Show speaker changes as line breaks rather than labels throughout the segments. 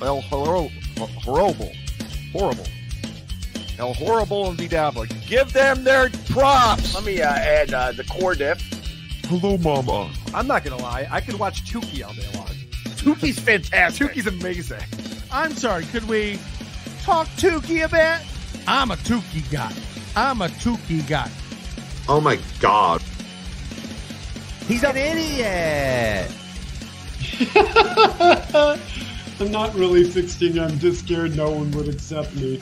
El Horo- Horrible. Horrible. El Horrible and Vidabla. Give them their props.
Let me uh, add uh, the core dip.
Hello, Mama.
I'm not gonna lie. I could watch Tukey all day long.
Tuki's fantastic.
Tukey's amazing.
I'm sorry. Could we?
Talk Tukey a bit.
I'm a Tukey guy. I'm a Tukey guy.
Oh my god.
He's an idiot.
I'm not really 16. I'm just scared no one would accept me.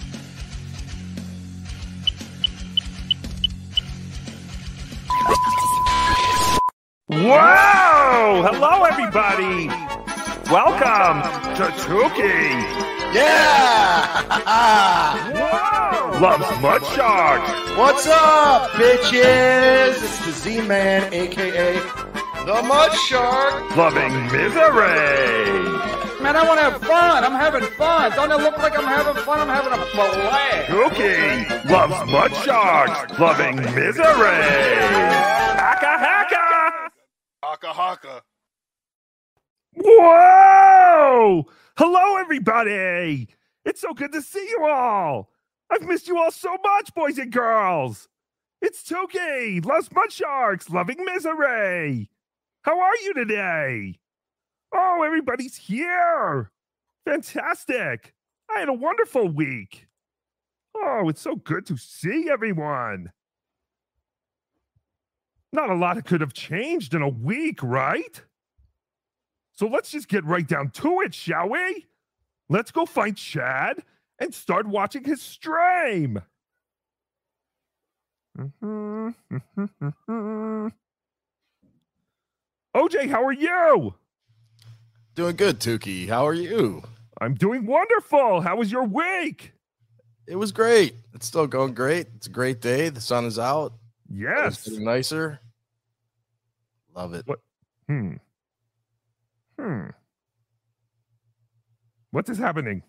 Whoa! Hello, everybody. Welcome to Tuki.
Yeah!
Whoa! Loves Mud Shark.
What's up, bitches? It's the Z-Man, aka the Mud Shark.
Loving Misery.
Man, I want to have fun. I'm having fun. Don't it look like I'm having fun? I'm having a blast.
Tuki. Loves Mud Shark. Loving Misery. Haka haka.
Haka haka.
Whoa! Hello, everybody. It's so good to see you all. I've missed you all so much, boys and girls. It's Tuki, loves mud sharks, loving misery. How are you today? Oh, everybody's here. Fantastic. I had a wonderful week. Oh, it's so good to see everyone. Not a lot could have changed in a week, right? So let's just get right down to it, shall we? Let's go find Chad and start watching his stream. Mhm, mhm, mhm. OJ, how are you?
Doing good, Tukey. How are you?
I'm doing wonderful. How was your week?
It was great. It's still going great. It's a great day. The sun is out. It's
Yes.
getting nicer. Love it.
Hmm. Hmm. What is happening?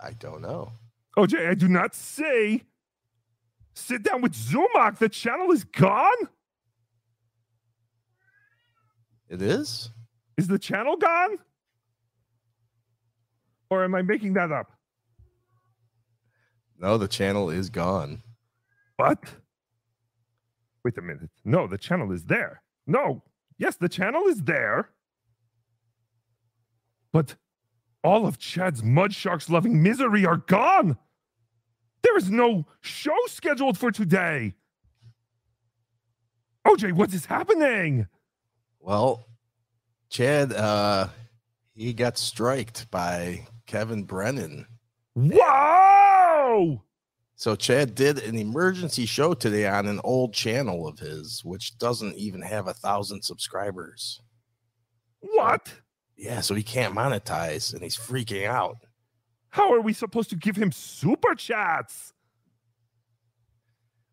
I don't know.
OJ, I do not see. Sit down with Zumok. The channel is gone.
It is?
Is the channel gone? Or am I making that up?
No, the channel is gone.
What? Wait a minute. No, the channel is there. No. Yes, the channel is there. But all of Chad's mud sharks loving misery are gone. There is no show scheduled for today. OJ, what is happening?
Well, Chad, uh, he got striked by Kevin Brennan.
Whoa!
So Chad did an emergency show today on an old channel of his, which doesn't even have a thousand subscribers.
What?
Yeah, so he can't monetize and he's freaking out.
How are we supposed to give him super chats?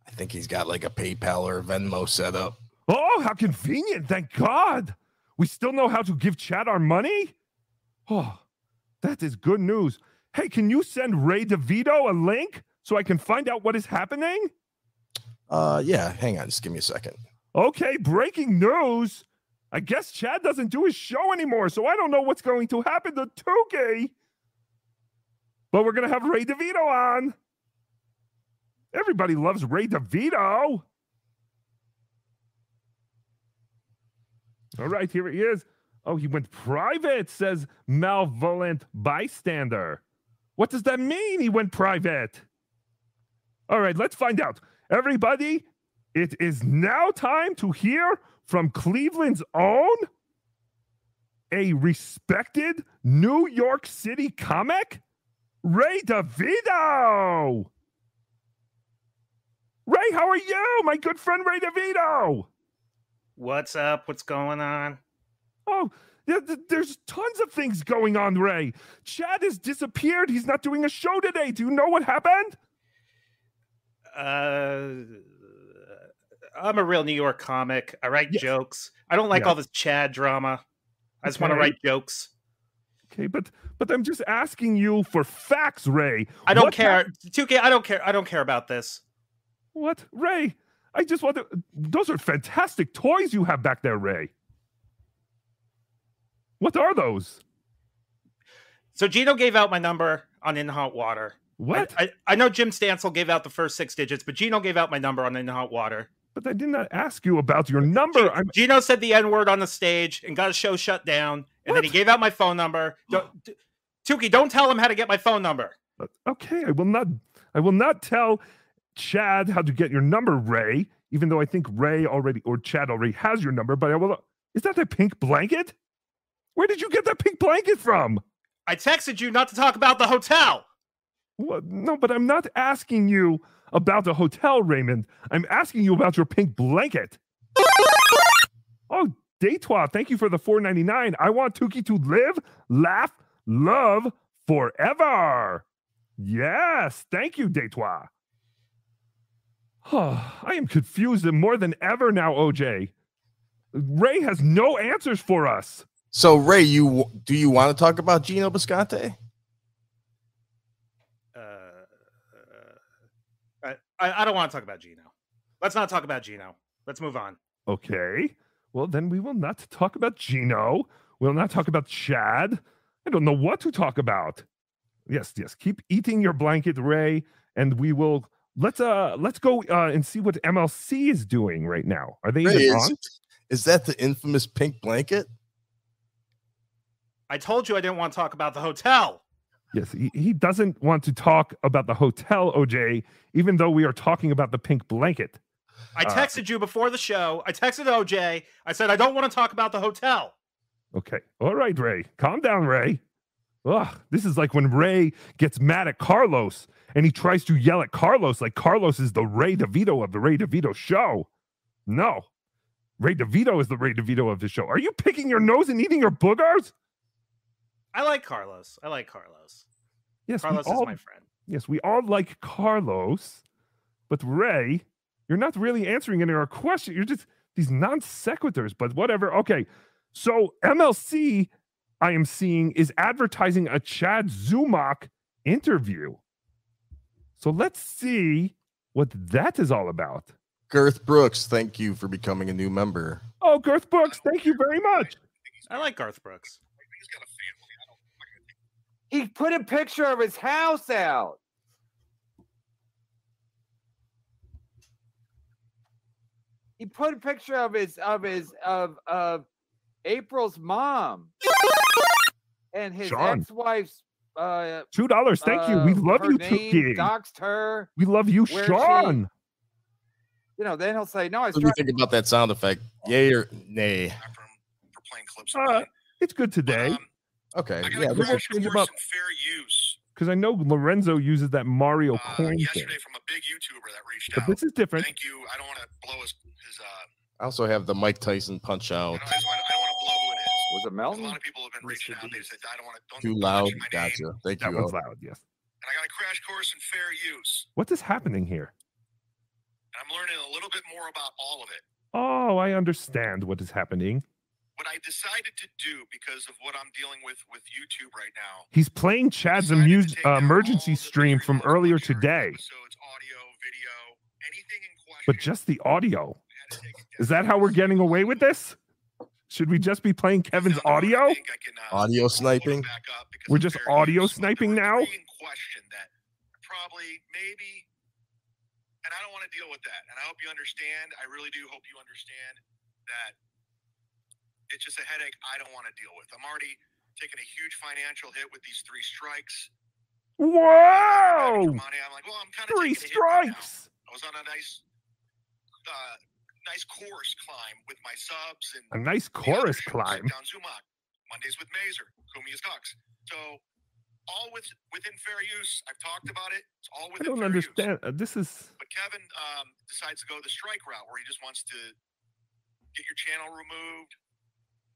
I think he's got like a PayPal or a Venmo set up.
Oh, how convenient. Thank God. We still know how to give Chad our money? Oh, that is good news. Hey, can you send Ray DeVito a link so I can find out what is happening?
Uh yeah, hang on, just give me a second.
Okay, breaking news. I guess Chad doesn't do his show anymore, so I don't know what's going to happen to Tuki. But we're going to have Ray DeVito on. Everybody loves Ray DeVito. All right, here he is. Oh, he went private, says Malvolent Bystander. What does that mean? He went private. All right, let's find out. Everybody, it is now time to hear from Cleveland's own, a respected New York City comic, Ray DeVito. Ray, how are you? My good friend Ray DeVito.
What's up? What's going on?
Oh, th- th- there's tons of things going on, Ray. Chad has disappeared. He's not doing a show today. Do you know what happened?
Uh, I'm a real New York comic. I write
Yes.
jokes. I don't like
Yeah.
all this Chad drama. I just want to
Okay.
write jokes.
Okay, but but I'm just asking you for facts, Ray.
I don't
What
care. 2K, I don't care. I don't care about this.
What, Ray? I just want to. Those are fantastic toys you have back there, Ray. What are those?
So Gino gave out my number on In Hot Water.
What?
I, I, I know Jim Stansel gave out the first six digits, but Gino gave out my number on In Hot Water.
But I did not ask you about your number. Oh, I'm
Gino said the N word on the stage and got a show shut down. And then he gave out my phone number. Don't, t- Tukey, don't tell him how to get my phone number.
okay. I will not. I will not tell Chad how to get your number, Ray. Even though I think Ray already or Chad already has your number, but I will. Is that a pink blanket? Where did you get that pink blanket from?
I texted you not to talk about the hotel.
What? No, but I'm not asking you about the hotel, Raymond. I'm asking you about your pink blanket. Oh, Daytwa, thank you for the 4.99. I want Tuki to live, laugh, love forever. Yes, thank you, Daytwa. I am confused and more than ever now, OJ. Ray has no answers for us.
So Ray, you do you want to talk about Gino Bisconte?
Uh, uh, I, I I don't want to talk about Gino. Let's not talk about Gino. Let's move on.
Okay. Well, then we will not talk about Gino. We'll not talk about Chad. I don't know what to talk about. Yes, yes. Keep eating your blanket, Ray, and we will let's uh let's go uh and see what MLC is doing right now. Are they
Ray,
even on?
is, is that the infamous pink blanket?
I told you I didn't want to talk about the hotel.
Yes, he, he doesn't want to talk about the hotel, OJ, even though we are talking about the pink blanket.
I
Uh,
texted you before the show. I texted OJ. I said I don't want to talk about the hotel.
Okay. All right, Ray. Calm down, Ray. Ugh, this is like when Ray gets mad at Carlos and he tries to yell at Carlos like Carlos is the Ray DeVito of the Ray DeVito show. No. Ray DeVito is the Ray DeVito of the show. Are you picking your nose and eating your boogers?
I like Carlos. I like Carlos.
Yes, we
Carlos
all-
is my friend.
Yes, we all like Carlos, but Ray, you're not really answering any of our questions. You're just these non sequiturs, but whatever. Okay. So MLC, I am seeing, is advertising a Chad Zumach interview. So let's see what that is all about.
Girth Brooks, thank you for becoming a new member.
Oh, Girth Brooks, thank you very much.
I like Garth Brooks.
He put a picture of his house out. He put a picture of his of his of of April's mom and his
Sean.
ex-wife's uh
Two dollars. Thank you. We
uh,
love
her
you,
name,
Tuki.
doxed her.
We love you,
where she-
Sean.
You know, then he'll say, "No, I was
What do you
trying
think about that sound effect? Yay or nay?
Uh, it's good today.
Um,
Okay.
Yeah, we're gonna change them up. Because I know Lorenzo uses that Mario coin thing. But this is different.
uh,
I also have the Mike Tyson punch out.
was it Melton?" A lot of people have been
reaching
out.
Too loud. Gotcha. Thank
That
you.
one's
Owen.
loud, yes.
And I got a crash course in fair use.
What is happening here?
And I'm learning a little bit more about all of it.
Oh, I understand what is happening.
What I decided to do because of what I'm dealing with with YouTube right now
He's playing Chad's amuse, uh, emergency stream from earlier today. But just the audio. Is that how we're getting away with this? Should we just be playing Kevin's audio?
uh,
Audio sniping.
We're just audio sniping now?
in question that probably maybe and I don't want to deal with that. And I hope you understand. I really do hope you understand that it's just a headache I don't want to deal with. I'm already taking a huge financial hit with these three strikes.
Whoa!
Money. I'm like, well, I'm kind of
Three strikes!
I was on a nice uh nice course climb with my subs and
A nice
the other
chorus
shows,
climb.
Down Zumach, Mondays with Mazer, Kumia's Ducks. So all with, within fair use. I've talked about it. It's all
I
within
don't
fair use.
understand. Uh, this is.
But Kevin um, decides to go the strike route where he just wants to get your channel removed,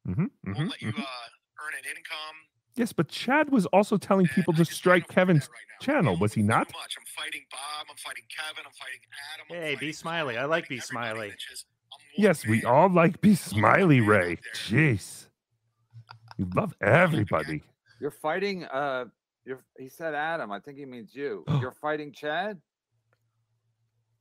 Mhm, mhm,
won't let you
mhm.
uh, earn an income.
Yes, but Chad was also telling
and
people
I
to
just can't
strike
afford
Kevin's
that right now. I'm
channel,
dealing
was he
with too
not?
much. I'm fighting Bob. I'm fighting Kevin. I'm fighting Adam. I'm
Hey, be
fighting-
smiley. I like be
fighting everybody,
smiley.
and it's just- I'm one
Yes, we
man.
all like be smiley,
man
Ray.
out there.
Jeez. You love everybody.
You're fighting. Uh, you're. He said Adam. I think he means you. You're fighting Chad.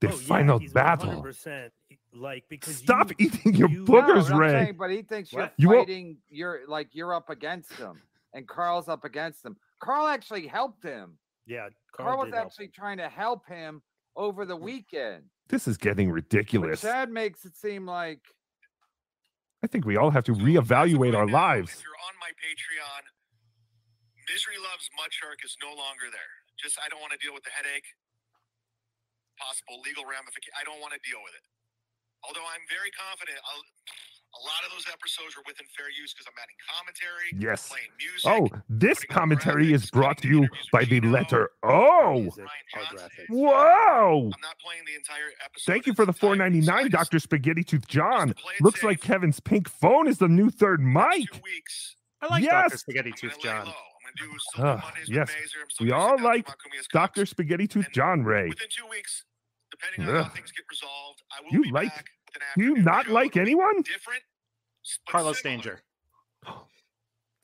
The
Oh, yeah,
final
he's
battle.
100% like because
Stop
you-
eating your
you-
No,
boogers,
but I'm
Ray.
saying, but he thinks
What?
You
you're
won't-
fighting. You're like you're up against him, and Carl's up against him. Carl actually helped him.
Yeah,
Carl, was actually trying to help him over the weekend.
This is getting ridiculous.
Chad makes it seem like
I think we all have to reevaluate our lives.
Patreon. Misery loves Mud Shark is no longer there. Just I don't want to deal with the headache, possible legal ramification. I don't want to deal with it. Although I'm very confident, I'll, a lot of those episodes were within fair use because I'm adding commentary.
Yes.
playing music.
Oh, this commentary is brought to you by the letter O. Whoa! Thank you for the 4.99, Doctor Spaghetti Tooth John. Looks like Kevin's pink phone is the new third mic.
I like
Yes.
Dr. Spaghetti Tooth John.
Ugh, yes, we all like Doctor Spaghetti Tooth John Ray. Ugh. You like? You not like anyone?
Carlos Danger.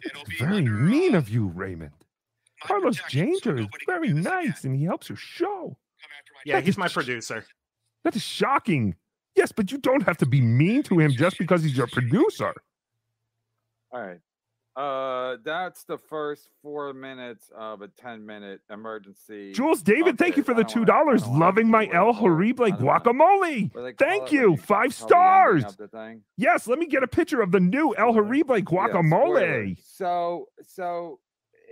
It's very mean of you, Raymond. Carlos Danger is very nice, and he helps your show.
Yeah, he's my producer.
That is shocking. Yes, but you don't have to be mean to him just because he's your producer.
All right. Uh, that's the first four minutes of a ten-minute emergency.
Jules David, thank you for the two dollars. Loving my El Horrible guacamole. Thank you. Five stars. Yes, let me get a picture of the new El Horrible guacamole. Oh,
So, so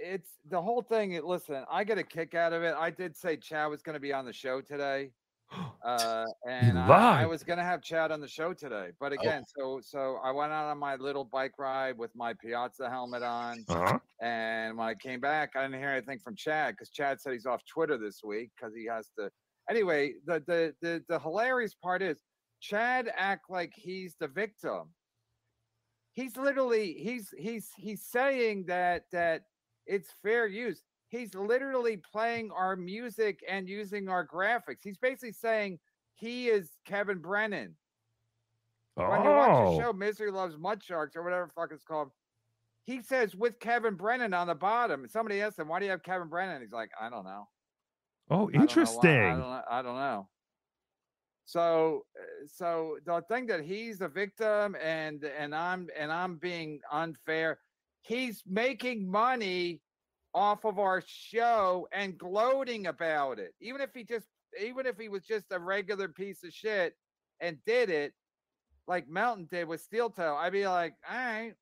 it's the whole thing. it- Listen, I get a kick out of it. I did say Chad was going to be on the show today, uh, and I, I
lied. Oh.
was going to have Chad on the show today. But again, so so I went out on my little bike ride with my Piazza helmet on,
Uh-huh.
and when I came back, I didn't hear anything from Chad because Chad said he's off Twitter this week because he has to. Anyway, the, the the the hilarious part is Chad act like he's the victim he's literally he's he's he's saying that that it's fair use he's literally playing our music and using our graphics he's basically saying he is kevin brennan when you watch the show
Oh,
misery loves mud sharks or whatever the fuck it's called he says with kevin brennan on the bottom And somebody asked him why do you have kevin brennan he's like i don't know
oh,
I don't know why- I don't,
interesting.
know- I don't know. So, uh, so the thing that he's a victim and and I'm and I'm being unfair. He's making money off of our show and gloating about it. Even if he just, even if he was just a regular piece of shit and did it, like Mountain did with Steel Toe, I'd be like, all right,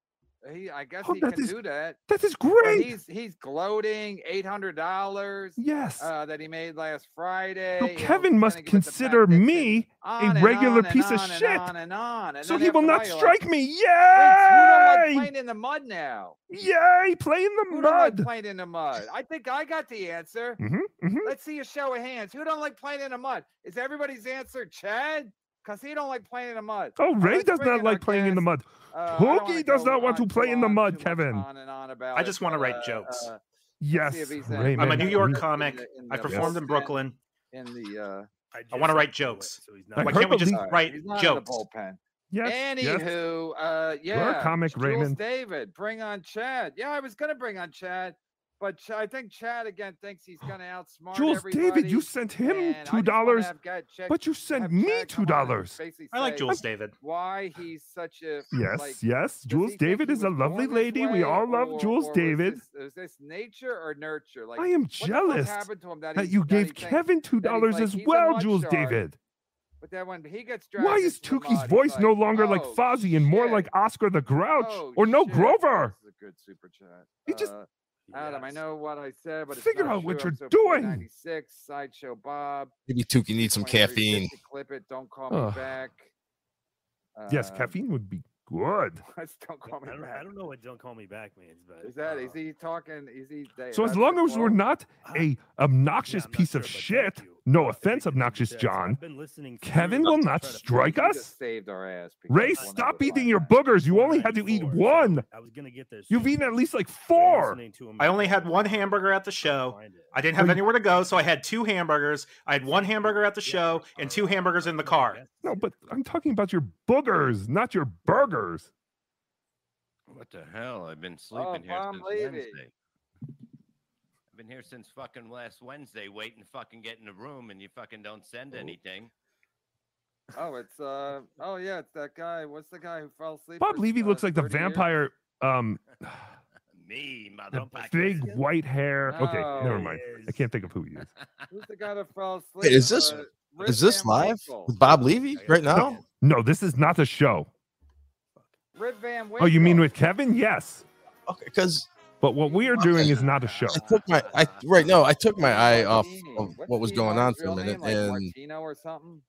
he, I guess
Oh,
he
that
can
is-
do that.
That is
But
great.
He's he's gloating eight hundred dollars.
Yes.
uh, that he made last Friday.
So
you know,
Kevin
then
must
it gets
consider me
on
a
and
regular
on and
piece of
on and
shit.
on and on, and
So
then
he
after a
will not
while you're
strike
like,
me.
"Wait, who don't like
Yay!
playing in the mud now.
Yay! Play in the
Who don't like
mud. Oh,
playing in the mud? I think I got the answer.
Mhm, mhm.
Let's see a show of hands. Who don't like playing in the mud? Is everybody's answer Chad? Cause he don't like playing in the mud.
Oh,
Uh,
Ray
let's
does
bring
not
in our
like playing in the
guest,
mud.
uh, I don't wanna
Hoogie does
go
not want
on
to play
too
in the
long,
mud,
too much
Kevin.
on and on about
I
it,
just want to
but,
write
uh,
jokes.
uh,
Yes,
if he's in-
Raymond.
I'm a New York
in the-
comic.
in
I
the
performed in
bullpen.
Brooklyn.
in the uh
I want to write jokes.
I
Why
heard
can't we
the
just
lead-
write
he's not in the
jokes?
bullpen.
Yes, yes.
Anywho, uh
You're a
yeah.
comic,
Jules
Raymond.
David, bring on Chad. Yeah, I was gonna bring on Chad, but Ch- I think Chad again thinks he's gonna outsmart
Jules
everybody.
David, you sent him
and I just
two
wanna
dollars,
have Ga- check-
but you sent
have
me
Chad
two
come on and
dollars.
basically
I like
say
Jules David.
Why he's such a
Yes,
like, does
yes.
he
Jules
think
David
he
is a
was
lovely
born this
lady. We
way,
all love
or-
Jules
or was
David.
this- Is this nature or nurture? Like
I am
what the fuck
jealous
happened to him that,
That
he-
you
that he
gave
thinks-
Kevin two
that he's
dollars
like,
as
"He's a
well,
mud
Jules
shark."
David.
But then when he gets dragged
Why is
into the
Tookie's
mud, he's
voice
like,
no longer like
"Oh,
Fozzie and more
shit.
like Oscar the Grouch
Oh,
or no
shit.
Grover?
This is a good super chat.
He just-
Uh, Adam, I know what I said, but it's
Figure
not
out what
true.
you're
Episode
doing.
496, sideshow Bob.
Maybe Tukey needs some
2350,
caffeine.
Clip it. Don't call
Ugh.
me back.
Yes,
Uh,
caffeine would be good.
what's Don't
I
call me
don't, I
back.
don't know what "Don't Call Me Back" means, but
Is that?
uh,
Is he talking? Is he? that-
So as
that's
long
the
as we're
quote?
not a obnoxious
I'm not
piece
sure,
of
but thank
shit,
you.
no
Uh,
offense,
because of
obnoxious
that, so
John.
I've been listening for
Kevin
years
will
to
not
try to-
strike
You just
us.
saved our ass. because
Ray,
no one
stop
ever
eating
liked
your
that.
boogers. You only had to eat
494, so
one.
I was gonna get this.
You've
shit,
eaten at
but
least like
I've been
four.
listening to him
I only had
for a
one
while.
hamburger at the show.
Find it.
I didn't have
Well, you-
anywhere to go, so I had two hamburgers. I had one hamburger at the show and two hamburgers in the car.
No, but I'm talking about your boogers, not your burgers.
What the hell? I've been sleeping
Oh,
here
Mom
since
Levy.
Wednesday. I've been here since fucking last Wednesday, waiting to fucking get in the room, and you fucking don't send anything.
Oh, it's uh. Oh yeah, it's that guy. What's the guy who fell asleep?
Bob
for,
Levy
uh,
looks like the
30 years?
vampire. Um,
me,
The
motherfucker.
big white hair. Okay, never
No.
mind. I can't think of who he is.
Who's the guy that fell asleep?
Wait, is this-
Uh,
Is this
Van
live
Winkle.
with Bob Levy right
No,
now?
No, this is not the show.
Red Van
Oh, you mean
Winkle.
with Kevin? Yes.
Okay, because.
But what we are doing is not a show.
I took my I right no, I took my eye off of what was going on for a
Real
minute,
name, like
and
Martino or something.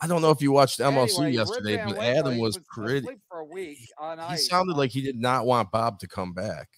I don't know if you watched MLC
Anyway, Red
yesterday,
Van
but
Winkle,
Adam
he
was
was
pretty.
asleep for a week on
He
ice.
sounded like he did not want Bob to come back.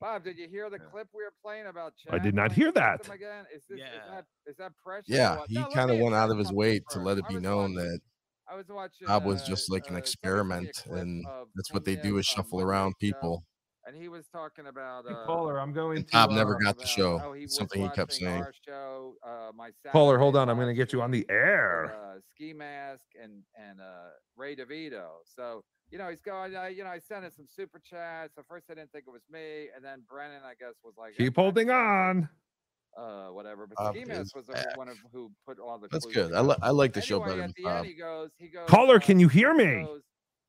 Bob, did you hear the clip we were playing about?
I did
Chad
not
playing
hear
the
that.
system Again? Is, this, is, that, is that pressure? or
Yeah,
what?
he
uh, No, let
kind of
me
went out of
explain
his way to
first.
let it
I
be
was
known
watching-
that
I was watching.
Bob was
uh,
just like an
uh, somebody sent me a
experiment,
clip
and um,
of
that's what they
Kanye
do is
from
shuffle
Monday
around
show,
people.
And he was talking about. Uh,
caller, I'm going
And Bob
to,
never
uh,
got the
about
show.
how he was
That's something he kept
watching
saying.
our show, uh, my
Caller,
Saturday
hold on. I'm
live
going to get you on the
with,
air.
uh, ski mask and and uh, Ray DeVito. So you know he's going. Uh, you know I sent him some super chats. At first I didn't think it was me, and then Brennan I guess was like,
Keep holding on.
uh, whatever. But
Bob
ski
is
mask was the one of who put all the.
That's
clues
good. I,
together.
li- I like the show
Anyway,
better than
at the
Bob.
end he goes. He goes.
Caller,
uh,
can you hear
he
me?
goes-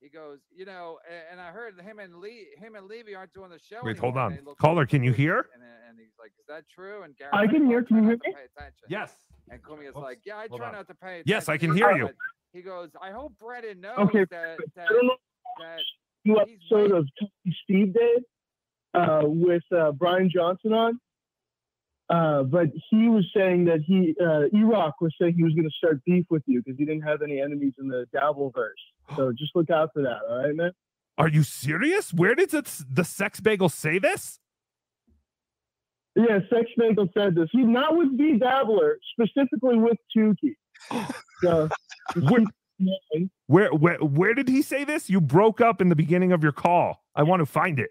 He goes. You know, a- and, I heard him and Lee, him and Levy aren't doing the show.
Wait, hold
anymore," and
on.
he looked at
Caller,
me
can you
confused.
hear?
And, and he's like, "Is that true?" And Gary,
I can hear. Can you hear me?
Pay attention.
Yes.
And Kumia's
Oops.
like, yeah, I
Hold
try
on.
not to pay attention.
Yes, I can
to
hear
it,"
you.
but He goes, I hope Brennan knows
Okay,
that, that,
don't know-
that
new episode of Tony Steve did uh, with uh, Brian Johnson on. Uh, but he was saying that he, uh, Erock was saying he was going to start beef with you because he didn't have any enemies in the Dabbleverse. So just look out for that. All right, man?
Are you serious? Where did the, the sex bagel say this?
Yeah, Sex Bagel said this. He's not with V Dabbler, specifically with Tukey. So just keep listening.
Where where where did he say this? You broke up in the beginning of your call. I want to find it.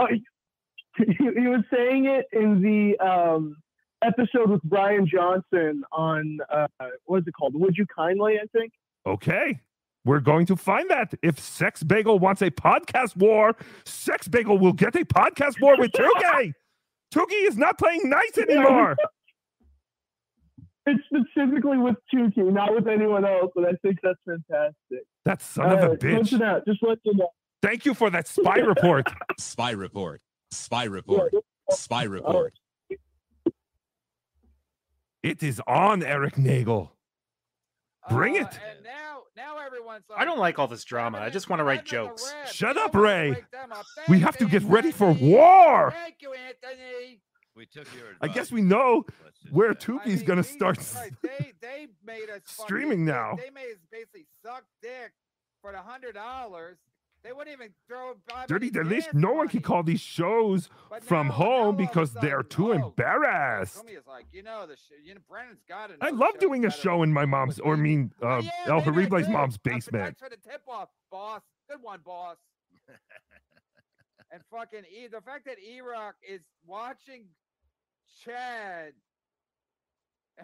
Oh, he, he was saying it in the um, episode with Brian Johnson on uh, what is it called? Would you kindly? I think.
Okay. We're going to find that. If Sex Bagel wants a podcast war, Sex Bagel will get a podcast war with Tuki. Tuki is not playing nice anymore.
It's specifically with Tuki, not with anyone else, and I think that's fantastic.
That son of a
Alright,
bitch.
Listen out. Just listen out.
Thank you for that spy report.
Spy report. Spy report. Spy report.
It is on, Eric Nagel. Bring it.
Uh, And now, now everyone's like,
I don't like all this drama. I just want to write jokes.
Shut up, Ray. We have to get ready for war.
Thank you, Anthony.
We took your.
I guess we know where Tuki's going to start
Jesus Christ, They, they made us fucking-
streaming
they-
now.
They made us basically suck dick for the hundred dollars. They wouldn't even throw Bob
Dirty
any
Delish.
dance
No one can call these shows from home because they're too
oh,
embarrassed.
Somebody is like, you know, the sh- you know, Brennan's got it.
I love doing a show in my mom's, or I mean,
Oh,
uh, El Harible's mom's basement.
Thanks for the tip off, boss. Good one, boss. and fucking E, the fact that E Rock is watching Chad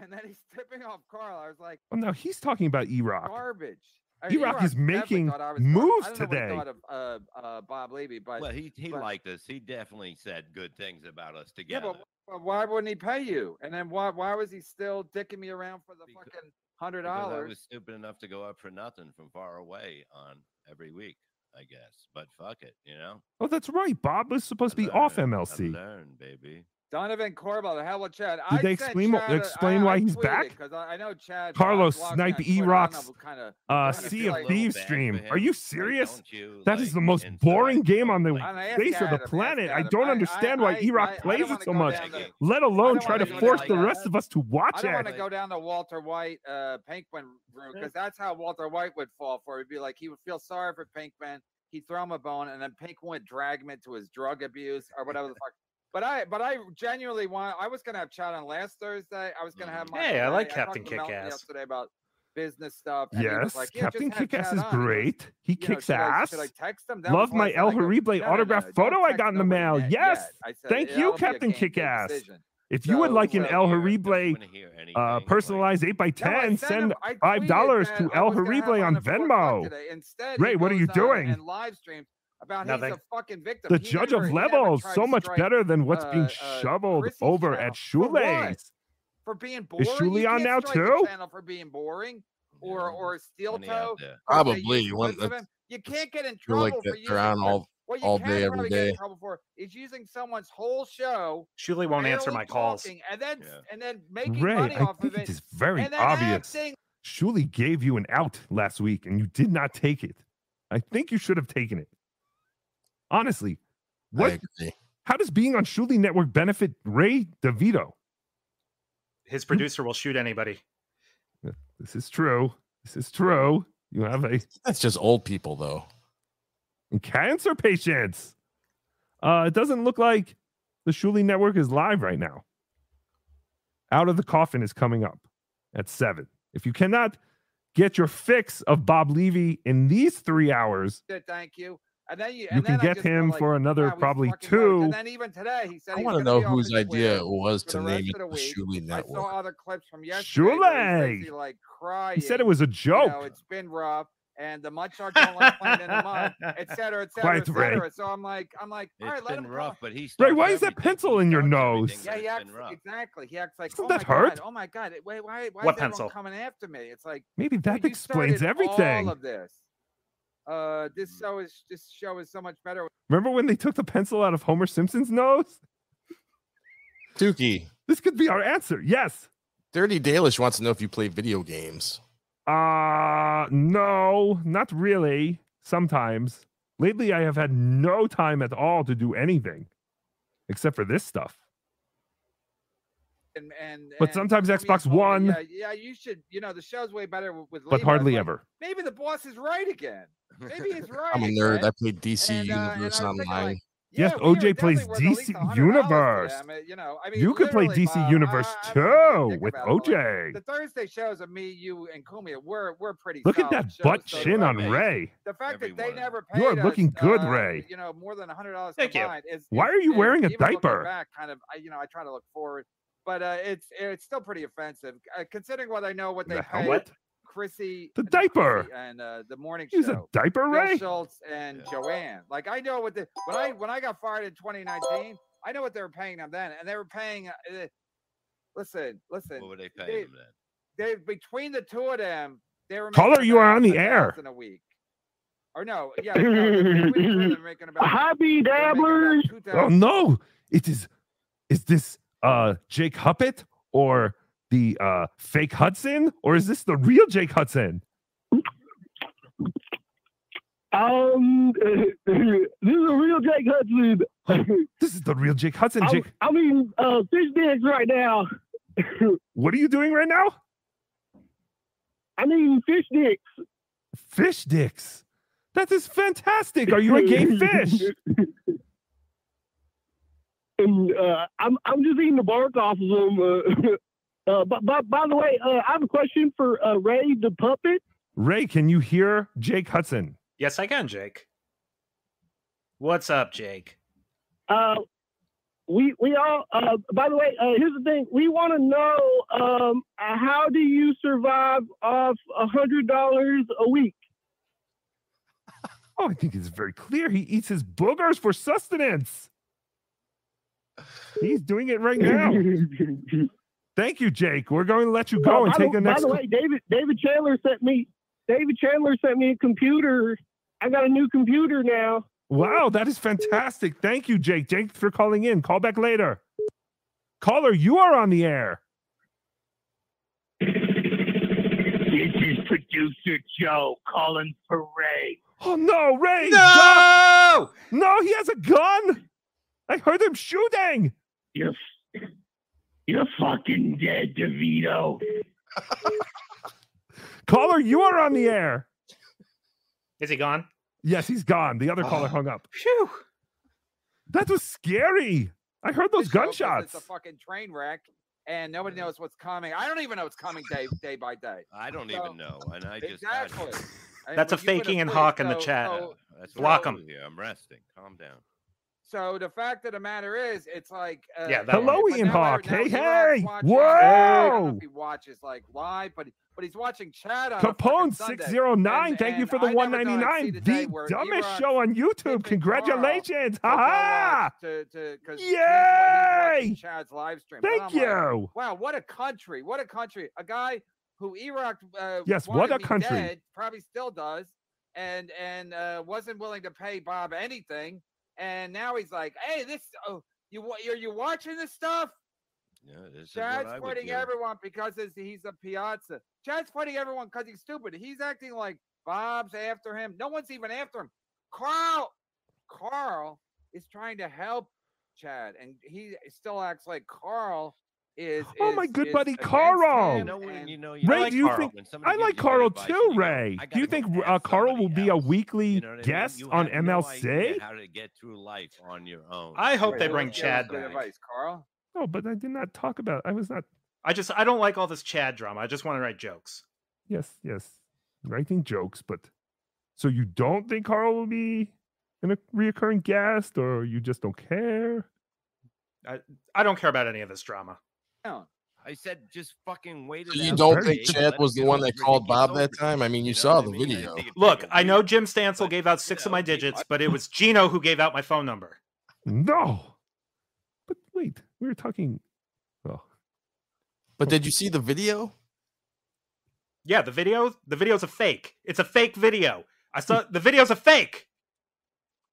and then he's tipping off Carl, I was like,
Well, now Oh, he's talking about E Rock.
garbage. I mean,
E-Rock
E-Rock
is
definitely
making
thought I was garbage.
moves
I don't know what he
today.
thought of uh, uh, Bob Levy, but
Well, he he
but-
liked us. He definitely said good things about us
yeah,
together.
but wh- why wouldn't he pay you? And then why why was he still dicking me around for the fucking hundred
Because I
dollars?
was stupid enough to go up for nothing from far away on every week, I guess. But fuck it, you know.
Oh, that's right. Bob was supposed to be off MLC.
Learn, baby.
Donovan Corbo, the hell with Chad.
Did they explain wh- explain why he's back?
Because I, I know Chad.
Carlos
Snipe
Snipe E Rock's uh, Sea of Thieves
bad
stream.
for
Are
him,
you
like,
serious?
don't you,
That is
like, uh,
the most boring game on the
I asked
face of the
Adam, I asked
planet. I
Adam.
don't
I-
understand
I-
why E
I- I
Rock plays
don't
it
wanna
so
go
much,
down the-
let alone
don't
try to
wanna go
force
down
the
the-
rest of us to
I
watch
don't want to
it.
go down the Walter White uh, Pinkman route because that's how Walter White would fall for. it. He'd be like, he would feel sorry for Pinkman. He'd throw him a bone, and then Pinkman would drag him into his drug abuse or whatever the fuck. But I, but I genuinely want. I was gonna have chat on last Thursday. I was gonna have my.
Hey, I
Friday.
like
talked
Captain
to Melton
Kickass.
yesterday about business stuff. and he was
Yes,
like, "Yeah, just
Captain
have
Kickass
Chad
is
on."
great. He
you know,
kicks
should I-
ass.
should I text him? That was
Love
what I
my
said.
El
I go,
Harible
"No, no,
autograph
no, don't
photo I
text
got in the
nobody
mail.
yet,
Yes.
yet." I said,
Thank
"It'll
you,
be a
Captain
game
Kickass.
decision."
If you would like an
So,
El Harible uh, personalized 8x10,
sent him-
send
I tweeted
$5 to
that I
El
was gonna have
Harible on Venmo.
today. Instead,
Ray,
he
what are
goes
you
on
doing?
And live streams about
Nothing.
he's a fucking victim.
The
He
judge
never-
of
he never
levels,
tried
so
to
much
strike,
better than what's
uh,
being
uh,
shoveled
Chrissy's
over
channel.
at Shoelace.
for being boring.
Is Shuley
you
on
can't
now,
strike a
too?
Channel for being boring, or or steel
out
toe.
there.
or if they
Probably,
use
one-
clips of
that's-
him. You can't get in
Feel
trouble
like
for
that they're
using
on all
What you
All
can
day, every
probably get
day.
in trouble for is using someone's whole show.
Shuli won't answer
barely
my calls.
talking And then and then making
Ray,
money
I
off
think
of it.
it is very
and then
obvious.
acting-
Shuli gave you an out last week and you did not take it. I think you should have taken it. Honestly, what? How does being on Shuli Network benefit Ray DeVito?
His producer will shoot anybody.
This is true. This is true. You have a.
That's just old people, though.
And cancer patients. Uh, it doesn't look like the Shuli Network is live right now. Out of the Coffin is coming up at seven. If you cannot get your fix of Bob Levy in these three hours,
Good, thank you. And then you,
you
and
can
then I'm
get
just kinda
him
like,
for another
"Wow, we
probably
fucking
two.
And then even today, he said
I
he's
want to
gonna
know
be off
whose
his
idea
Twitter
it was
for
to
the
name
rest
it
of the
the
week.
Shuli
I
Network.
saw other clips from yesterday. where he's
Shuley!
basically, like crying.
He said it was a
You know,
joke.
it's been rough, and the Munchard don't like playing in the mud, et cetera, et cetera,
Quite
et cetera.
right.
So I'm like, I'm like, all right, let him rough,
but he's
Ray, why is that pencil in your nose?
Yeah, he acts exactly. He acts like,
Doesn't
oh
that
my
hurt?
god, oh my god, wait, why, why
What
is everyone
pencil?
coming after me? It's like
Maybe that
you
explains
started
everything.
All of this. Uh, this show is this show is so much better.
Remember when they took the pencil out of Homer Simpson's nose?
Dookie.
This could be our answer. Yes.
Dirty Dalish wants to know if you play video games.
Uh no, not really. Sometimes. Lately I have had no time at all to do anything except for this stuff.
And, and
But
and
sometimes
Jimmy
Xbox
told me,
One-
Yeah, yeah, you should. You know, the show's way better with. with
But
Levi.
hardly
Like,
ever.
Maybe the boss is right again. Maybe he's right.
I'm a nerd.
again.
I played DC
And, uh, and I
Universe
was thinking,
Online.
like,
Yes,
yeah, we were
OJ plays
definitely worth at least $100
DC
for
Universe.
them, uh, You know, I mean,
you could play
literally,
DC
Bob, I-
Universe
I- I'm a
too
dick
with
about it, but, like,
OJ.
The Thursday shows of me, you, and Kumia, we're we're pretty.
Look at
solid
that
shows,
butt
so
chin
I
on
mean,
Ray.
The fact that they never paid
You are
us,
looking good,
uh,
Ray.
You know, more than hundred dollars
Thank you.
combined. Is,
Why
is-
are you
is-
wearing a
even looking
diaper?
Back, kind of. I, you know, I try to look forward, but uh, it's it's still pretty offensive uh, considering what I know what they
The
paid.
helmet?
Chrissy,
The
not Chrissy,
diaper.
and uh, the morning
Use a
show.
diaper,
Bill
Ray?
Schultz and Joanne. Like I know what the when I when I got fired in 2019, I know what they were paying them then, and they were paying. Uh, uh, listen, listen.
What were they
they-
paying him then?
They between the two of them, they were.
Caller,
making
you are on
about
the air.
$1,000 A week. Or no, yeah. no, they- between the two of them, making about-
Hobby dabblers.
Oh no! It is. Is this uh Jake Huppet or the uh fake Hudson or is this the real Jake Hudson?
Um, this is a real Jake Hudson.
this is the real Jake Hudson.
Jake. I mean, uh, fish dicks right now.
what are you doing right now?
I mean, fish dicks.
Fish dicks. That is fantastic. Are you a gay fish?
and uh, I'm I'm just eating the bark off of them. Uh, uh, but, but by the way, uh, I have a question for uh, Ray the puppet.
Ray, can you hear Jake Hudson?
Yes, I can, Jake. What's up, Jake?
Uh, we we all. Uh, by the way, uh, here's the thing: we want to know um, uh, how do you survive off a hundred dollars a week?
Oh, I think it's very clear. He eats his boogers for sustenance. He's doing it right now. Thank you, Jake. We're going to let you go
Uh,
and
by
take
the,
the next.
By the way, David David Chandler sent me David Chandler sent me a computer. I got a new computer now.
Wow, that is fantastic. Thank you, Jake. Jake, for calling in. Call back later. Caller, you are on the air.
This is producer Joe calling for Ray.
Oh no, Ray! No! No, he has a gun! I heard him shooting!
You're you're fucking dead, DeVito.
Caller, you are on the air.
Is he gone?
Yes, he's gone. The other
Ah.
caller hung up. Phew. That was scary. I heard those
show 'cause It's
gunshots.
a fucking train wreck, and nobody knows what's coming. I don't even know what's coming day day by day.
Mm-hmm. I don't even know, and I just got
exactly.
here.
And
That's a
when you put
faking and
place-
hawk in
so-
the chat.
so-
That's
Block
why
oh.
I'm
'em.
Here. I'm resting. Calm down.
So the fact of the matter is, it's like uh,
Yeah, that
Hello,
one.
Ian Hawk. Hey, hey!
I don't know
Whoa!
if he watches like live, but but he's watching Chad on a fucking
Capone
Sunday.
six zero nine.
And-
Thank you
and
for the
I
one
never
ninety
thought I'd see
nine.
day
The
where
dumbest
Erod
show on YouTube. Congratulations! Ha ha!
To, to, cause he's- he's watching
Yay!
Chad's live stream. And
Thank
I'm like,
you.
wow, what a country! What a country! A guy who Iraq uh,
Yes, what
wanted
a
me
country.
dead, probably still does. and and uh, wasn't willing to pay Bob anything, and now he's like, "Hey, this oh, you wa- are you watching this stuff?"
Yeah, this is what
Chad's
I would
fighting
do.
everyone because it's- he's a piazza. Chad's fighting everyone because he's stupid. He's acting like Bob's after him. No one's even after him. Carl, Carl is trying to help Chad, and he still acts like Carl is.
Oh my
is-
good
is
buddy
against
Carl.
him,
No
and-
You know, you
Ray,
like
do you
Carl. When
think
somebody
I
gives
like
you good
Carl
advice,
too, Ray? Do you think uh, Carl will be a weekly
know what I mean?
guest
You
on
have no idea
MLC?
how to get through life on your own.
I hope
You
they
really
bring
don't.
Chad
Good
back.
advice, Carl. Uh,
No, but I did not talk about. I was not.
I just I don't like all this Chad drama. I just want to write jokes.
Yes, yes, writing jokes, but so you don't think Carl will be a reoccurring guest, or you just don't care?
I I don't care about any of this drama.
I said, just fucking wait. it
So you
out,
don't
Jake,
think
and
Chad
let
was
it
the
go.
one that
Really
called
get
Bob
over
that
it.
time. I mean, you saw the
mean? I
video.
think
Look, I know Jim Stansel gave out six of my digits, but it was Gino who gave out my phone number.
No, but wait, we were talking. Well,
But did you see the video?
Yeah, the video the video's a fake. It's a fake video. I saw the video's a fake.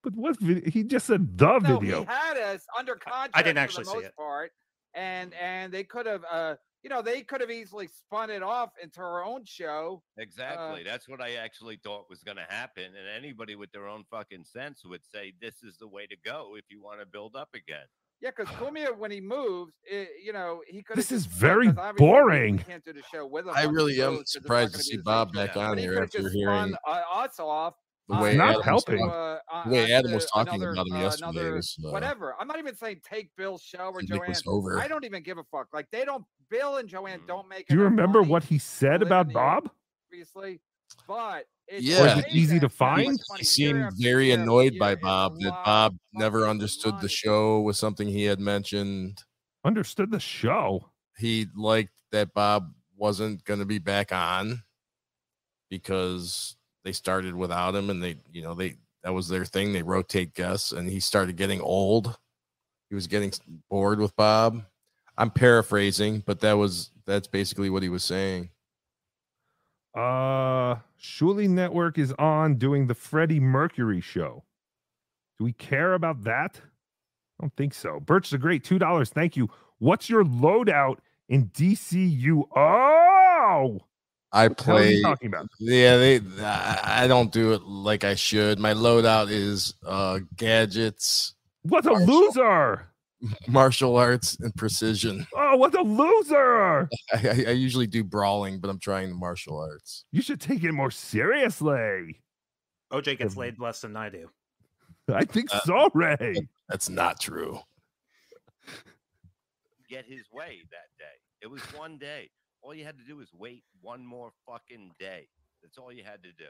but what video? He just said the
No,
video.
he had us under contract.
didn't actually
for
see
the most
it.
Part, and and they could have, uh, you know, they could have easily spun it off into her own show. Uh,
Exactly. That's what I actually thought was going to happen. And anybody with their own fucking sense would say this is the way to go if you want to build up again.
Yeah, because Cormier, when he moves, i you know, he could.
This is very boring.
Can't do the show with him.
I
on
really
those
am
'cause it's not
surprised to
gonna be
see
the same
Bob
show.
back on
But he
here
could've
after
just
hearing
spun, uh, us off.
the
on
way
Not
Adam was
helping.
talking-
uh, on-
the way
onto
Adam was talking
another-
about him
uh,
yesterday
another-
was uh,
whatever. I'm not even saying take Bill show or
I think it
Joanne.
was over.
I don't even give a fuck. Like they don't. Bill and Joanne don't make.
Do you
enough
remember
money,
what he said about Bob?
Obviously, but it's
Yeah,
Was it easy to find?
He seemed very annoyed by Bob that Bob never understood the show was something he had mentioned.
Understood the show.
He liked that Bob wasn't going to be back on because they started without him and they, you know, they that was their thing. They rotate guests and he started getting old. He was getting s- bored with Bob. I'm paraphrasing, but that was that's basically what he was saying.
Uh, Shuli Network is on doing the Freddie Mercury show. Do we care about that? I don't think so. Birch the Great, two dollars. Thank you. What's your loadout in DCU? Oh,
I
hell are you
play.
talking about?
Yeah, they. I I don't do it like I should. My loadout is uh, gadgets,
what a loser!
martial arts, and precision.
Oh, what a loser!
I, I- I usually do brawling, but I'm trying the martial arts.
You should take it more seriously.
OJ gets laid less than I do.
I think so, Ray.
Uh, That's not true.
Get his way that day. It was one day. All you had to do was wait one more fucking day. That's all you had to do.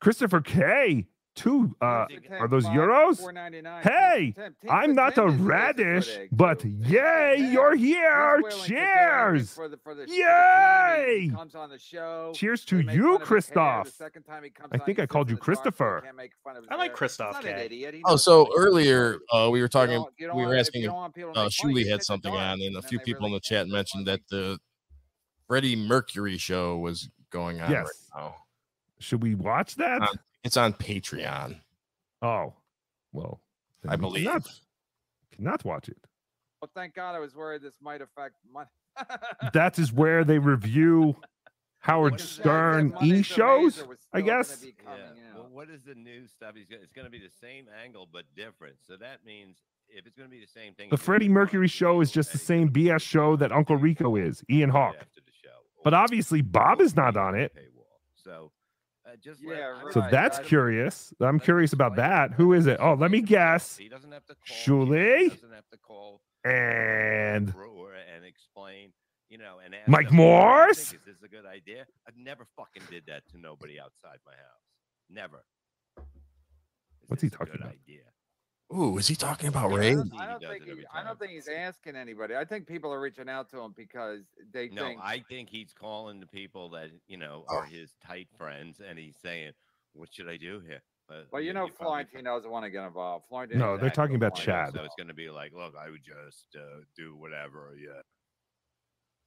Christopher K. Two uh,
Christopher K,
are those
five,
euros?
$4.99.
Hey,
Tim- Tim-
I'm
Tim
not a
is- is a good
radish,
egg,
but yay, you're here!
willing to do everything
Cheers!
For the, for the, for the team. He-
Yay!
He comes on the show.
Cheers
we
to
make
you,
fun of his hair. The
Christoph.
second time he comes
I
on,
think
he
I
sits
called
in
you
the dark, so we
Christopher.
can't make fun of his
I like
hair.
Christoph
He's not
K.
an idiot. He
Oh,
knows
so
how to make fun of
earlier uh, we were talking.
don't- you don't
We were
wanna- if
asking.
you don't want people to
Uh,
make fun of
Shuli
you, sit in
had
the
something
dark,
on, and a
and
few
they
people in the
really
chat mentioned that the Freddie Mercury show was going on
Yes.
right now.
Should we watch that?
Uh, it's on Patreon.
oh, well, then
I
we
believe.
cannot, cannot watch it.
Well, thank God I was worried this might affect money.
That is where they review Howard
What is that?
Stern e shows, I guess.
Yeah. Well, what is the new stuff? He's gonna, it's going to be the same angle but different. So that means if it's going to be the same thing,
The
it's gonna
Freddie
be fun
Mercury show is just the same BS show that Uncle Rico is, Ian Hawk. But obviously, Bob is not on it.
So uh, just
yeah,
So that's curious. I'm curious about that. Who is it? Oh, let me guess.
He doesn't have to call. He
Shuley
doesn't have to call
and
Brewer and explain. You know, and ask
Mike
them, "What do you think?
Morse?
Is this a good idea? I've never fucking did that to nobody outside my house. Never.
what's he talking about?
Ooh, is he talking about
Yeah,
Ray?
that's-
I don't
does
think
it every
he, I don't think he's asking anybody. I think people are reaching out to him because they
No,
think
I think he's calling the people that you know are his tight friends, and he's saying, "What should I do here?" Uh,
Well, you
y-
know,
probably-
Florentine doesn't want to get involved. Florentine.
No, they're talking about
Exactly.
Chad.
So it's going to be like, "Look, I would just uh, do whatever." Yeah.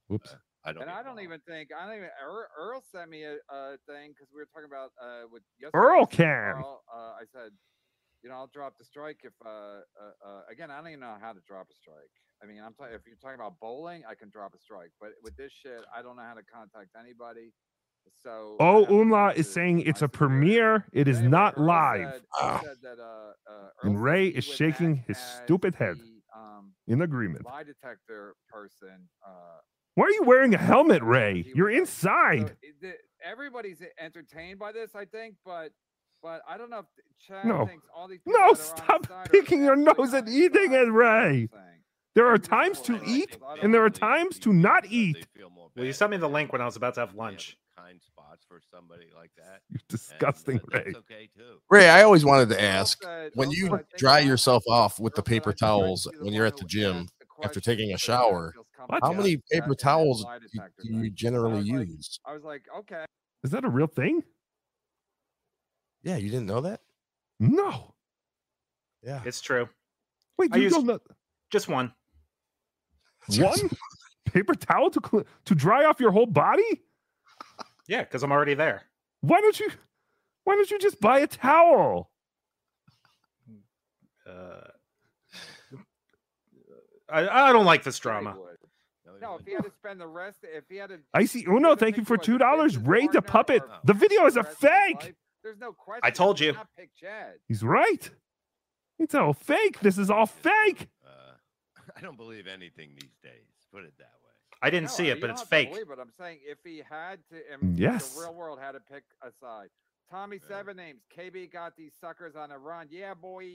Whoops.
I don't.
and I don't even think I don't even Earl, Earl sent me a, a thing because we were talking about uh with yesterday.
Earl
I said,
can.
Earl, uh, I said, you know, I'll drop the strike if uh, uh, uh again I don't even know how to drop a strike. I mean, I'm talking if you're talking about bowling, I can drop a strike, but with this shit, I don't know how to contact anybody. So I
Oh,
have to
Umla
go
is
to-
saying it's a premiere. It is not
Earl
live.
said- he
Ah.
said that, uh, uh, Earl
And
said
Ray
he
is
would
shaking
act
his
as
stupid head
the, um,
in agreement.
Lie detector person. Uh,
Why are you wearing a helmet, Ray? You're
so
inside.
it- eh, the, everybody's e, entertained by this, I think, but but I don't know if Chad
No.
thinks all these people
No,
that are on his
stop
side are
picking your nose and eating it, Ray. There are times to eat and there are times to not eat.
Will you send me the link when I was about to have lunch?
Kind spots for somebody like that.
You're disgusting, Ray.
Okay, too.
Ray, I always wanted to ask
uh,
when you dry yourself off with the paper towels when you're at the gym after taking a shower, Um, how many paper towels do you- do you generally use?
I was like, okay.
Is that a real thing?
Yeah, you didn't know that?
No.
Yeah.
It's true.
Wait,
I
you
use
don't know
just one.
one paper towel to cl- to dry off your whole body?
Yeah, because I'm already there.
Why don't you why don't you just buy a towel?
Uh, I, I don't like this drama.
No, if he had to spend the rest, if he had to,
I see Uno, thank you for two dollars. Ray the puppet. The video is a fake.
there's no question.
I told you.
Pick Chad.
He's right. It's all fake. This is all fake.
I don't believe anything these days. Put it that way.
I didn't
No,
see
I-
it,
you
but
don't
it's
have to
fake.
Believe it. I'm saying if he had to, I mean,
Yes.
the real world had to pick a side. Tommy seven names. KB got these suckers on a run. Yeah, boy.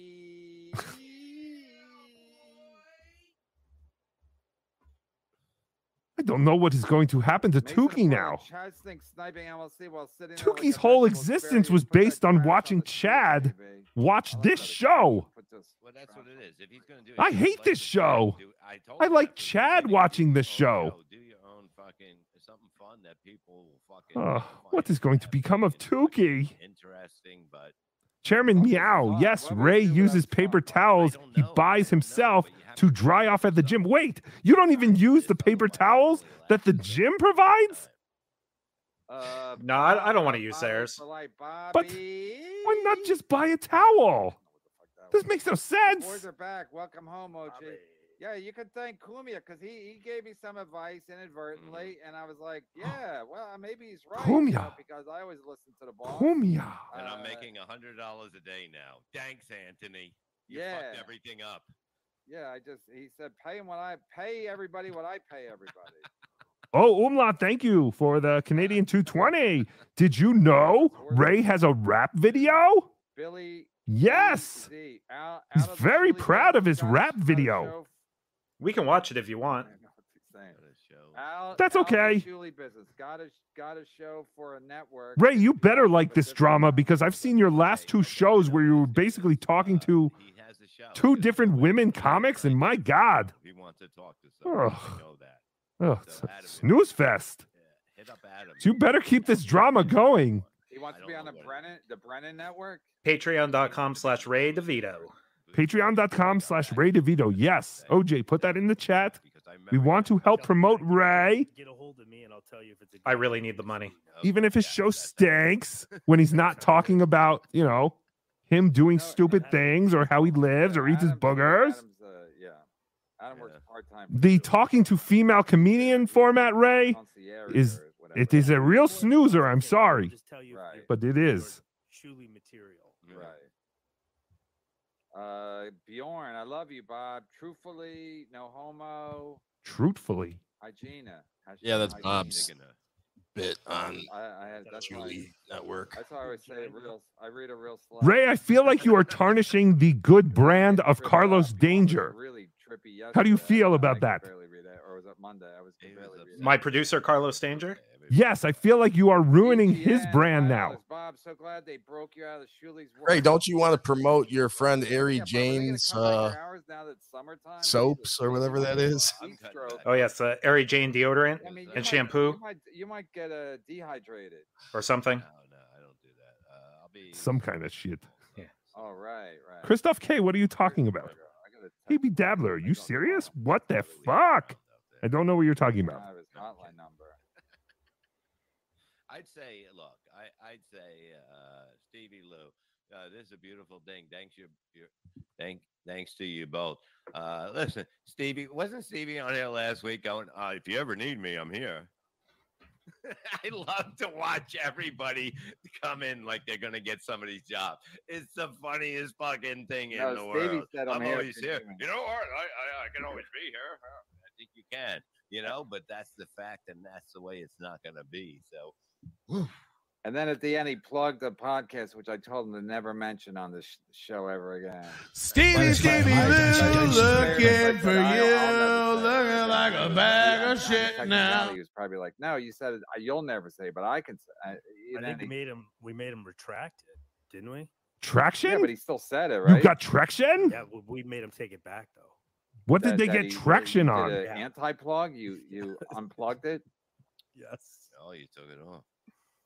I don't know what is going to happen to
Mason Apollo,
Tukey now.
Chad thinks sniping MLC while sitting. there like
Tukey's
a
whole
vegetable
existence
fairy.
was based on watching Chad watch this show.
Put this-
Well, that's what it is. If he's going to do it,
I
he's
hate
like
this
the-
show.
do- I told
I
you
like
that from the
Chad
beginning.
watching this
Oh,
show.
no, do your own fucking something fun that people will fucking
Oh,
find
what is going to become of Tukey?
interesting, but
Chairman Meow, yes, Ray uses paper towels he buys himself to dry off at the gym. Wait, you don't even use the paper towels that the gym provides?
Uh,
No, I, I don't want to use theirs.
But why not just buy a towel? This makes no
The Boys
sense.
are back. Welcome home, Ochi. Yeah, you can thank Kumia because he, he gave me some advice inadvertently, and I was like, yeah, well, maybe he's right. you know,
Kumia.
because I always listen to the boss.
Kumia.
and I'm making a hundred dollars a day now. Thanks, Anthony. You
Yeah.
fucked everything up.
Yeah, I just he said pay him what I pay everybody what I pay everybody.
Oh, Umla, thank you for the Canadian 220. Did you know Ray has a rap video?
Billy
Yes.
Z out,
He's very proud of his rap video.
We can watch it if you want.
Al,
That's
Al the
okay.
Shuley business got a got a show for a network.
Ray, you better like this drama because I've seen your last two shows where you were basically talking to two different women comics, and my God.
He wants to talk to someone.
Ugh.
I know that.
Ugh, it's a snooze fest.
Hit up Adam.
So you better keep this drama going.
He wants to be on the Brennan the Brennan network.
Patreon.com slash Ray DeVito.
Patreon.com slash Ray DeVito. Yes. OJ, put that in the chat. We want to help promote Ray,
Get a hold of me and I'll tell you if it's a
I really need the money.
even if his show stinks when he's not talking about, you know, him doing stupid things or how he lives or eats his boogers.
Adam's uh, yeah. Adam works part time.
The talking to female comedian format, Ray, is it is a real snoozer. I'm sorry, but it is.
Shuley material.
Right. Uh, Bjorn, I love you, Bob. Truthfully, no homo.
Truthfully,
Hygiena. Hashtag
Yeah, that's
hygiena.
Bob's bit on
I, I had that's why
Julie Network.
That's why I always say real. I read a real slow.
Ray, I feel like you are tarnishing the good brand of Carlos Danger.
really trippy.
How do you
yesterday.
feel about that?
I barely read it, or was it Monday? I was I barely read it.
My producer, Carlos Danger.
Yes, I feel like you are ruining his brand now.
Bob, so glad they broke you out of the Shuley's.
Ray, don't you want to promote your friend Ari Jane's uh,
hours now that summertime.
soaps or whatever that is?
Oh, yes. Uh, Ari Jane deodorant
I mean, you
and
might-
shampoo
You might, you might get uh, dehydrated.
or something.
Some kind of shit.
All Oh, right, right.
Christoph K, what are you talking about? Hey, be Dabbler, are you serious? What the fuck? I don't know what you're talking about.
I was hotline number.
I'd say, look, I, I'd say, uh, Stevie Lou, uh, this is a beautiful thing. Thanks you, you thank, thanks to you both. Uh, listen, Stevie, wasn't Stevie on here last week going, uh, if you ever need me, I'm here. I love to watch everybody come in like they're gonna get somebody's job. It's the funniest fucking thing
No,
in the
Stevie
world.
said, "I'm
I'm
here
always
if you
here.
need me."
You know what? I, I, I can always be here. I think you can. You know, but that's the fact, and that's the way it's not gonna be. So
And then at the end, he plugged the podcast, which I told him to never mention on this sh- show ever again.
Stevie, Stevie Lou, looking for
I'll
you, looking like a bag of shit
Technically,
now.
He was probably like, "No, you said it. uh, You'll never say, but I can." uh,
I
Say, I, and
think
then
we
he,
made him. We made him retract it, didn't we?
Traction?
yeah, but he still said it,
You
right?
got traction?
Yeah, we- we made him take it back though.
What did
That-
they
that
get
he- that he
traction
did
on?
a Anti-plug. You you unplugged it.
Yes.
Oh, you took it off.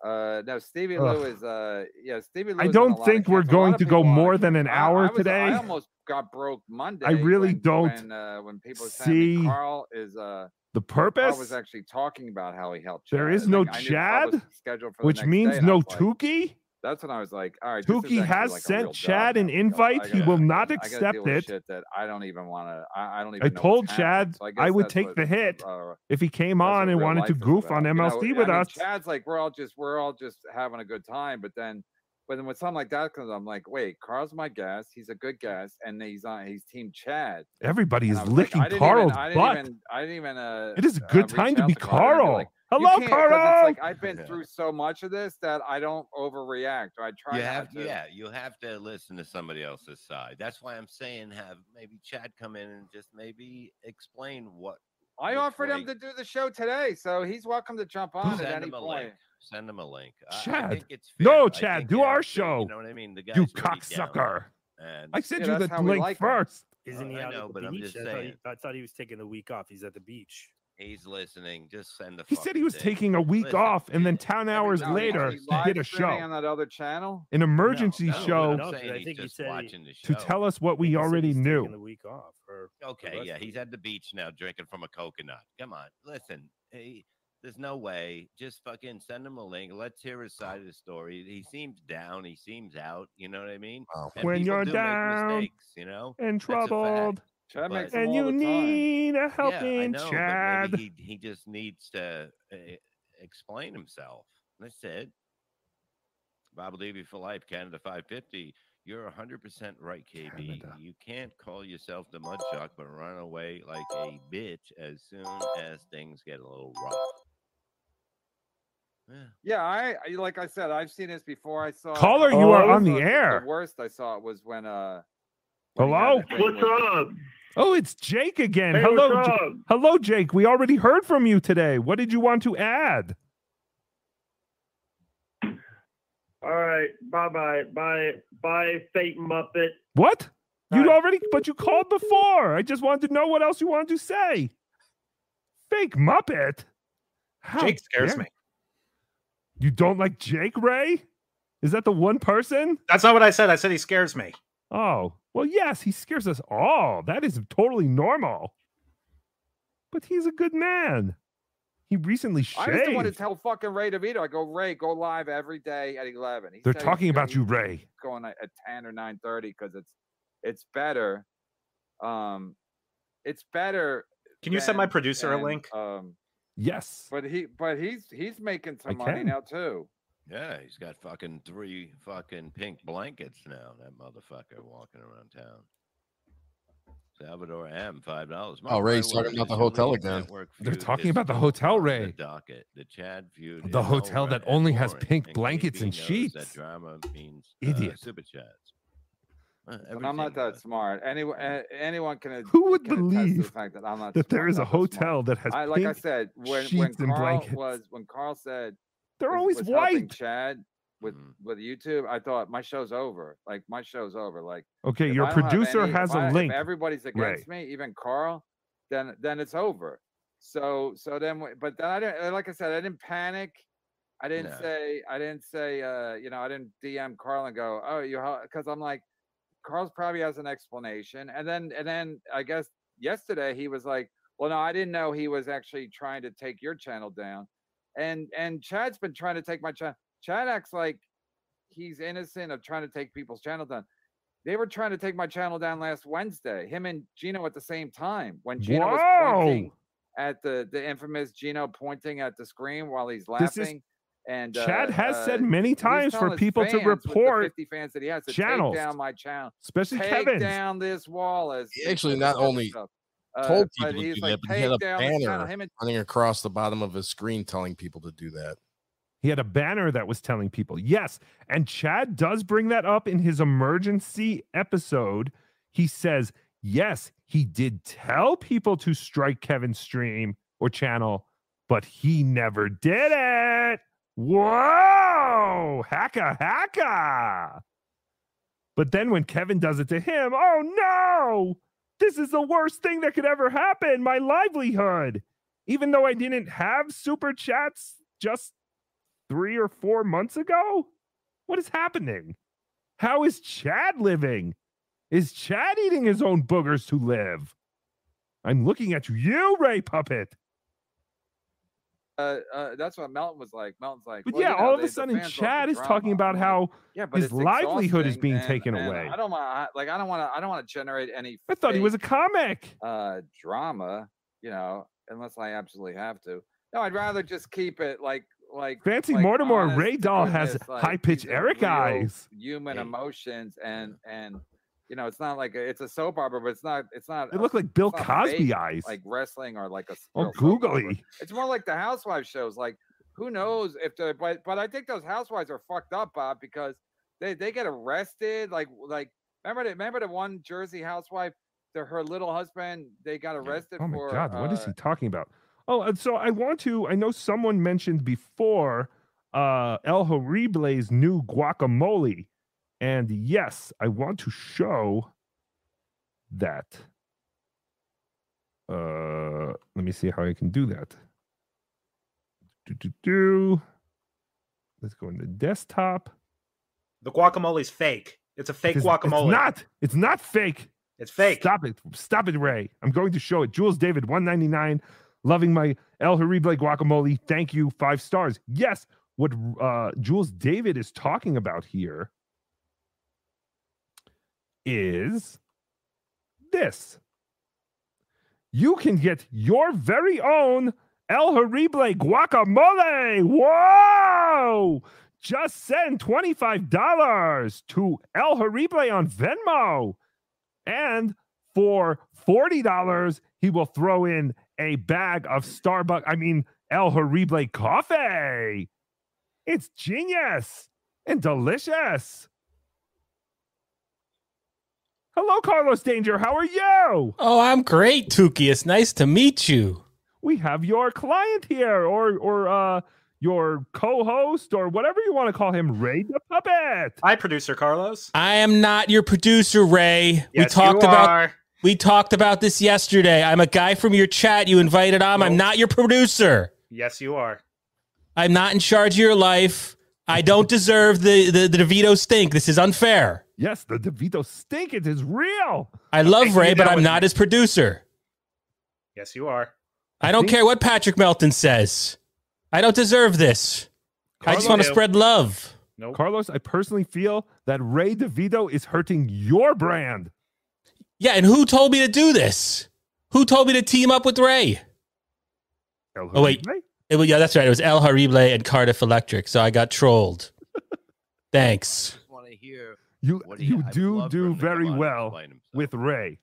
Uh, no, Stevie
Ugh.
Lou is. Uh, yeah, Stevie Lou.
I
is in a lot
don't
of
think we're
camps. A lot
going
of
to go
people are.
more than an hour
I was-
today.
I almost got broke Monday.
really
when-
don't
When, uh, when people were saying that
see
Carl is uh,
the
Carl was
purpose?
actually talking about how he helped. Chad.
There is
and,
no
like, I knew Carl was
Chad,
scheduled for the
which
next day,
means
and I
no
was like-
Tukey.
That's when I was like, all right. this is
Tukey
actually, like,
has
a real
sent
job
Chad
now.
an
I
invite. He
gotta-
will not
I gotta deal
accept
with
it.
Shit that I don't even want to. I, I don't even.
I
know what's
told
happening.
Chad
So I guess
I would
that's
take
what,
the hit
uh,
if he came on and
real
wanted to
life is
goof
about.
on
You know,
MLC with
I mean,
us.
Chad's like, we're all just we're all just having a good time, but then but then when something like that comes, I'm like, wait, Carl's my guest. He's a good guest, and he's on. He's Team Chad.
Everybody
And
is
I was like,
licking
I didn't even-
Carl's
I didn't
butt.
even. I didn't even. Uh,
it is a
uh,
good
reach
time to
out
be
Carl and be
Carl.
like, "You
Hello,
can't," 'cause
Carl.
It's like I've been through so much of this that I don't overreact. I try.
you
not
have
to.
yeah you have to listen to somebody else's side that's why i'm saying have maybe chad come in and just maybe explain what
I
which
offered him
way-
to do the show today, so he's welcome to jump on at
send
any
him a
point.
link send him a link I- I,
Chad.
think it's fair.
No,
I
Chad,
think
do
they
our
have to-
show,
you know what i mean the
you
guy's really down,
cocksucker.
and
I sent
Yeah,
you
that's
the
how we
link
like him.
first.
Isn't he
Oh, I
out
know,
at
but
the
I'm
beach?
just
I, thought he,
saying.
I thought he was taking the week off. He's at the beach.
he's listening just send the
He said he
fucking
was
thing.
taking a week
Listen,
off, and then 10 hours
No, he-
later,
he
he did
live
a
streaming
show,
on that other channel.
an emergency
no,
show
no, I'm saying
I
he's
think he
just
said he-
watching the show
to tell us what we
He said
already
he's
knew.
Taking the week off. Or
Okay,
rest
yeah,
of
he's at the beach now drinking from a coconut. Come on, listen. Hey, there's no way. Just fucking send him a link. Let's hear his side of the story. He seems down. He seems out. You know what I mean? And
When
people
you're
do make
down
mistakes, you know,
and
That's a fact.
troubled,
Chad
But-
makes them
and
all
you
the time.
need a
Yeah, I
helping
know, but
Chad.
Maybe he, he just needs to uh, explain himself. That's it. Bob Levy for life, Canada 550. You're 100% right, KB.
Canada.
You can't call yourself the mud shark, but run away like a bitch as soon as things get a little rough.
Yeah, I I- like I said, I've seen this before. I saw
Caller, you are
I
on the
saw-
air.
The worst I saw was when uh when he had
Hello?
the thing with-
up?
Oh, it's Jake again.
Hey,
Hello,
what's
Ja-
up?
hello, Jake. We already heard from you today. What did you want to add?
All right. Bye bye. Bye bye, fake Muppet.
What? You'd already, but you called before. I just wanted to know what else you wanted to say. Fake Muppet. How
Jake scares
dare-
me.
You don't like Jake Ray? Is that the one person?
That's not what I said. I said he scares me.
Oh, well, yes, he scares us all. That is totally normal. But he's a good man. He recently
I was the one to
shaved.
tell fucking Ray DeVito. I go, Ray, go live every day at eleven. He
They're
said he's
talking
go-
about
he's
you, Ray.
Going at at ten or nine thirty because it's it's better. Um, it's better.
Can you send my
than-
producer a
than,
link?
Um,
Yes.
but he but he's he's making some money
can.
now too.
Yeah, he's got fucking three fucking pink blankets now. That motherfucker walking around town. Salvador M, five dollars.
Oh, Ray's talking about the hotel again.
They're talking about the hotel, Ray.
docket. The Chad feud.
The
is
hotel
over
that only
and
has
boring,
pink
and
blankets
KB
and
knows That
sheets.
drama means uh,
Idiot.
super chats. Uh,
And I'm not
everything
that smart. Anyone anyone can. ad-
Who would
can attest to the
believe
fact that I'm not
that there
smart,
is a
not that smart.
hotel that has
I, like
pink
I said, when when
sheets and
Carl
blankets?
was when Carl said
They're
was-
always
was helping
white.
Chad with
Mm.
with YouTube, I thought my show's over. Like my show's over. Like
Okay,
if
your
I don't have
producer
any- if
has a
I- if
link,
everybody's against me, even Carl. Then then it's over. So so then wh- but then I didn't like I said I didn't panic. I didn't
No.
say I didn't say uh you know I didn't DM Carl and go oh you because I'm like Carl's probably has an explanation and then and then I guess yesterday he was like Well, no, I didn't know he was actually trying to take your channel down. And and Chad's been trying to take my channel. Chad acts like he's innocent of trying to take people's channel down. They were trying to take my channel down last Wednesday. Him and Gino at the same time when Gino was pointing
Whoa!
at the the infamous Gino pointing at the screen while he's
This is-
laughing. and
Chad
uh,
has
uh,
said many
he's
times for
telling his
people to
fans with the
report
50 fans that he has to
channels,
take down my channel,
especially
take
Kevin's.
down this wall. As
He
they
actually
said
not
this other
only
stuff. Uh,
told
but
people to
he's
do
like,
that, but he had
"Take
a
down this channel."
banner
Him and-
running across the bottom of his screen telling people to do that.
He had a banner that was telling people, yes. And Chad does bring that up in his emergency episode. He says, yes, he did tell people to strike Kevin's stream or channel, but he never did it. Whoa, hacka, hacka. But then when Kevin does it to him, oh no, this is the worst thing that could ever happen. My livelihood. Even though I didn't have super chats just three or four months ago? What is happening? How is Chad living? Is Chad eating his own boogers to live? I'm looking at you, Ray Puppet.
uh, uh, that's what Melton was like. Melton's like,
But
"Well,
yeah,
you know,
all of
the-
a
the
sudden,
fans love the
Chad is
drama."
talking about how
Yeah, but
his
it's
livelihood is
exhausting,
being
and-
taken
and
away.
I don't want, like, I don't want to, I don't want to generate any.
I thought he was a comic.
uh drama, you know, unless I absolutely have to. No, I'd rather just keep it like like
Fancy
like
Mortimer and
honest
Ray Dahl has
goodness, like,
high pitched Eric
real
eyes.
human emotions and and you know, it's not like a, it's a soap opera, but it's not it's not
They
a-
look like Bill
it's not
Cosby
fake,
eyes.
like wrestling or like a s-
Oh,
real soap opera.
googly.
It's more like the housewives shows like who
Mm.
knows if the but but I think those housewives are fucked up, Bob, because they they get arrested like like remember the remember the one Jersey housewife the her little husband they got arrested
Oh my
for
God, what is
uh,
he talking about? Oh, and so I want to. I know someone mentioned before uh, El Horrible's new guacamole, and yes, I want to show that. Uh, let me see how I can do that. Do do do. Let's go in the desktop.
The guacamole's fake. It's a fake
It is-
guacamole.
It's not. It's not fake.
It's fake.
Stop it. Stop it, Ray. I'm going to show it. Jules David, 199. Loving my El Harible guacamole. Thank you. Five stars. Yes. What uh, Jules David is talking about here is this. You can get your very own El Harible guacamole. Whoa! Just send $25 to El Harible on Venmo. And for $40, he will throw in a bag of Starbucks, I mean, El Harible coffee. It's genius and delicious. Hello, Carlos Danger. How are you?
Oh, I'm great, Tuki. It's nice to meet you.
we have your client here or or uh your co-host or whatever you want to call him ray the puppet
hi producer carlos
I am not your producer, Ray. we
Yes, you
talked about
are.
we talked about this yesterday. I'm a guy from your chat you invited on. I'm not your producer.
Yes, you are.
I'm not in charge of your life. I don't deserve the, the, the DeVito stink. This is unfair.
yes the devito stink it is real
I love
think you
Ray,
did
but
that
I'm
with
not
me.
his producer.
Yes, you are.
I don't care what Patrick Melton says. I don't deserve this. I just
Carlos-
want to spread love.
carlos i personally feel that ray devito is hurting your brand
Yeah, and who told me to do this? Who told me to team up with Ray? Oh wait, It was- yeah, that's right. It was El Harible and Cardiff Electric, so I got trolled. Thanks.
want to hear
you
What do you-
you
I'd
do
love for
do
him to come
very
on and
well
explain
with ray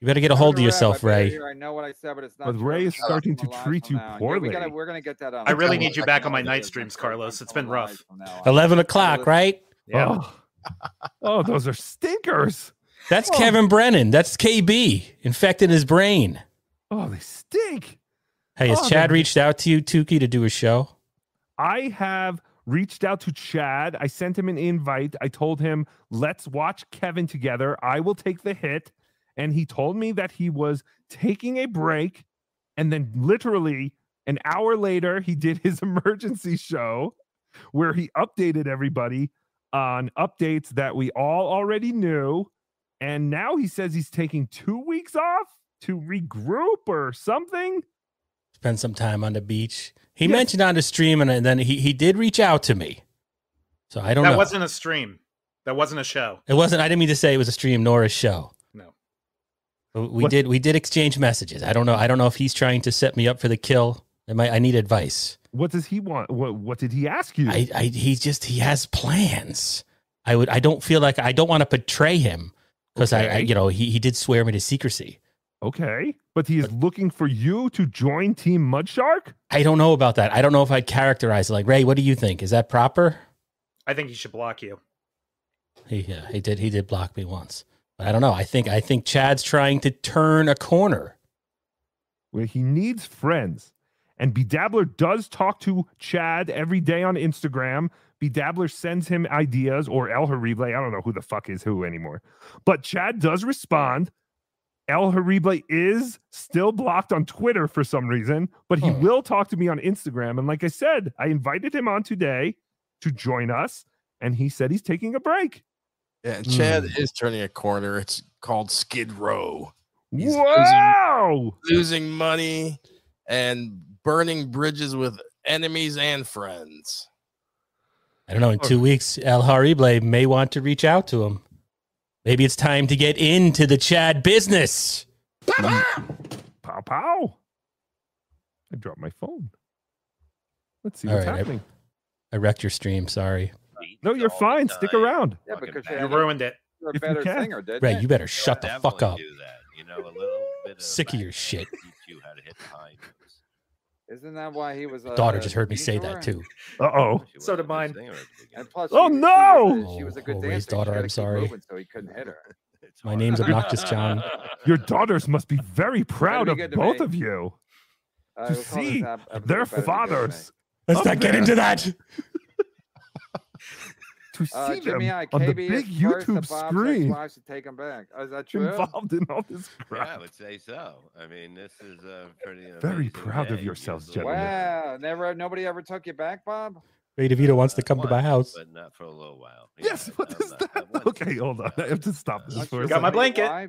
You better get a hold of
Rep, I
yourself,
better
Ray.
hear I know what I said, but it's not.
But
true.
Ray is
Shut up
starting
from
to
the line
treat
from
you
now on. Yeah,
poorly.
We gotta, we're gonna get that um, on.
I really need you back on my night streams, Carlos. It's been rough.
Eleven o'clock, right?
Yeah.
oh those are stinkers Oh.
That's Kevin Brennan. That's KB infecting his brain.
oh they stink
Hey, has
Oh,
Chad
they're-
reached out to you, Tukey, to do a show?
I have reached out to Chad. I sent him an invite. I told him, let's watch Kevin together. I will take the hit. And he told me that he was taking a break. And then, literally, an hour later, he did his emergency show where he updated everybody on updates that we all already knew. And now he says he's taking two weeks off. to regroup or something?
Spend some time on the beach. He mentioned on the stream, and, and then he, he did reach out to me. So I don't
that
know.
wasn't a stream. That wasn't a show.
it wasn't. I didn't mean to say it was a stream nor a show.
No.
But We
What-
did. We did exchange messages. I don't know. I don't know if he's trying to set me up for the kill. I might. I need advice.
What does he want? What What did he ask you?
I, I he just he has plans. I would I don't feel like I don't want to betray him because I, I
Okay.
you know he, he did swear me to secrecy.
Okay, but he is looking for you to join Team Mudshark.
I don't know about that. I don't know if I'd characterize it like Ray. What do you think? Is that proper?
I think he should block you.
He yeah, he did he did block me once, but I don't know. I think I think Chad's trying to turn a corner.
where he needs friends. And Bedabbler does talk to Chad every day on Instagram. Bedabbler sends him ideas or El Harible. I don't know who the fuck is who anymore. But Chad does respond. El Harible is still blocked on Twitter for some reason, but
Hmm.
he will talk to me on Instagram. And like I said, I invited him on today to join us, and he said he's taking a break.
Yeah, and Chad
Mm.
is turning a corner. It's called Skid Row. He's losing-
Wow!
Losing, money and burning bridges with enemies and friends.
I don't know. In two weeks, El Harible may want to reach out to him. Maybe it's time to get into the Chad business.
Pow pow. I dropped my phone. Let's see
All
what's
right, I-
happening.
I wrecked your stream. Sorry.
No, you're fine. Stick around.
Yeah, because
You ruined it.
You're a
If you
better
can.
singer, didn't
Ray,
you?
you better shut the fuck up.
You know, a little bit of
Sick of your shit.
teach you how to hit behind.
Isn't that why he was? A
Daughter just heard me say that too.
Uh oh.
So did mine.
And plus,
Oh,
she was- She was
no!
a, she was a good
Oh,
dancer.
Ray's
She
daughter,
had to
I'm
keep
sorry.
Moving, so he couldn't hit her.
My name's Obnoxious John.
Your daughters must be very proud
be
of
good to
both
me.
of you
Uh,
to
we'll call this
see
ep- episode
their
Better Than Good
fathers.
Let's
up
not get
there.
into that.
To see
Uh,
them
Jimmy I.
on the
KB
big
is first
YouTube
that Bob's
screen
ex-wife should take him back. Oh, is that true?
involved in all this crap.
Yeah, I would say so. I mean, this is a pretty
Very
amazing
proud
day.
of yourselves,
Usually-
gentlemen.
Wow! Never, nobody ever took you back, Bob.
Oh,
Ray DeVito wants to come to my
Once,
house.
but not for a little while.
Yes, what is that? Okay, hold on. I have to stop this for a
Got my
second.
blanket.
Are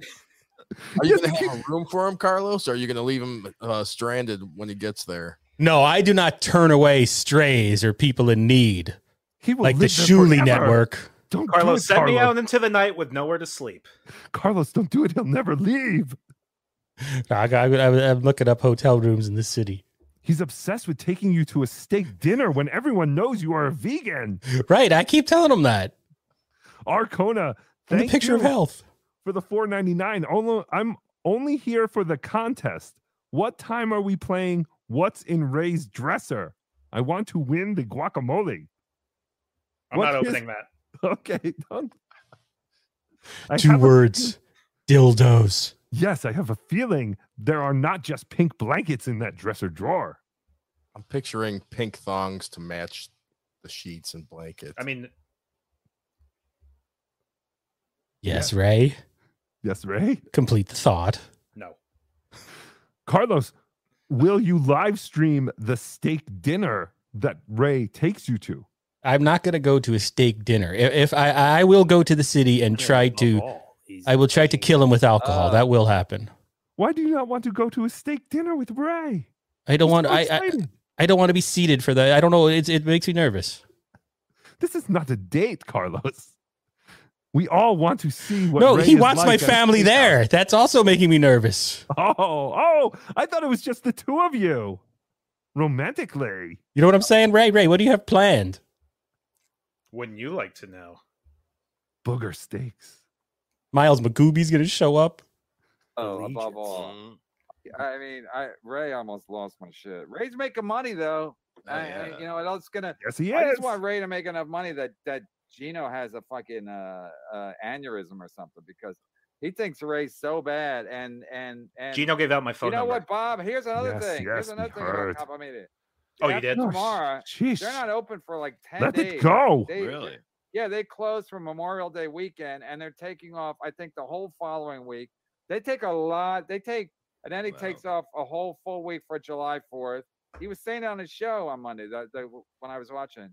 you going to have room for him, Carlos? Or are you going to leave him uh, stranded when he gets there?
No, I do not turn away strays or people in need,
He will
like the
live there
Shuli
forever.
Network.
Don't
Carlos,
do it,
send
Carlos.
me out into the night with nowhere to sleep.
Carlos, don't do it. He'll never leave.
I, I, I, I'm looking up hotel rooms in this city.
He's obsessed with taking you to a steak dinner when everyone knows you are a vegan.
Right, I keep telling him that.
Arcona,
I'm
thank
the picture of
you.
health.
for the 499 only i'm only here for the contest what time are we playing what's in ray's dresser i want to win the guacamole
I'm
What
not
is-
opening that.
okay don't I
Two
have a-
words, dildos.
yes i have a feeling there are not just pink blankets in that dresser drawer
I'm picturing pink thongs to match the sheets and blankets.
I mean,
Yes, Ray.
yes ray
Complete the thought.
no.
carlos will you live stream the steak dinner that ray takes you to
I'm not going to go to a steak dinner. I- If, I, I will go to the city and try to, I will try to kill him with alcohol.
Uh,
that will happen.
why do you not want to go to a steak dinner with ray
I don't
He's
want.
so
I, I
excited.
I don't want to be seated for that. I don't know. It it makes me nervous.
This is not a date, Carlos. We all want to see what.
no,
Ray
he
is
wants my
like at a
family
steakhouse.
there. That's also making me nervous.
Oh, oh! I thought it was just the two of you, romantically.
You know what I'm saying, Ray? Ray, what do you have planned?
Wouldn't you like to know?
Booger steaks.
Miles McGooby's going to show up.
Oh, above all.
Mm-hmm.
I mean, I Ray almost lost my shit. Ray's making money though.
Oh,
I- I-
yeah.
you know, I it's gonna.
Yes, he
I
is.
just want Ray to make enough money that that Gino has a fucking uh, uh aneurysm or something because he thinks Ray's so bad. And and and
Gino gave out my phone
You know
number.
what, Bob? Here's another
Yes,
thing. Here's
yes, we
another thing
heard.
about Cop Media.
Oh, you
After
did? Oh, sh-
Tomorrow,
sheesh.
they're not open for like ten
Let it
days.
go.
They-
Really?
Yeah, they close for Memorial Day weekend, and they're taking off. I think the whole following week. They take a lot. They take, and then he takes off a whole full week for July Fourth. He was saying it on his show on Monday that, that w- when I was watching,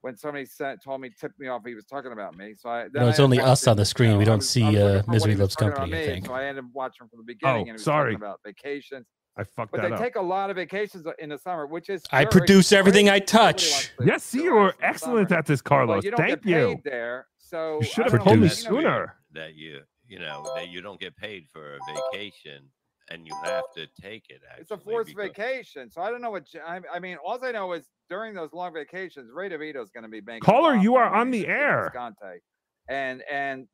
when somebody said, told me, tipped me off he was talking about me. So I, then
No,
I
it's only
unwatched
us on
it.
the screen. We don't see uh,
for what
Misery
he was
Loves
talking
Company.
about
I
me,
think.
So I ended up watching from the beginning.
Oh,
and he was
sorry.
Talking about vacations.
I fucked
But
that
they
up.
take a lot of vacations in the summer, which is
I
very
produce everything I
great.
touch.
Yes, you are excellent at this,
But
Carlos.
you don't get
Thank
paid
you.
There, so
You should
I
have
don't
told
know
me
if you know-
sooner.
that you you know that you don't get paid for a vacation and you have to take it.
It's a forced vacation, so I don't know what. j- I, I mean, all I know is during those long vacations, Ray DeVito's going to be making. a
Caller,
lot
you
more
are on
money
the
than
air.
Visconti. And and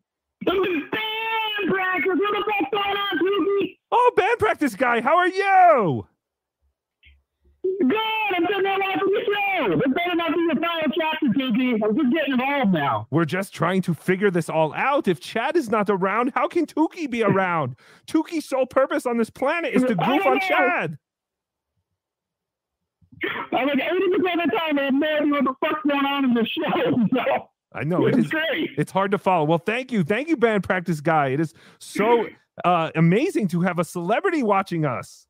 Oh, band practice guy, how are you?
Good. I'm doing that live from the show. This better not be a final chapter, JD. I'm just getting involved now.
We're just trying to figure this all out. If Chad is not around, how can Tuki be around? Tuki's sole purpose on this planet is to
I
goof
don't
on
know.
Chad. Oh,
I like 80% of the time, I have no idea what the fuck's going on in this show. So.
I know it
It's
is.
great.
It's hard to follow. Well, thank you, thank you, band practice guy. It is so uh, amazing to have a celebrity watching us.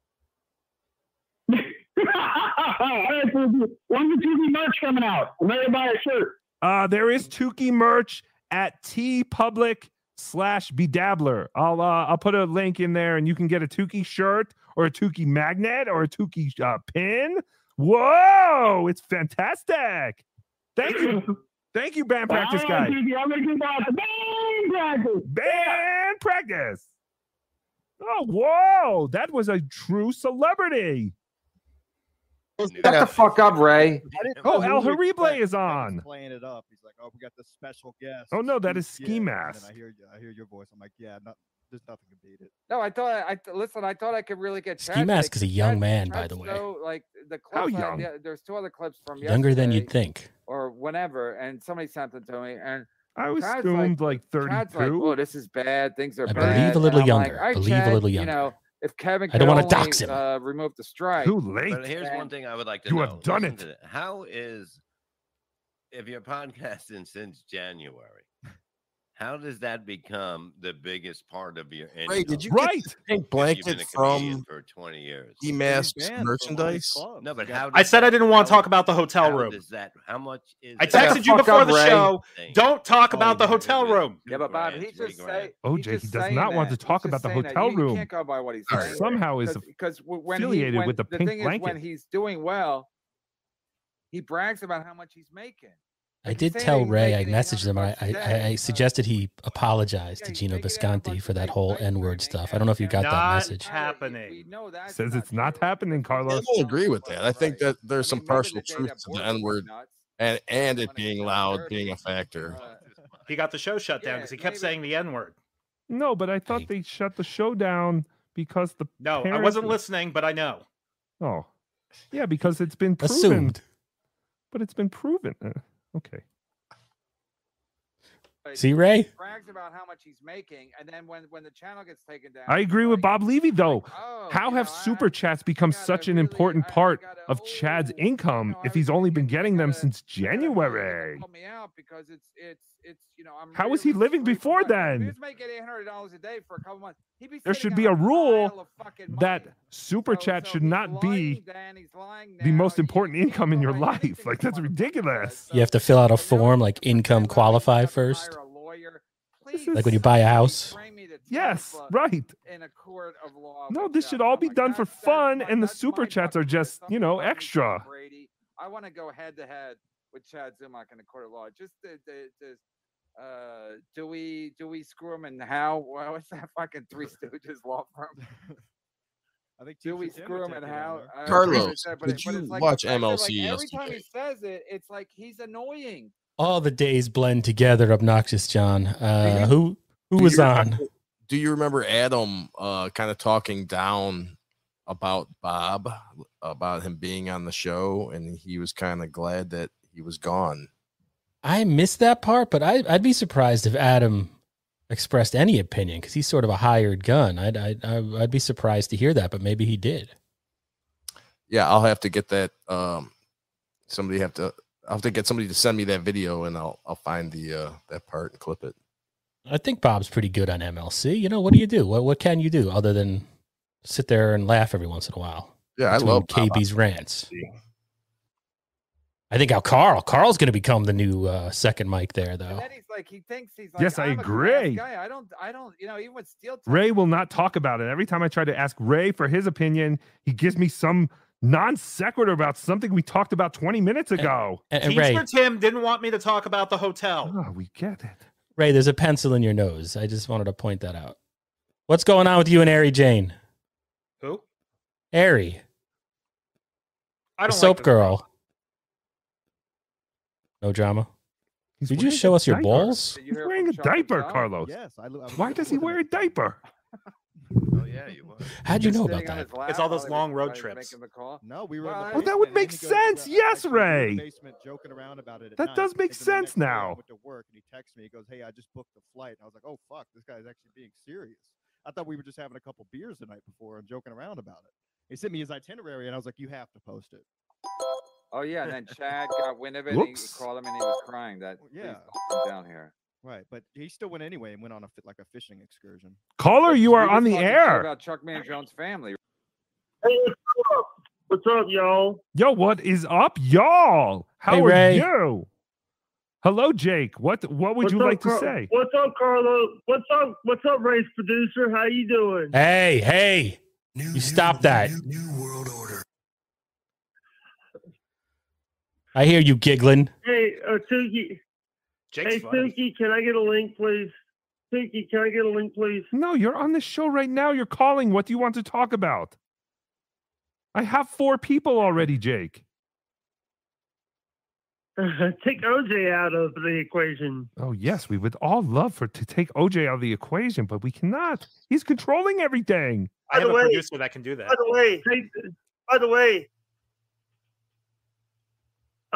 Alright, so When's the TV merch coming out? I'm ready to buy a shirt.
Uh, there is Tuki merch at T Public slash Bedabbler. I'll uh, I'll put a link in there, and you can get a Tuki shirt or a Tuki magnet or a Tuki uh, pin. Whoa, it's fantastic! Thank you, thank you, band practice
All
guy.
right, Tuki, I'm gonna give out the band practice.
Band practice. Oh, whoa, that was a true celebrity.
shut the fuck up, Ray.
Oh, El Harible is on.
playing it up. He's like, "Oh, we got the special guest."
Oh, no, that
Ski-
is Ski
yeah." And then
Mask.
I hear, you- I hear your voice. I'm like, "Yeah, not, there's nothing to beat it."
No, I thought I th- listen. I thought I could really get
Ski
Chad
Mask
sick.
is a young
Chad-
man, by
Chad's
the way.
so, like the clips I-
young?
yeah, there's two other clips from
Younger than you'd
yesterday
think.
or whenever, and somebody sent them to me, and
I
was
assumed, like,
Chad's like,
32.
"Oh, this is bad. Things are
I believe a
bad." and I'm
little
like,
younger.
"All right,
Believe a
Chad,
little
You know, if Kevin,
I don't
could
wanna
only,
dox him.
Uh, remove the strike.
Too late.
But here's one thing I would like to
You
know.
have done
Listen to
it.
thi- How is if you're podcasting since January? How does that become the biggest part of your income?
did you get Right. this pink
If you've been
blanket
a comedian
from
for 20 years?
He masks merchandise.
No, but how?
I
does
said I
that-
didn't wanna
how-
talk about the hotel
how
room.
Does that? How much is?
I
that?
texted you Fuck before up, the Ray. show,
Thing.
don't talk about the
dude,
hotel
it was
room.
two
Yeah, but Bob,
grand,
he
three
just
grand.
say
OJ, he
just
does
saying
not want to
that.
talk
He's
about the
just saying that.
hotel
You- You
room.
can't go by what he's
All right.
saying.
Somehow is
because when
affiliated
he, when,
with the
the
pink
thing is when
blanket.
he's doing well, he brags about how much he's making.
I
Like,
did
say
tell
he's
Ray, I
making
messaged him, and I, I, I- I suggested he apologize to Gino Visconti for that whole N word stuff. I don't know if you got that
Not
message.
happening.
Says it's not happening, Carlos. I don't agree with that. I think that there's some partial truth to the N word and and it being loud being a factor.
He got the show shut
down because he kept saying the N word.
No, but I thought they shut the show down because the
No, Oh, I
parents-
wasn't listening, but I know.
Oh, yeah, because it's been proven.
Assumed.
But it's been proven. Uh, okay.
But
See, Ray?
He brags about how much he's making, and then when, when the channel gets taken down,
I agree with Bob Levy though.
oh,
How have super chats become such an important part of Chad's income if he's only been getting them since January?
help me out because it's it's it's you know I'm.
How was he
really
living
free
before
for money. If He
then?
was making eight hundred dollars a day for a couple months. He'd be
There
sitting
should
on
be a
pile
rule
of fucking
that super chat should not be the most important income in your life. Like that's ridiculous.
You have to fill out a form like income qualify first. Like when you buy a house.
Yes, right.
in a court of law.
No, this should
Oh
all be done for fun, and the super chats are just, you know, extra.
Brady. I want to go head to head with Chad Zumach in the court of law. Just the, the, the uh, do we do we screw him and how? Wha- What's that fucking Three Stooges law firm?
I think
do we
Tim would
screw him
take
and
it
how?
on
I don't know what it
Carlos,
said, but
did
it- but
you
it's like the
watch
fact that, like,
MLC
Every time
yesterday?
he says it, it's like he's annoying.
All the days blend together, obnoxious John. Uh, who who was on?
Do you remember Adam uh kind of talking down about Bob about him being on the show and he was kind of glad that he was gone.
I missed that part, but I, I'd be surprised if Adam expressed any opinion because he's sort of a hired gun. I'd, I'd I'd I'd be surprised to hear that, but maybe he did.
Yeah, I'll have to get that um somebody have to I'll have to get somebody to send me that video and I'll I'll find the uh that part and clip it.
I think Bob's pretty good on MLC. You know, what do you do? What what can you do other than sit there and laugh every once in a while?
Yeah, I love Bob on
KB's rants. I think how Carl. Carl's going to become the new uh, second mic there, though.
And then he's like, he thinks he's like,
Yes, I
"I'm a cool-ass
agree.
Guy. I don't, I don't, you know, even with steel. Toe,
Ray will not talk about it. Every time I try to ask Ray for his opinion, he gives me some non sequitur about something we talked about 20 minutes ago.
Teacher Tim didn't want me to talk about the hotel.
Oh, we get it.
Ray, there's a pencil in your nose. I just wanted to point that out. What's going on with you and Ari Jane?
Who?
Ari,
I
the
don't
soap
like this.
girl. No drama. Did you
wearing
just show
a
us your
diaper.
balls?
He's wearing a diaper, Carlos.
Yes, I, lo- I was
Why does he wear a diaper?
Oh,
How'd you know about that?
It's all those long road trips.
No, we were. in the
Well, that
basement,
would make
and then he goes-
sense. Yes,
we were in the
Ray.
basement joking around about it. at
That
night,
does make
and then the next
sense
morning I
now.
Went to work and he texts me. He goes, "Hey, I just booked the flight." And I was like, "Oh fuck, this guy's actually being serious." I thought we were just having a couple beers the night before and joking around about it. He sent me his itinerary and I was like, "You have to post it."
Oh yeah, and then Chad got wind of it. And he
Whoops.
called him and he was crying. That
Oh, Yeah.
"Come down here.
Right, but he still went anyway and went on a fi- like a fishing excursion.
Caller, you are on the
talking shit
air.
about Chuck Man Jones' family.
Hey, what's up? What's up, y'all?
Yo, what is up, y'all? How
Hey,
are
Ray.
you? Hello, Jake. What what would
What's
you
up,
like to
Car-
say?
What's up, Carlo? What's up? What's up, race producer? How you doing?
Hey, hey. you stop that. I hear you giggling.
Hey, uh, Tookie.
Jake's
hey,
funny.
Tookie, can I get a link, please? Tookie, can I get a link, please?
No, you're on the show right now. You're calling. What do you want to talk about? I have four people already, Jake.
Take OJ out of the equation.
Oh yes, we would all love for to take OJ out of the equation, but we cannot. He's controlling everything.
I have a
the way-
producer that can do that.
By
oh,
the way, hey, by the way.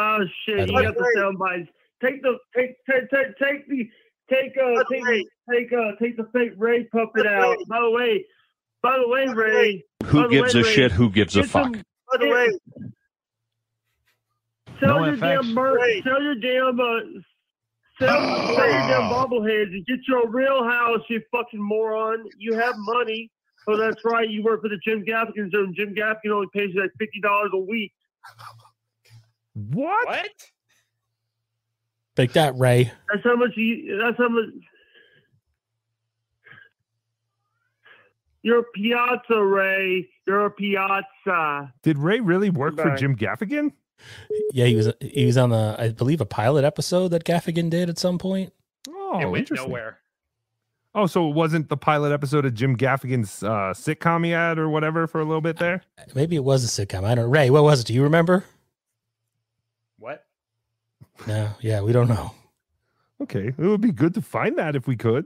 Oh
By the
shit! You
way.
got the sound bites. Take the take take take take the take uh take the- take uh take the fake Ray puppet out. By the way, by the way, Ray.
Who
by the
gives
way,
a
Ray,
shit? Who gives a
get some-
fuck?
By the way, sell
No
your
FX.
damn merch. Sell your damn uh, sell, sell your damn bobbleheads and get your real house. You fucking moron. You have money. Oh, that's right. You work for the Jim Gaffigan Zone. Jim Gaffigan only pays you like fifty dollars a week.
What?
What?
Take that, Ray.
That's how much you. That's how much. You're a piazza, Ray. You're a piazza.
Did Ray really work for
Bye.
Jim Gaffigan?
Yeah, he was he was on the I believe a pilot episode that Gaffigan did at some point.
Oh,
it went
interesting.
nowhere.
Oh, so it wasn't the pilot episode of Jim Gaffigan's uh, sitcom he had or whatever for a little bit there?
Maybe it was a sitcom. I don't Ray, what was it? Do you remember?
What?
No, yeah, we don't know.
Okay, it would be good to find that if we could.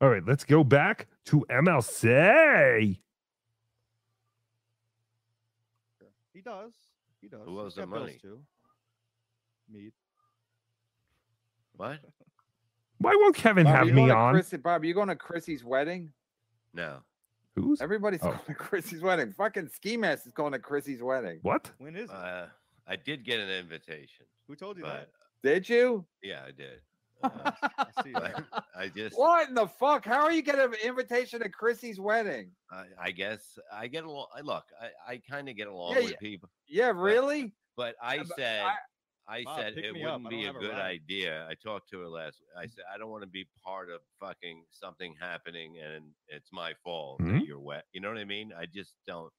All right, let's go back to MLC.
He does. He does.
Who owes
He's
the
got bills
money?
Too. Mead.
What?
Why won't Kevin
Bob,
have
you
me
going to
on?
Chrissy, Bob, you going to Chrissy's wedding?
No.
Who's?
Everybody's
Oh.
going to Chrissy's wedding. Fucking ski mask is going to Chrissy's wedding.
What?
When is it?
Uh, I did get an invitation.
Who told you
but-
Did you?
Yeah, I did. Uh,
I see.
but I just,
What in the fuck? How are you getting an invitation to Chrissy's wedding?
I, I guess I get along. I look, I, I kind of get along
Yeah,
with
yeah.
people,
Yeah, really?
but I said, I,
Bob,
said
pick
it
me up.
wouldn't
I
be a
don't have a
good
ride.
idea. I talked to her last. I said I don't want to be part of fucking something happening, and it's my fault
Mhm.
that you're wet. You know what I mean? I just don't.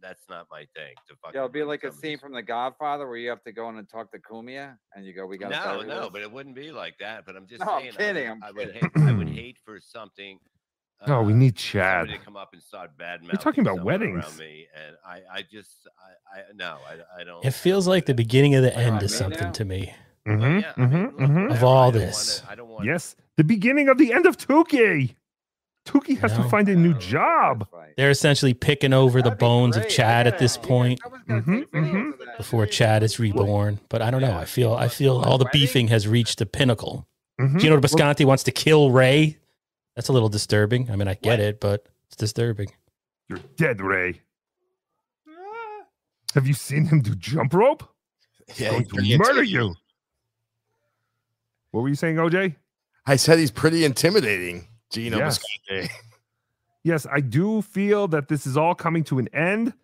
That's not my thing. To fucking
Yeah, it'll be
run
like a
somebody's-
scene from The Godfather where you have to go in and talk to Kumia, and you go, "We got to
No, no, but it wouldn't be like that. But I'm just
No, I'm
saying.
kidding,
I
I'm
would, I would
kidding.
hate. I would hate for something. uh,
No, we need
somebody
Chad.
To come up and start bad
You're talking about weddings.
me, and I, I just, I, I no, I, I don't.
It feels like the beginning of the
I
end
mean
of something
now.
to me.
Mhm,
yeah, I mean,
mhm,
look,
mhm.
whatever,
Of all
I don't
this.
Wanna, I don't want.
Yes, the beginning of the end of Tukey. Tukey has to find a new job.
They're essentially picking over the bones of Chad at this point.
Mm-hmm. Hmm?
Before Chad is reborn, but I don't know. I feel I feel all the beefing has reached the pinnacle.
Mhm.
Gino Bisconti wants to kill Ray. That's a little disturbing. I mean, I get it, but it's disturbing.
You're dead, Ray. Have you seen him do jump rope? He's
Yeah,
going
he's pretty
to murder
intimidating.
you. What were you saying, OJ?
I said he's pretty intimidating, Gino
Yes.
Bisconti.
Yes, I do feel that this is all coming to an end.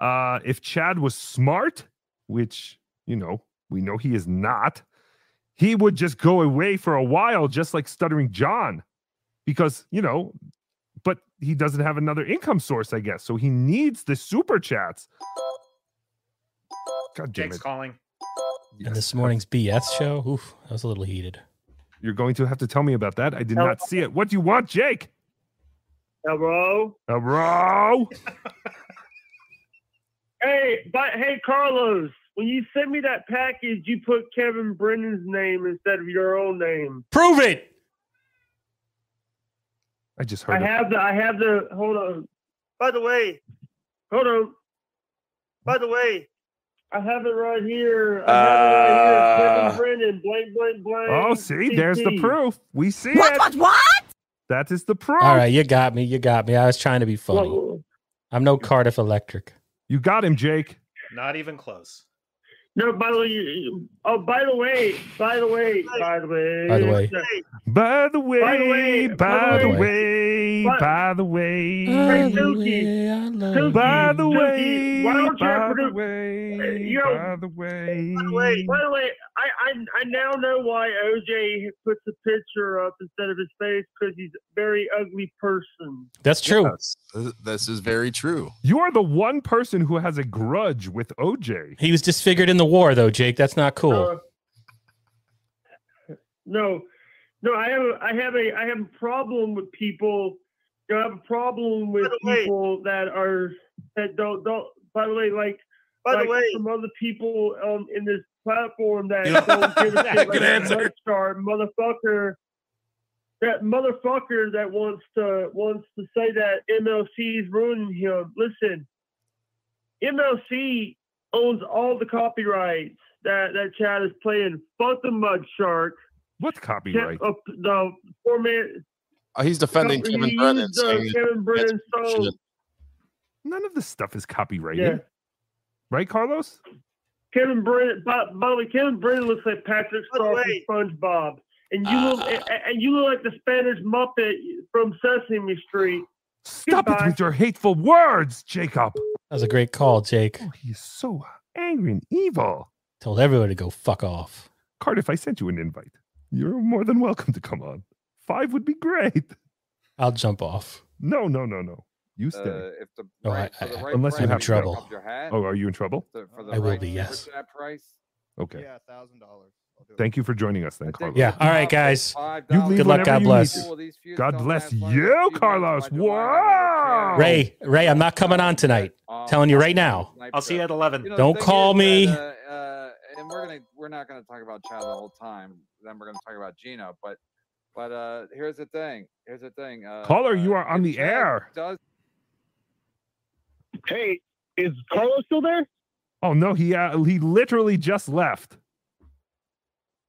Uh, if Chad was smart, which you know, we know he is not. He would just go away for a while, just like Stuttering John, because, you know, but he doesn't have another income source, I guess. So he needs the super chats. God damn
Jake's
it.
calling.
And this morning's BS show, oof, that was a little heated.
You're going to have to tell me about that. I did not see it. What do you want, Jake? Uh,
Hello.
Hello.
Hey, but hey, Carlos, when you sent me that package, you put Kevin Brennan's name instead of your own name.
Prove it.
I just
I
heard. it.
have the. I have the. Hold on. By the way, hold on. By the way, I have it right here. I have it right here. Kevin
Uh.
Brennan, blank, blank, blank.
Oh, see, there's the
CT.
proof. We see it.
What, what, what?
That is the proof.
All right, you got me. You got me. I was trying to be funny. I'm no Cardiff Electric.
You got him, Jake.
Not even close.
No, by the way. you- Oh, by the way, by the way, by the way.
By the way. By the way, by the way, by the
way.
way,
What?
by the way,
Hey, Suki. Suki,
by the
Suki,
way,
why don't you
by
ever
the
do-
way,
Yo,
by the way.
By the way, by the way, I, I I now know why OJ puts a picture up instead of his face because he's a very ugly person.
That's true.
This- This is very true.
You are the one person who has a grudge with OJ.
He was disfigured in the war, though, Jake. That's not cool.
Oh,
uh, No, no, I have a- I have a I have a problem with people. You know, I have a problem with people that are that don't don't. By the way, like by the way, some other people um in this platform that don't give a shit.
Good
like
answer.
that Star motherfucker. That motherfucker that wants to wants to say that MLC's ruining him. Listen, MLC owns all the copyrights that that Chad is playing. Fuck the Mud Shark.
What copyright?
Up the four minute.
Uh, he's defending Kevin Brennan. saying that-
Kevin Brennan song.
None of this stuff is copyrighted,
Yeah.
right, Carlos?
Kevin Brennan. By, by the way, Kevin Brennan looks like Patrick Star from SpongeBob, and you
Ah.
look and, and you look like the Spanish Muppet from Sesame Street.
Stop it with your hateful words, Jacob. Oh,
That was a great call, Jake.
He is so angry and evil.
Told everyone to go fuck off.
Cardiff, I sent you an invite. You're more than welcome to come on. Five would be great.
I'll jump off.
No, no, no, no. You stay.
Uh, if the
No,
right,
Oh, I-
for the
I-
right
unless you
price,
have
pick
trouble.
up your hat.
Oh, are you in trouble?
The- for the
I will
right
be,
number
yes.
to That price.
Okay.
Yeah, thousand dollars.
Thank you for joining us, then, Carlos.
Yeah. All right, guys.
You leave
Good luck.
whenever
God
you
bless.
need to. God bless you, Carlos. Whoa.
Ray, Ray, I'm not coming on tonight.
Oh,
Telling you right now.
I'll see you at 11.
uh, You know, the
Don't
thing
call
is
me.
that, uh, uh, and we're gonna we're not gonna talk about Chad the whole time. Then we're gonna talk about Gino. But but uh, here's the thing. Here's the thing. Uh,
Caller,
uh,
you are on
if
the
Chad
air.
Does
Hey, is Carlos still there?
Oh no, he uh, he literally just left.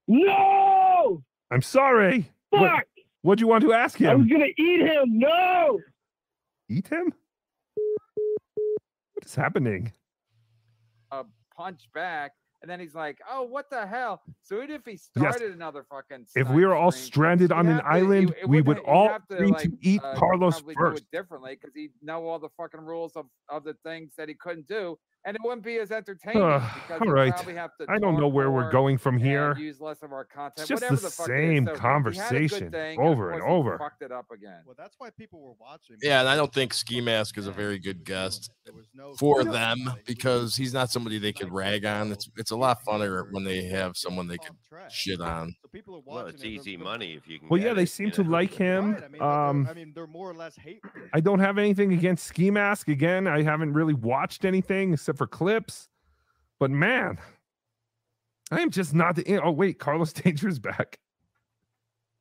No!
I'm sorry. What,
Fuck!
what'd you want to ask him?
I was gonna eat him. No!
Eat him? What is happening?
uh, punch back, and then he's like, "Oh, what the hell?" So even if he started another fucking,
If we were all stranded on an island, we would all need to eat Carlos
uh, probably
first.
do it differently because he'd know all the fucking rules of, of the things that he couldn't do, and it wouldn't be as entertaining.
Ugh,
because
all
he'd
right.
probably have to
I don't know
talk
where we're
more
going from
and
here.
Use less of our content.
It's just
whatever
the
the, fuck it is. So
same
he had a good
conversation
thing,
over
of
and
course he
over.
Fucked it up again.
Well, that's why people were watching.
Yeah, and I don't think Ski Mask is a very good guest for them because he's not somebody they could rag on. It's it's a lot funner when they have someone they could shit on.
Well, it's easy money if you can.
Well,
get
yeah, they
it,
seem
you
to
know?
like him. um, I
mean, they're more or less hate.
I don't have anything against Ski Mask. Again, I haven't really watched anything except for clips. But man, I am just not the. Oh wait, Carlos Danger's back.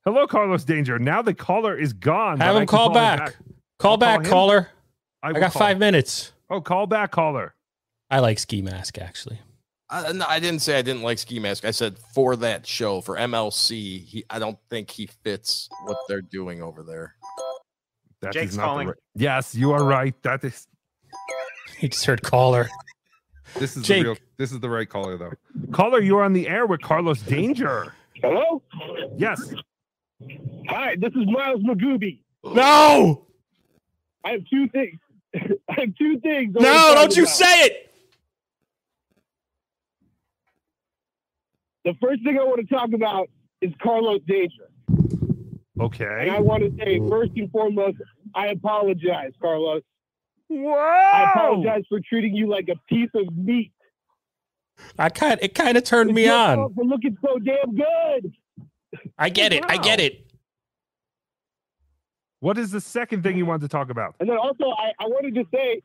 Hello, Carlos Danger. Now the caller is gone. but
Have
I
him
can
call back. Call
I'll
back,
him.
caller. I,
will
got
call
five
him.
minutes.
Oh, call back, caller.
I like ski mask actually.
I, no, I didn't say I didn't like Ski Mask. I said for that show for MLC, he I don't think he fits what they're doing over there.
That is
Jake's
not the
calling.
right- Yes, you are right. That is.
He just heard caller.
This is
Jake.
the real. This is the right caller though. Caller, you're on the air with Carlos Danger.
Hello?
Yes.
Hi, this is Miles Magooby.
No!
I have two things. I have two things. I
No,
wanna
don't
talk
you
about.
say it.
The first thing I want to talk about is Carlos Danger. And
Okay.
I want to say, first and foremost, I apologize, Carlos.
Whoa!
I apologize for treating you like a piece of meat.
I kind it kind of turned
It's
me
your
on.
fault For looking so damn good.
I get it. I get it.
What is the second thing you wanted to talk about?
And then also, I, I wanted to say,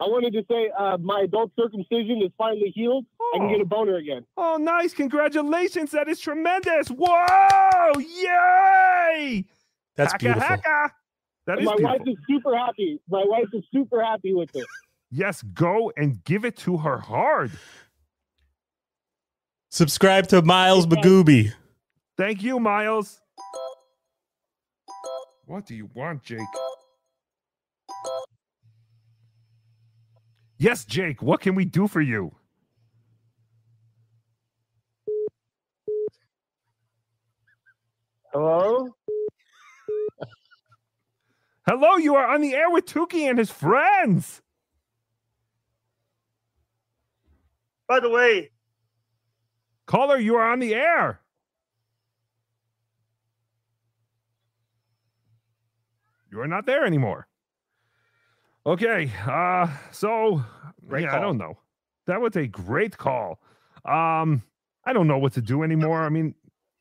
I wanted to say, uh, my adult circumcision is finally healed. I can get a boner again.
Oh, nice. Congratulations. That is tremendous. Whoa! Yay!
That's
Haka,
beautiful.
haka. That
And
is
my
beautiful.
wife is super happy. My wife is super happy with it.
Yes, go and give it to her hard.
Subscribe to Miles Magooby.
Thank you, Miles. What do you want, Jake? Yes, Jake, what can we do for you?
Hello?
Hello, you are on the air with Tuki and his friends.
By the way,
Caller, you are on the air. You are not there anymore. Okay, uh, so yeah, I don't know. That was a great call. Um, I don't know what to do anymore. I mean,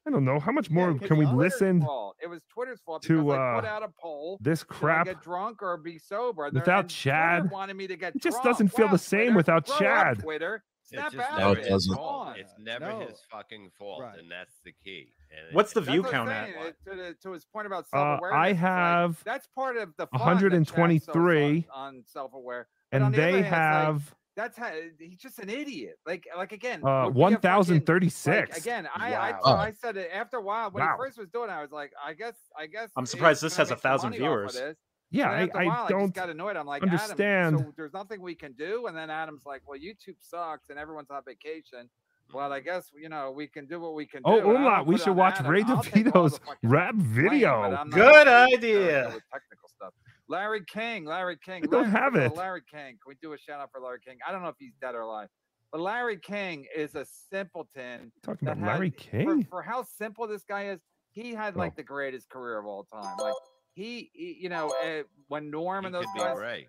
I don't know how much more
It's
can we
Twitter's
listen
fault. It was Twitter's fault
to,
because I put
uh,
out a poll.
this
should I
crap
get drunk or be sober? And there-
without
and Twitter
Chad?
wanted me to get
It just
drunk.
doesn't feel
Wow,
the same
Twitter,
without
grow up,
Chad.
Twitter. Snap
just
out
No,
of
it
it.
doesn't.
Come on.
It's never
No.
his fucking fault, and that's the key. And
What's
it-
the
it
view
doesn't-
count
Saying
at?
it to, the- to his point about
Uh, I
self-awareness, it's like,
have
that's part of the fun that Chad's so
123,
on- on self-aware, But
and
on the other
they
hand, it's like,
have-
that's how eh, he's just an idiot. Like like again,
Uh,
would be a fucking-
1036.
like, again, I I,
Wow.
thought- I said it after a while when
Wow.
he first was doing. it, I was like, I guess I guess
I'm
he's
surprised this
gonna
has a
make some
thousand
money off of
viewers.
this.
Yeah,
And
I-
after a
I
while,
don't
just got annoyed. I'm like,
understand.
Adam, so there's nothing we can do. And then Adam's like, well, YouTube sucks and everyone's on vacation. Well, I guess you know we can do what we can
Mm-hmm. Oh,
do. and I
Umlaut,
don't
we
put it
should
on
watch
Adam.
Ray
I'll take all the
DeVito's rap
blame, but
video.
I'm not gonna do it with Technical stuff. Larry King, Larry King.
We don't
Larry-
have
oh,
it.
Larry King. Can we do a shout out for Larry King? I don't know if he's dead or alive, but Larry King is a simpleton.
Talking about
that had-
Larry
for-
King?
For, how simple this guy is, he had
No.
like the greatest career of all time. Like he, he- you know, uh, when Norm and those
could be
guys,
right.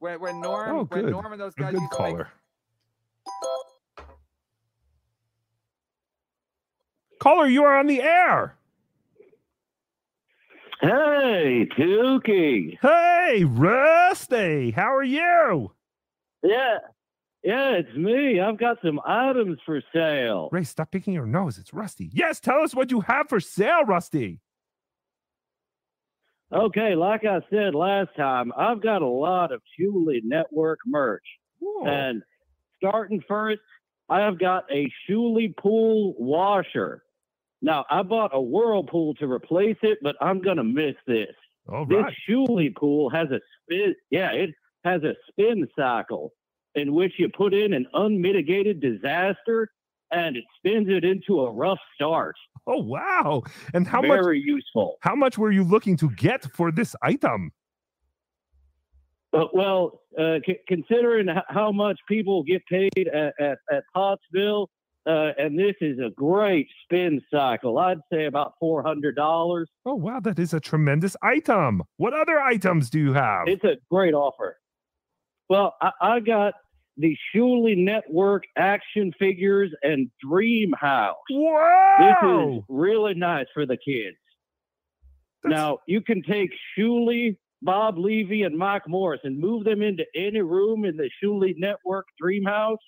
when, when Norm,
Oh,
when
good.
Norm and those
A
guys
good
used to make
caller. Caller, you are on the air.
Hey, Tukey.
Hey, Rusty. How are you?
Yeah. Yeah, it's me. I've got some items for sale.
Ray, stop picking your nose. It's Rusty. Yes, tell us what you have for sale, Rusty.
Okay, like I said last time, I've got a lot of Shuley Network merch. And starting first, I've got a Shuley pool washer. Now, I bought a Whirlpool to replace it, but I'm going to miss this.
All
This Shuley pool has a spin. Yeah, it has a spin cycle in which you put in an unmitigated disaster and it spins it into a rough start.
Oh, wow. And how much?
Very useful.
How much were you looking to get for this item?
But well, uh, c- considering h- how much people get paid at, at, at Pottsville, uh, and this is a great spin cycle. I'd say about four hundred dollars.
Oh, wow. That is a tremendous item. What other items do you have?
It's a great offer. Well, I, I got the Shuley Network action figures and Dream House. This is
Wow!
really nice for the kids. Now you can take Shuley, Bob Levy, and Mike Morris and move them into any room in the Shuley Network Dream House.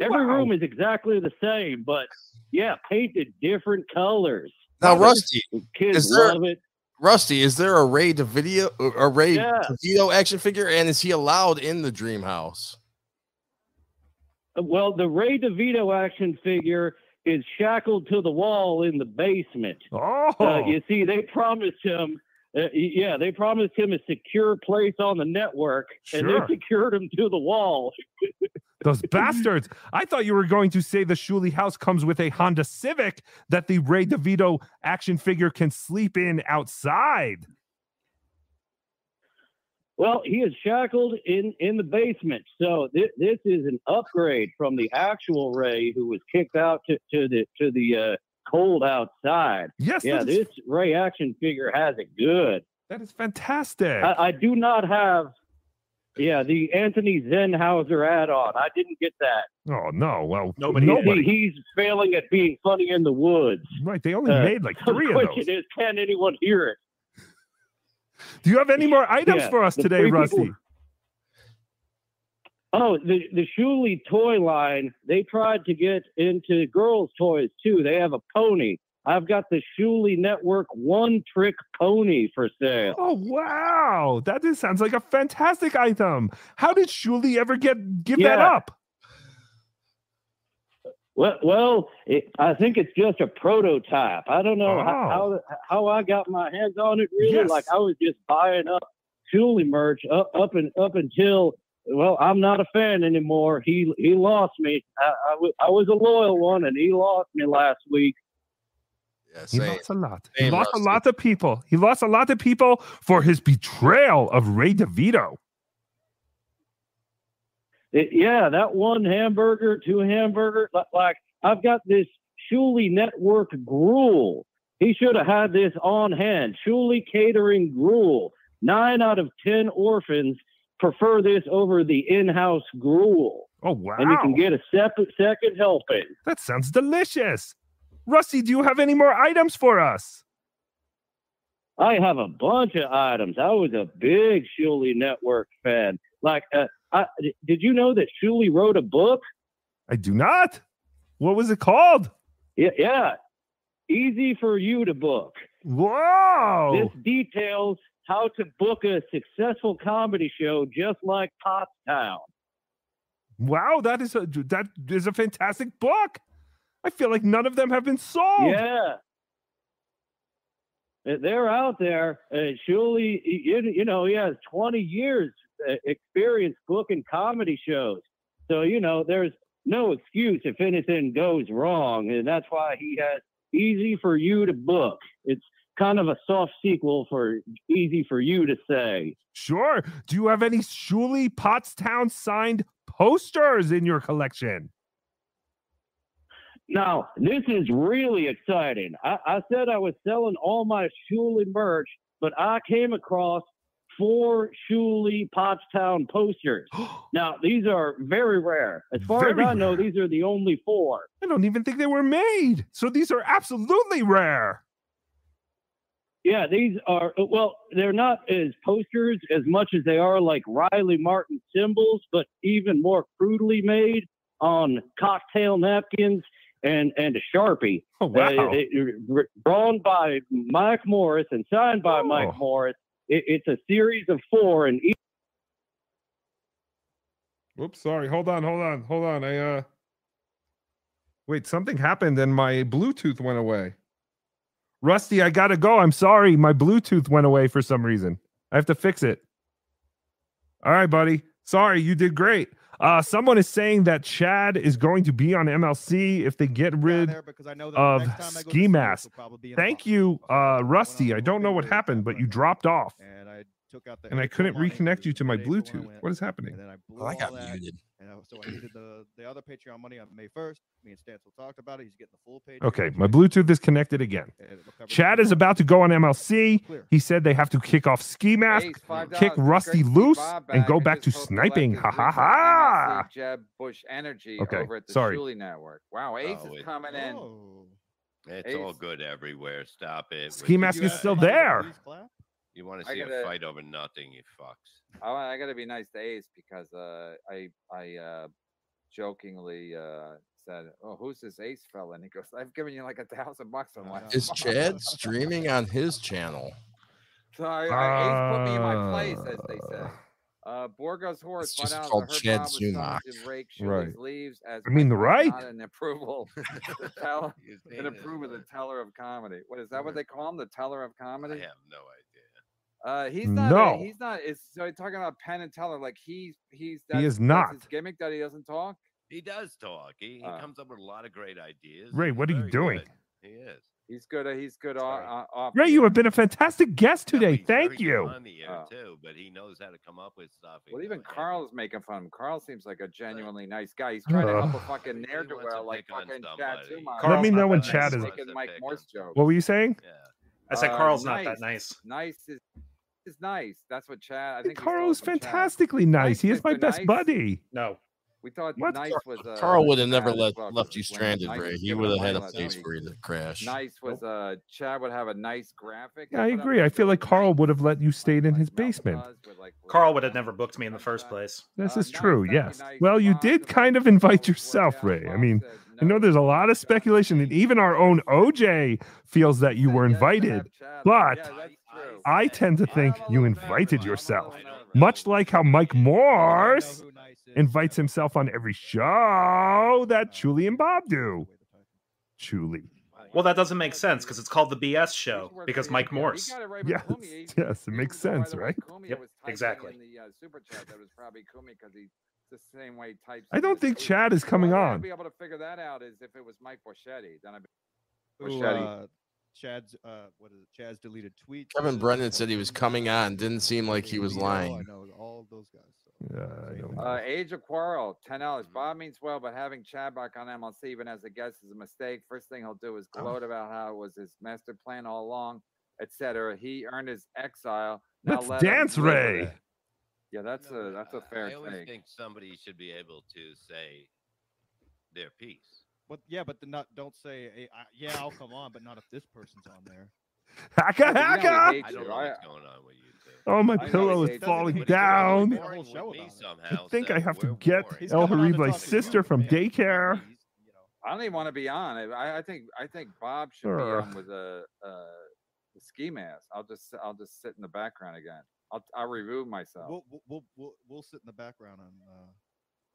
Every room is exactly the same, but yeah, painted different colors.
Now, Rusty,
kids
is there-
love it.
Rusty, is there a Ray to video a Ray
Yeah.
DeVito action figure, and is he allowed in the Dream House?
Well, the Ray DeVito action figure is shackled to the wall in the basement. Uh,
Oh,
you see, they promised him. Uh, y- yeah, they promised him a secure place on the network,
Sure.
and they secured him to the wall.
Those bastards. I thought you were going to say the Shuley house comes with a Honda Civic that the Ray DeVito action figure can sleep in outside.
Well, he is shackled in, in the basement. So this, this is an upgrade from the actual Ray who was kicked out to, to the to the uh, cold outside.
Yes,
yeah,
that is-
this Ray action figure has it good.
That is fantastic.
I, I do not have, yeah, the Anthony Zenhauser add-on. I didn't get that.
Oh no! Well,
He-
nobody. nobody.
he's failing at being funny in the woods. Uh,
Right. They only made, like, three of
The question is, can anyone hear it?
Do you have any more items
Yeah,
for us
the
today,
three people-
Rusty?
Oh, the the Shuli toy line. They tried to get into girls' toys too. They have a pony. I've got the Shuli Network one trick pony for sale.
Oh wow, that just sounds like a fantastic item. How did Shuli ever get give that
Yeah.
up?
Well, well, it, I think it's just a prototype. I don't know how, how how I got my hands on it. Really,
Oh, Yes.
like I was just buying up Shuli merch up up and up until. Well, I'm not a fan anymore. He he lost me. I I wa- I was a loyal one, and he lost me last week.
He lost a lot. He
Same,
lost a lot of people. He lost a lot of people for his betrayal of Ray DeVito.
It- yeah, that one hamburger, two hamburger. li- Like I've got this Shuley Network gruel. He should have had this on hand. Shuley catering gruel. Nine out of ten orphans prefer this over the in-house gruel.
Oh wow!
And you can get a separate second helping.
That sounds delicious. Rusty, do you have any more items for us?
I have a bunch of items. I was a big Shuley Network fan. Like, uh, I, did you know that Shuley wrote a book?
I do not. What was it called?
Yeah, yeah. Easy for you to book.
Whoa!
This details how to book a successful comedy show just like Pop Town.
Wow, that is a that is a fantastic book. I feel like none of them have been sold.
Yeah. They- They're out there. Uh, surely, you, you know, he has 20 years uh, experience booking comedy shows. So, you know, there's no excuse if anything goes wrong. And that's why he has Easy for You to Book. It's kind of a soft sequel for Easy for You to Say.
Sure. Do you have any Shuley Pottstown signed posters in your collection?
Now, this is really exciting. I, I said I was selling all my Shuley merch, but I came across four Shuley Pottstown posters. now, these are very rare. As far as
Very
I know, these are the only four.
I don't even think they were made. So these are absolutely rare.
Yeah, these are, well, they're not as posters as much as they are like Riley Martin symbols, but even more crudely made on cocktail napkins and, and a Sharpie.
Oh, wow.
it- it- r- drawn by Mike Morris and signed by
Oh.
Mike Morris. It, it's a series of four, and each
Whoops, sorry. Hold on, hold on, hold on. I uh Wait, something happened and my Bluetooth went away. Rusty, I gotta go. I'm sorry. My Bluetooth went away for some reason. I have to fix it. All right, buddy. Sorry, you did great. Uh someone is saying that Chad is going to be on MLC if they get rid of ski mask. Thank you, uh Rusty. I don't know what happened, but you dropped off.
And I took out the
And I couldn't reconnect you to my Bluetooth. What is happening?
Oh,
Well, I got muted. And I, so I needed the, the other Patreon money on May 1st. Me and Stancil talked about it. He's getting the full page.
Okay, my Bluetooth is connected again. Chad is about to go on MLC. He said they have to kick off ski mask, kick Rusty loose, and go back to sniping. Ha ha ha!
Jeb Bush Energy
Okay,
over at the
sorry.
Shuley Network. Wow, Ace
Oh,
is
it-
coming in.
Oh. It's all good everywhere. Stop it. with
Ski
the
mask is
guys.
still there.
You want to
I
see
gotta-
a fight over nothing, you fucks.
I, wa- Oh, I got to be nice to Ace because uh, I I uh, jokingly uh, said, "Oh, who's this Ace fella?" And he goes, "I've given you like a thousand bucks on last."
Is
month."
Chad streaming on his channel?
so I, I- Ace put me in my place, as they say. Uh, Borgo's horse.
it's
spun
just
out as a
called
herb
Chad
bomb with summons
Zumach.
and rake
Right.
Shuley's leaves as
I mean,
Mike
the
Mike
right.
Not an approval. the teller, an approval. The teller of comedy. What is that? What they call him? The teller of comedy. I have
uh-huh. no idea.
Uh, he's not.
No.
A, he's not. Is so you're talking about Penn and Teller. Like he's he's.
He is
that's
not.
his gimmick that he doesn't talk. Uh.
He does talk. He, he comes up with a lot of great ideas.
Ray,
and
what
he's
are you
very
doing?
good. He is.
He's good. He's good off. off
Ray, you have been a fantastic guest today. Thank
very
you.
fun.
on the air too, but he knows how to come up with stuff.
Oh. Well, even Carl's making fun of him. Carl seems like a genuinely nice guy. He's trying to help a
Ugh.
fucking ne'er do well like fucking Chad Zumar.
Uh, Let me know when Chad is.
Making Mike Morse jokes.
What were you saying?
I said
Uh,
Carl's not that nice.
Nice is, is nice. That's what Chad. I think we
Carl's fantastically nice. He is my best buddy.
No.
We thought
What?
nice was. Uh,
Carl would have never
Chad as
let,
well, 'cause
left you
when
stranded,
Nice
Ray.
was
He
given
would have
away
had a
last
place
week,
for you to crash.
Nice was uh Chad would have a nice graphic.
Yeah, I agree. I feel like Carl would have let you stay in his basement.
Carl would have never booked me in the first place.
This is true. Yes. Well, you did kind of invite yourself, Ray. I mean, I know there's a lot of speculation, and even our own OJ feels that you were invited. But I tend to think you invited yourself, much like how Mike Morse invites himself on every show that Julie and Bob do. Julie.
Well, that doesn't make sense because it's called the BS show because Mike Morse.
Yes. Yes. It makes sense, right?
Yep, exactly.
in the uh, super chat that was probably Kumi because he's the same way he types.
I don't
in his
think Chad is
tweets.
coming
The only way I'd
on.
Be able to figure that out is if it was Mike Borschetti. Then I'd be.
Who,
Borschetti.
uh, Chad's uh, what is it? Chad's deleted tweet.
Kevin Brennan said he was coming on. Didn't seem like he was
I
lying.
know all of those guys.
Yeah, I don't
Uh, age of quarrel, ten
Mm-hmm.
dollars. Bob means well, but having Chad back on MLC even as a guest is a mistake. First thing he'll do is
Oh.
gloat about how it was his master plan all along, etc. He earned his exile. Now
Let's
let him
dance,
live with
Ray.
it. Yeah, that's a that's a fair
I always
take.
think somebody should be able to say their piece.
But yeah, but the not don't say hey, I, yeah I'll come on, but not if this person's on there.
Haka,
I
haka.
don't know what's going on with you.
Oh, my
I know,
pillow
it
is
doesn't
falling
make it any
down.
more boring with me
I
somehow.
think I have to get
boring. He's
El
coming on to
Harib's
talk to
sister from daycare.
I don't even want to be on it. I, I think I think Bob should
Sure.
be on with a, a, a ski mask. I'll just I'll just sit in the background again. I'll I'll remove myself.
We'll, we'll we'll we'll we'll sit in the background and uh,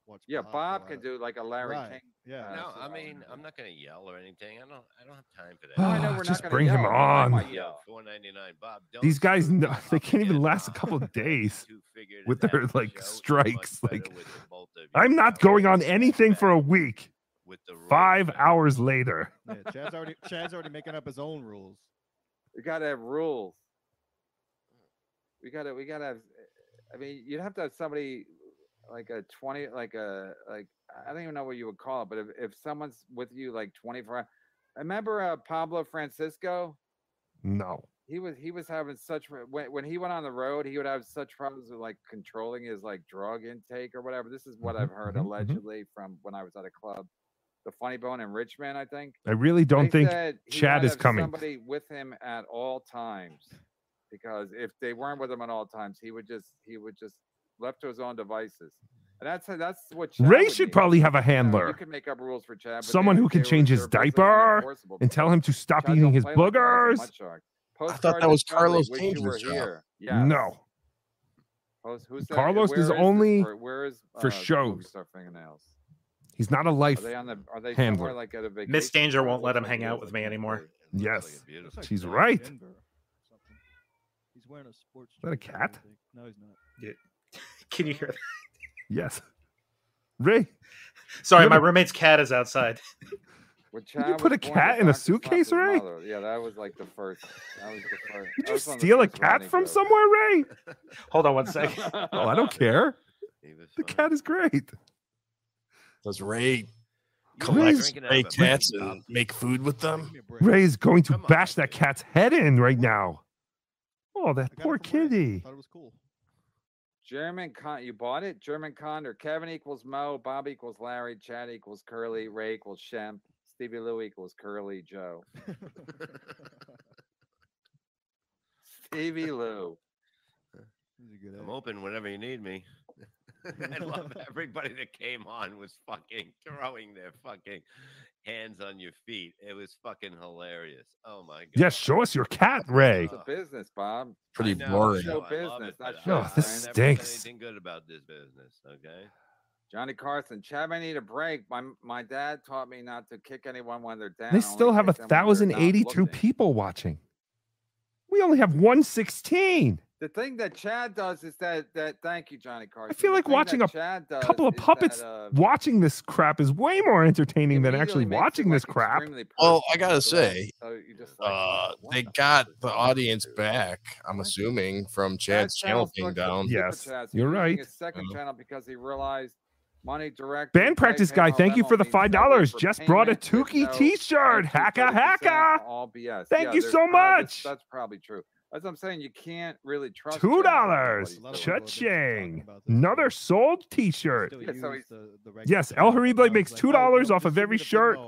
watch.
yeah,
go
Bob
at
can
it.
do like a Larry
Right,
King. uh,
Yeah.
No,
that's
I
what I
mean I'm not gonna yell or anything. I don't. I don't have time for that.
No, I know Ah, we're not just gonna bring him yell, but I on. might
Yo, 4.99, Bob. Don't
These guys,
screw
kn-
me
they
up
can't even
again.
last a couple of days
figured
with
it
their
out,
like
Joe. It's
strikes.
much better
Like,
with the both of you
I'm not
now.
going on anything for a week.
With the rules
Five hours later.
Yeah, Chad's already Chad's already making up his own rules.
You gotta have rules. We gotta we gotta have. I mean, you'd have to have somebody like a twenty, like a like I don't even know what you would call it, but if if someone's with you like twenty four, remember uh, Pablo Francisco?
No.
he was he was having such pro- when when he went on the road, he would have such problems with like controlling his like drug intake or whatever. This is what I've heard
mhm, mhm.
allegedly from when I was at a club, the Funny Bone in Richmond, I think.
I really don't
They
think
said he
Chad
had to
is
have
coming.
Somebody with him at all times, because if they weren't with him at all times, he would just he would just left to his own devices. And that's that's what Chad
Ray
would
should
need.
probably have a
You know,
handler.
You can make up rules for Chad. but they
Someone
were-
who can
they were-
change
they
his
were basically
diaper
unenforceable,
and
but-
tell him to stop
Chad,
eating
don't
his
play like that. That's a
boogers.
mud shark.
I thought
Postcard
that was
discovery,
Carlos
wish you were
Danger's job.
here. Yes.
No.
Carlos, who's that?
Carlos
Where
is
this
only
for- where is,
for
uh,
shows.
Superstar fingernails?
He's not a
Are
life
they on the? Are they
handler.
somewhere like at a vacation?
Miss Danger won't let him
Looks like
hang
it
out
is.
with me anymore.
Yes.
beautiful.
She's right.
He's wearing a sports.
Is that a
jacket, I
cat?
think. No, he's not.
Can you hear that?
Yes. Ray,
Sorry,
Yeah,
my
but-
roommate's cat is outside.
When
you
Chad
put
was
a
born,
cat
the
in
doctor slapped
a
his
suitcase, Ray?
mother. Yeah, that was like the first. That was the first.
did
that
you
was one of the
steal a
first
cat
running
from
jokes.
somewhere, Ray?
Hold on one second.
Oh, I don't care. The cat is great.
Does Ray
Ray
collect
is-
stray cats and make food with them?
Ray is going to bash that cat's head in right now. Oh, that poor kitty.
Thought it was cool.
German con, you bought it. German Condor. Kevin equals Mo. Bob equals Larry. Chad equals Curly. Ray equals Shemp. Stevie Lou equals Curly Joe. Stevie Lou.
I'm open whenever you need me. I love everybody that came on was fucking throwing their fucking hands on your feet. It was fucking hilarious. Oh my god.
Yes, show us your cat, Ray.
It's a business, Bob.
Pretty
I know,
boring.
I know,
Show
I love
business,
it,
not
but
show
I-
Oh,
I
this
never said
stinks.
Anything good about this business, okay?
Johnny Carson. Chad, I need a break. My my dad taught me not to kick anyone when they're down.
They still
only
have a
kick them when they're not
1,082
looking.
people watching. We only have 116.
The thing that Chad does is that that thank you, Johnny Carson.
I feel like watching a couple of puppets watching this crap is way more entertaining than actually watching this crap.
Well, I gotta say, uh, they got the audience back. I'm assuming from Chad's channel being down.
Yes,
Chad's
you're
creating
right. Uh-huh.
His second channel because he realized money direct.
Band practice guy, thank you for the five dollars. Just brought a Tukey T-shirt. Hacka hacka.
All BS.
Thank
Yeah,
you
there's
so
probably- that's-
much.
That's probably true. That's what I'm saying. You can't really trust.
Two
Chad.
dollars. Cha-ching. Another sold T-shirt.
Yeah, so he's-
Yes, El Harible makes two dollars off of every shirt.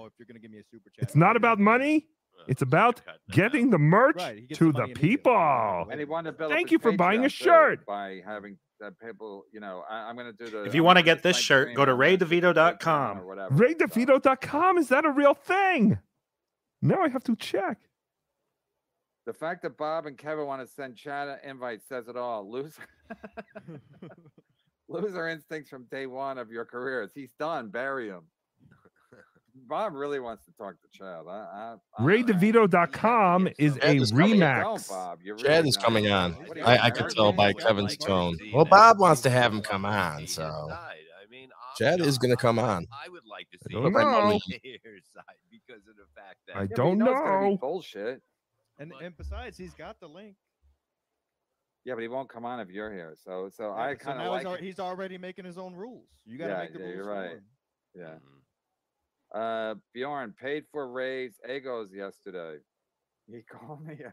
It's not about money. It's about getting the merch to the people.
And he wanted to build up
Thank
his
you for buying
Patreon, too,
a shirt.
by having uh, people. You know, I, I'm going to do the.
If you want to get this shirt, go to raydevito.com.
RayDeVito.com is that a real thing? Now I have to check.
The fact that Bob and Kevin want to send Chad an invite says it all. Loser. Loser instincts from day one of your careers. He's done. Bury him. Bob really wants to talk to Chad. I, I,
RayDeVito.com is a
don't,
remax.
Bob. You're
Chad is coming on. I, I could tell by Kevin's tone.
uh,
Well, Bob wants to have him come on, so Chad is going to come on.
I would like to
I
see
don't
Oh.
know.
Your side because of the fact that
I Yeah, but don't you know it's gonna be know.
bullshit.
And and besides, he's got the link.
yeah, but he won't come on if you're here. So, so
Yeah,
I
so
kind of
now
like.
he's, al- he's already making his own rules. You got to
yeah,
make the
yeah,
rules.
You're
for
right.
him.
Yeah. Uh, Bjorn paid for Ray's egos yesterday. He called me. A,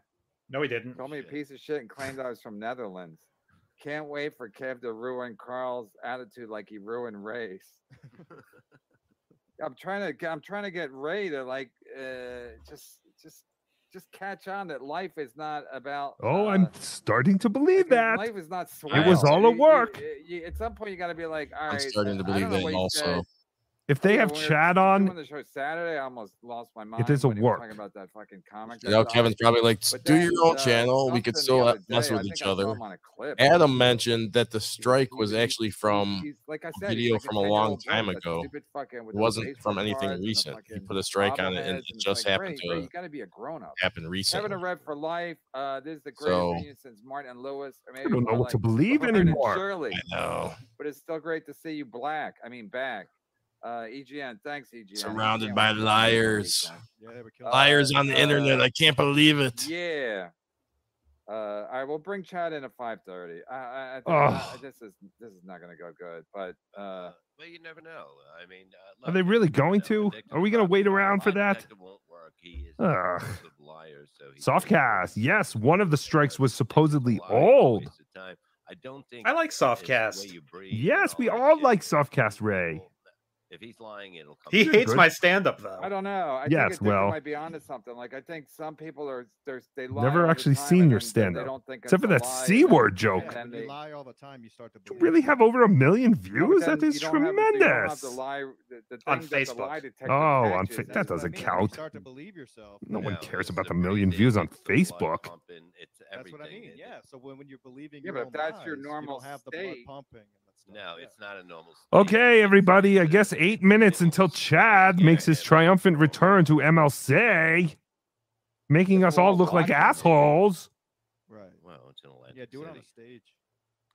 No, he didn't.
Called me a piece of shit and claimed I was from Netherlands. Can't wait for Kev to ruin Carl's attitude like he ruined Ray's. I'm trying to. I'm trying to get Ray to like uh, just, just, just catch on that life is not about.
Oh, I'm starting to believe that.
Life is not
It was
swell.
all a
You- you-
work.
you- at some point, you got to be like, all right.
I'm starting to
I- I
believe
don't know
that
what you said.
also.
If they
Yeah,
have
when we were
Chad
Doing
on,
the show Saturday, I almost lost my mind.
is a
when he was
work.
Talking about that fucking comic.
You know,
that
Kevin's
sucked.
probably like, "Just
But
do
then,
your own
uh,
channel. We could
something the
still
other
mess
day,
with
I
each
think I saw
other.
him on a clip.
Adam mentioned that the strike was actually from
he's- like I
a
said, he's
video
like a
from a
10-year-old
long
boy,
time
that
ago.
stupid fucking with
It
those
wasn't
baseball
from anything
cards and the
recent. He
fucking
put a strike on it, and
bobbleheads,
it
it's
just
like,
happened
Ray, Ray,
to
you got to be a grown up.
happen
Having
recently.
a red for life. Uh, this is the greatest
So-
reunion since Martin and Lewis. Or maybe
I don't know
more
what to
like
believe
Vernon and
anymore.
Shirley.
I know.
But it's still great to see you black. I mean, back. Uh, EGN, thanks, EGN.
Surrounded
EGN,
by
what a
liars.
yeah,
Liars on the internet. I can't believe it.
Yeah. Uh, all right, we'll bring Chad in at five thirty. I, I, I think,
Ugh.
uh, this is this is not gonna go good, but uh,
well, you never know. I mean, uh,
are they really going to? Are we going to wait around for that? Ugh. Softcast. Yes, one of the strikes was supposedly old.
I don't think
I like Softcast.
Yes, we all like Softcast Ray.
if he's lying, it'll come.
He
You're
hates
good.
my stand up, though.
I don't know. Oh, I
Yes,
think it- they
well-
might be onto something. Like I think some people are there's they lie all
Never
the
actually
time,
seen
and
your
then
stand
They
up.
don't think it's
Except for
a
that
lie,
C
and
word
then-
joke.
and then
When
they-
you lie all the time, you start to
You really have over a million views?
then
That is
you don't have- you don't have
tremendous.
the lie- the- the
On
thing that the lie
Facebook.
detector
Oh, on
catches,
Fa-
and
that
that's what I
doesn't
mean, Mm.
count.
You
Out.
start to believe yourself.
No one cares about the million views on Facebook.
That's what I mean. Yeah. So when, when you're believing,
Yeah,
your
but
own
if that's your
lies, you
normal
don't have the blood
state-
pumping.
No, it's not a normal.
Okay, everybody, I guess eight minutes until Chad makes his triumphant return to MLC, making us all look like assholes.
Right.
Well, until
Yeah, do it on a stage.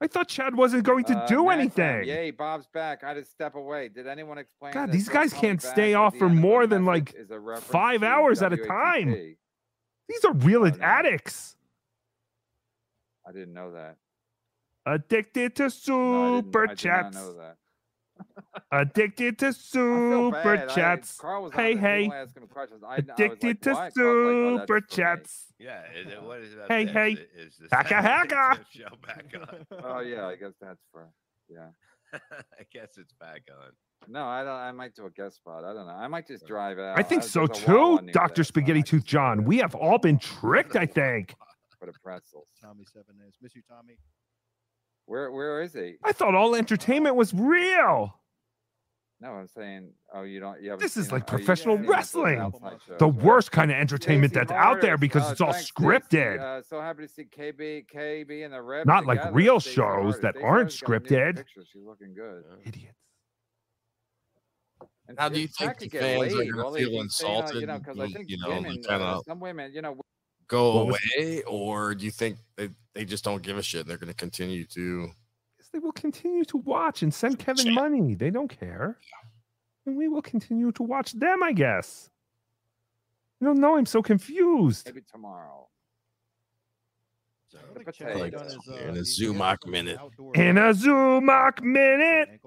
I thought Chad wasn't going to
Uh,
do
Matt Brown,
anything.
Yay, Bob's back. I just step away. Did anyone explain?
God,
that
these
Bill
guys
Cosby
can't
back
stay
at
off
the
for
end of a
more than
message
like
is a reference
five
to
hours at a time.
WATP?
These are
Oh,
real addicts.
I didn't know that.
Addicted to
No, I didn't- I
super
did not
chats.
know that.
Addicted to super
bad. I-
chats.
Carl was on
hey,
the
hey.
people asking him questions. I- I was like,
Addicted
"Why?"
to
Carl's like, "Oh, that's
super
for me."
chats.
Yeah. Is it, what is it about
Hey,
that?
hey.
Is it- Is the
Haka,
Saturday
haka.
Tip Show back on?
Oh yeah, I guess that's for yeah.
I guess it's back on.
No, I don't. I might do a guest spot. I don't know. I might just drive out.
I think
was-
so
there's a Wawa
too,
near
Dr.
there,
Spaghetti Tooth John. We have all been tricked, I think.
For the pretzels.
Tommy Seven is. Miss you, Tommy.
Where where is he?
I thought all entertainment was real.
No, I'm saying. Oh, you don't. You haven't
This is
seen him.
like
Oh, you-
professional
yeah, yeah, it's those
wrestling.
outside shows,
The
right?
worst kind of entertainment
Casey
that's out there
Myers.
because
Oh,
it's all
thanks, Stacy.
scripted.
Uh, so happy to see KB, KB, and the Rev.
Not like
together.
real
Stacy
shows
Myers.
that
Stacy
aren't
Myers got a new
scripted.
picture. She's looking good.
Idiots.
And
Now, do
see,
you
Jack
think
could
the
get
fans are
laid.
gonna feel
Well, oh, you- you know,
insulted
You know, because I
when,
think
you know, they
women, uh,
kinda-
some women, you know,
go
What was-
away, or do you think they, they just don't give a shit and they're going to continue to?
They will continue to watch and send Kevin money. They don't care. And we will continue to watch them, I guess. I don't know. I'm so confused.
Maybe tomorrow.
The
potato.
Like, in a Zumach minute.
In a Zumach minute.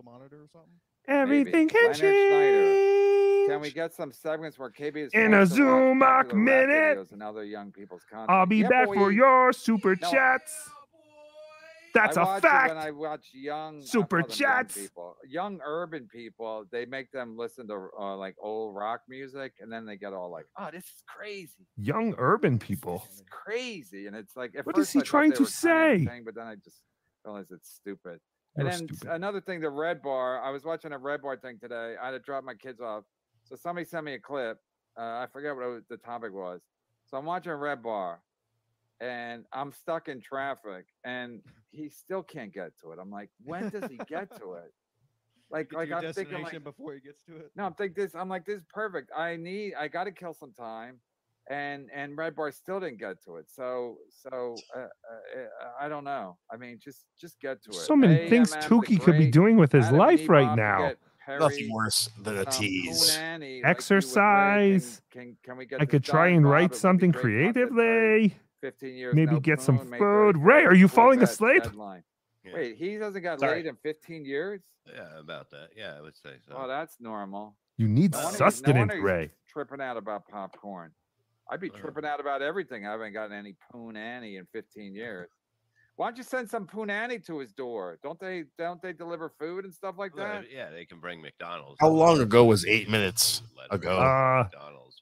Everything can
Leonard Snyder. Can we get some segments where KB is
In a
forced to watch
Zumach
popular rap
minute.
videos And other young people's content.
I'll be
Yeah,
back
boy.
for your super
No.
chats. That's
I
a
watch it
fact.
When I watch young I
Super
call them young
chats.
people, young urban people, they make them listen to uh, like old rock music, and then they get all like, "Oh, this is crazy,
Young urban people.
it's crazy," and it's like, at
What is
first I
he
thought
trying
they
to
were kind of
say?
Saying, but then I just realized it's stupid.
They
and
were
then another thing, the red bar. I was watching a red bar thing today. I had to drop my kids off, so somebody sent me a clip. Uh, I forget what it was, the topic was. So I'm watching red bar, and I'm stuck in traffic, and he still can't get to it. I'm like, when does he get to it? Like,
Get
like
to your
I'm thinking, like,
destination before he gets to it.
no, I'm thinking this. I'm like, this is perfect. I need, I got to kill some time, and and Red Bar still didn't get to it. So so uh, uh, uh, I don't know. I mean, just just get to it.
So many things
AMF the
Tukey could be
Great,
doing with his
Adam
life
and
right
Ebop,
now.
forget Perry,
Nothing worse than a
um,
tease.
Conan, like, you would write,
Exercise.
Can, can, can we get
I
this
could try
done,
and
Rob? It
write
would be
something
great content.
creatively.
15 years
Maybe
no
get some
phone, May
food.
31st
Ray, are you
was
falling
that
asleep?
deadline. Wait, he hasn't got
Sorry.
laid in 15 years?
Yeah, about that. Yeah, I would say so.
Oh, that's normal.
You need
No wonder he's- no
sustenance,
wonder he's
Ray.
Tripping out about popcorn. I'd
Uh.
be tripping out about everything. I haven't gotten any poon annie in 15 years. Why don't you send some poon annie to his door? Don't they? Don't they deliver food and stuff like
Well,
that?
yeah, they can bring McDonald's.
How long ago was eight minutes ago?
Uh,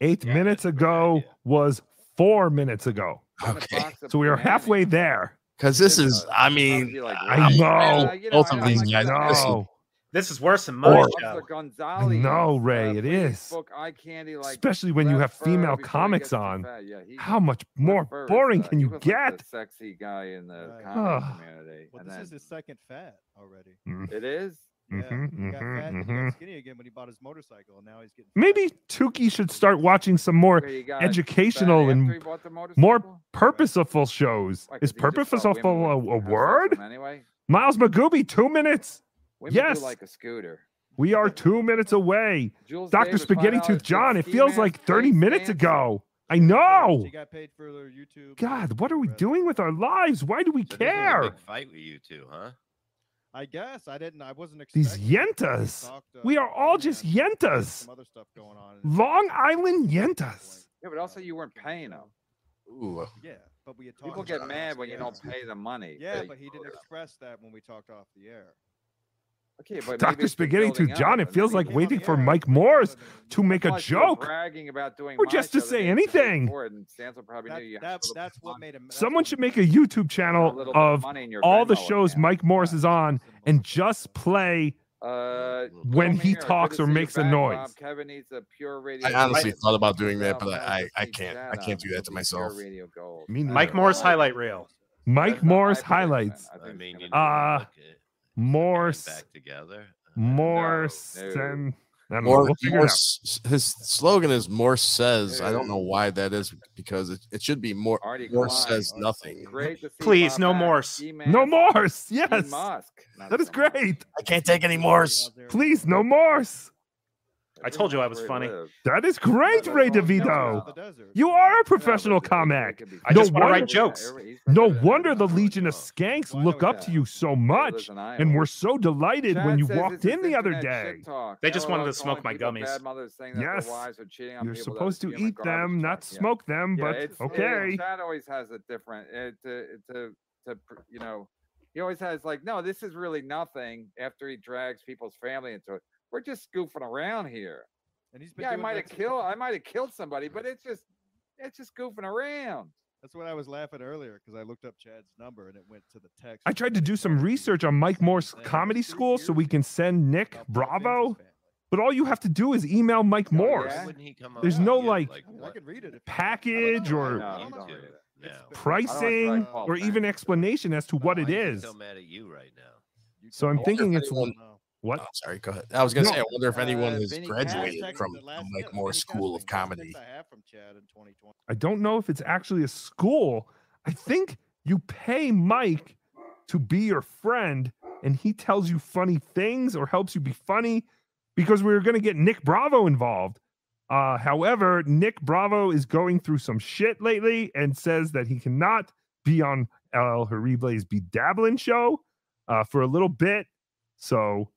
eight minutes ago was four minutes ago.
Okay.
So we are halfway there.
Because this is, I mean,
I
I'm-
know.
Both of these guys. This is,
No.
This is worse than
Or-
my
Officer
show.
I
Gonzalez.
know, Ray. It is.
Book eye candy like
Especially when you
Brett
have
Favre
female
before he
comics
gets too
on.
fat. Yeah, he-
How much
Brett
more
Favre is,
boring
uh,
can
he
you
was like
get?
the sexy guy in the
Right.
comedy
Ugh.
community.
Well,
and
this
then,
is his second fat already.
it is.
Yeah, he got
mhm,
fat and he got
mhm.
skinny again when he bought his motorcycle, and now he's getting.
Maybe Tukey should start watching some more
Okay, you got
educational
fat
and
after he bought the
more purposeful shows.
Why, 'cause
Is
he just thought
purposeful
women
a,
would
a
have sex with
word?
him Anyway,
Miles McGooby, two minutes.
women
yes,
do like a scooter.
we are two minutes away.
Jules
Dr.
Davis,
Spaghetti
$5
Tooth John, it
ski
feels
mask,
like 30
face
minutes
mask.
ago. I know.
Oh, She got paid for their YouTube.
God, what are we doing with our lives? Why do we
So this is a
care?
big
Fight with you two, huh?
I guess I didn't. I wasn't expecting.
These yentas.
Talked, uh,
We are all just yentas.
Some other stuff going on.
Long Island yentas.
Yeah, but also you weren't paying them.
Ooh.
Yeah, but we had talked
People
about
get
it
mad
off
when
the
you
air.
don't pay the money.
Yeah,
They-
but he didn't express that when we talked off the air.
Okay, but maybe
Dr.
it's been
Spaghetti Tooth
building up,
John,
and
it
then
feels
he
like
came on
waiting
the
for
air.
Mike Morris to make a
Plus, you were
joke.
bragging about doing
or
my
just to
show the
say
day before,
anything.
and Stancil probably knew you had a
That's
little
that's what made him.
Someone should make a YouTube channel
little bit of
of
money in your
all the
Venmo
shows Mike Morris is on and just play
Uh,
when
Colm
he
Mayer, good
talks
to
or
see you
makes a
back,
noise.
Rob. Kevin needs a pure radio.
I honestly
gold.
thought about doing that,
Well,
but I, I, I
Steve
can't. I
Zadon
can't do
will
that to
be pure
myself.
Radio gold.
Me neither.
Mike Morris highlight reel.
Mike Morris highlights.
I mean, you
Uh, Morse.
back together.
Morse.
no.
And, I don't know.
More,
We'll figure
more
it out.
s- his slogan is "More says." I don't know why that is because it, it should be more.
Artie
More
Klein,
says nothing.
Great to see
Please,
Bob
no
back.
Morse.
He-Man,
No Morse.
Elon
Yes.
Musk. Not
That is
Elon Musk.
great.
I can't take any Morse.
Please, no Morse.
I told you I was funny.
That is great, Ray DeVito. You are a professional comic.
I
No
just want to
wonder,
write jokes.
no wonder the Legion of Skanks look up to you so much,
an eye
and were so delighted when
Chad
you
says
walked
this
in
is
the other
internet
day.
shit talk.
They just wanted
LOL
to smoke
calling
my
people
gummies.
Bad mothers saying that their
Yes.
wives are cheating on
You're
people that
supposed to
feed 'em a
eat
garbage
them,
truck.
not
Yeah.
smoke them,
Yeah,
but
it's- it-
okay.
Chad always has a different it, to to to pr- you know he always has like no this is really nothing after he drags people's family into it. We're just goofing around here.
And he's been
Yeah, I
doing
might
that
have
since-
killed I might have killed somebody, but it's just it's just goofing around.
That's what I was laughing earlier because I looked up Chad's number and it went to the text.
I tried to do some research on Mike Morse Comedy School so we can send Nick Bravo, but all you have to do is email Mike Morse.
Why wouldn't he come up
There's
with
no
you,
like
like,
I can read it. if-
package or
you
don't
two
read it.
now?
pricing or even explanation as to what it
I'm
is.
so mad at you right now.
So I'm
I wonder
thinking
if
it's
anyone-
one. What?
Oh, sorry, go ahead. I was gonna
No.
say, I wonder if anyone
Uh,
has
Vinny Cash
graduated
texted
from
the
the Mike Moore School of Comedy.
I don't know if it's actually a school. I think you pay Mike to be your friend and he tells you funny things or helps you be funny because we were going to get Nick Bravo involved. Uh, however, Nick Bravo is going through some shit lately and says that he cannot be on LL Horrible's Bedabbling show uh, for a little bit. So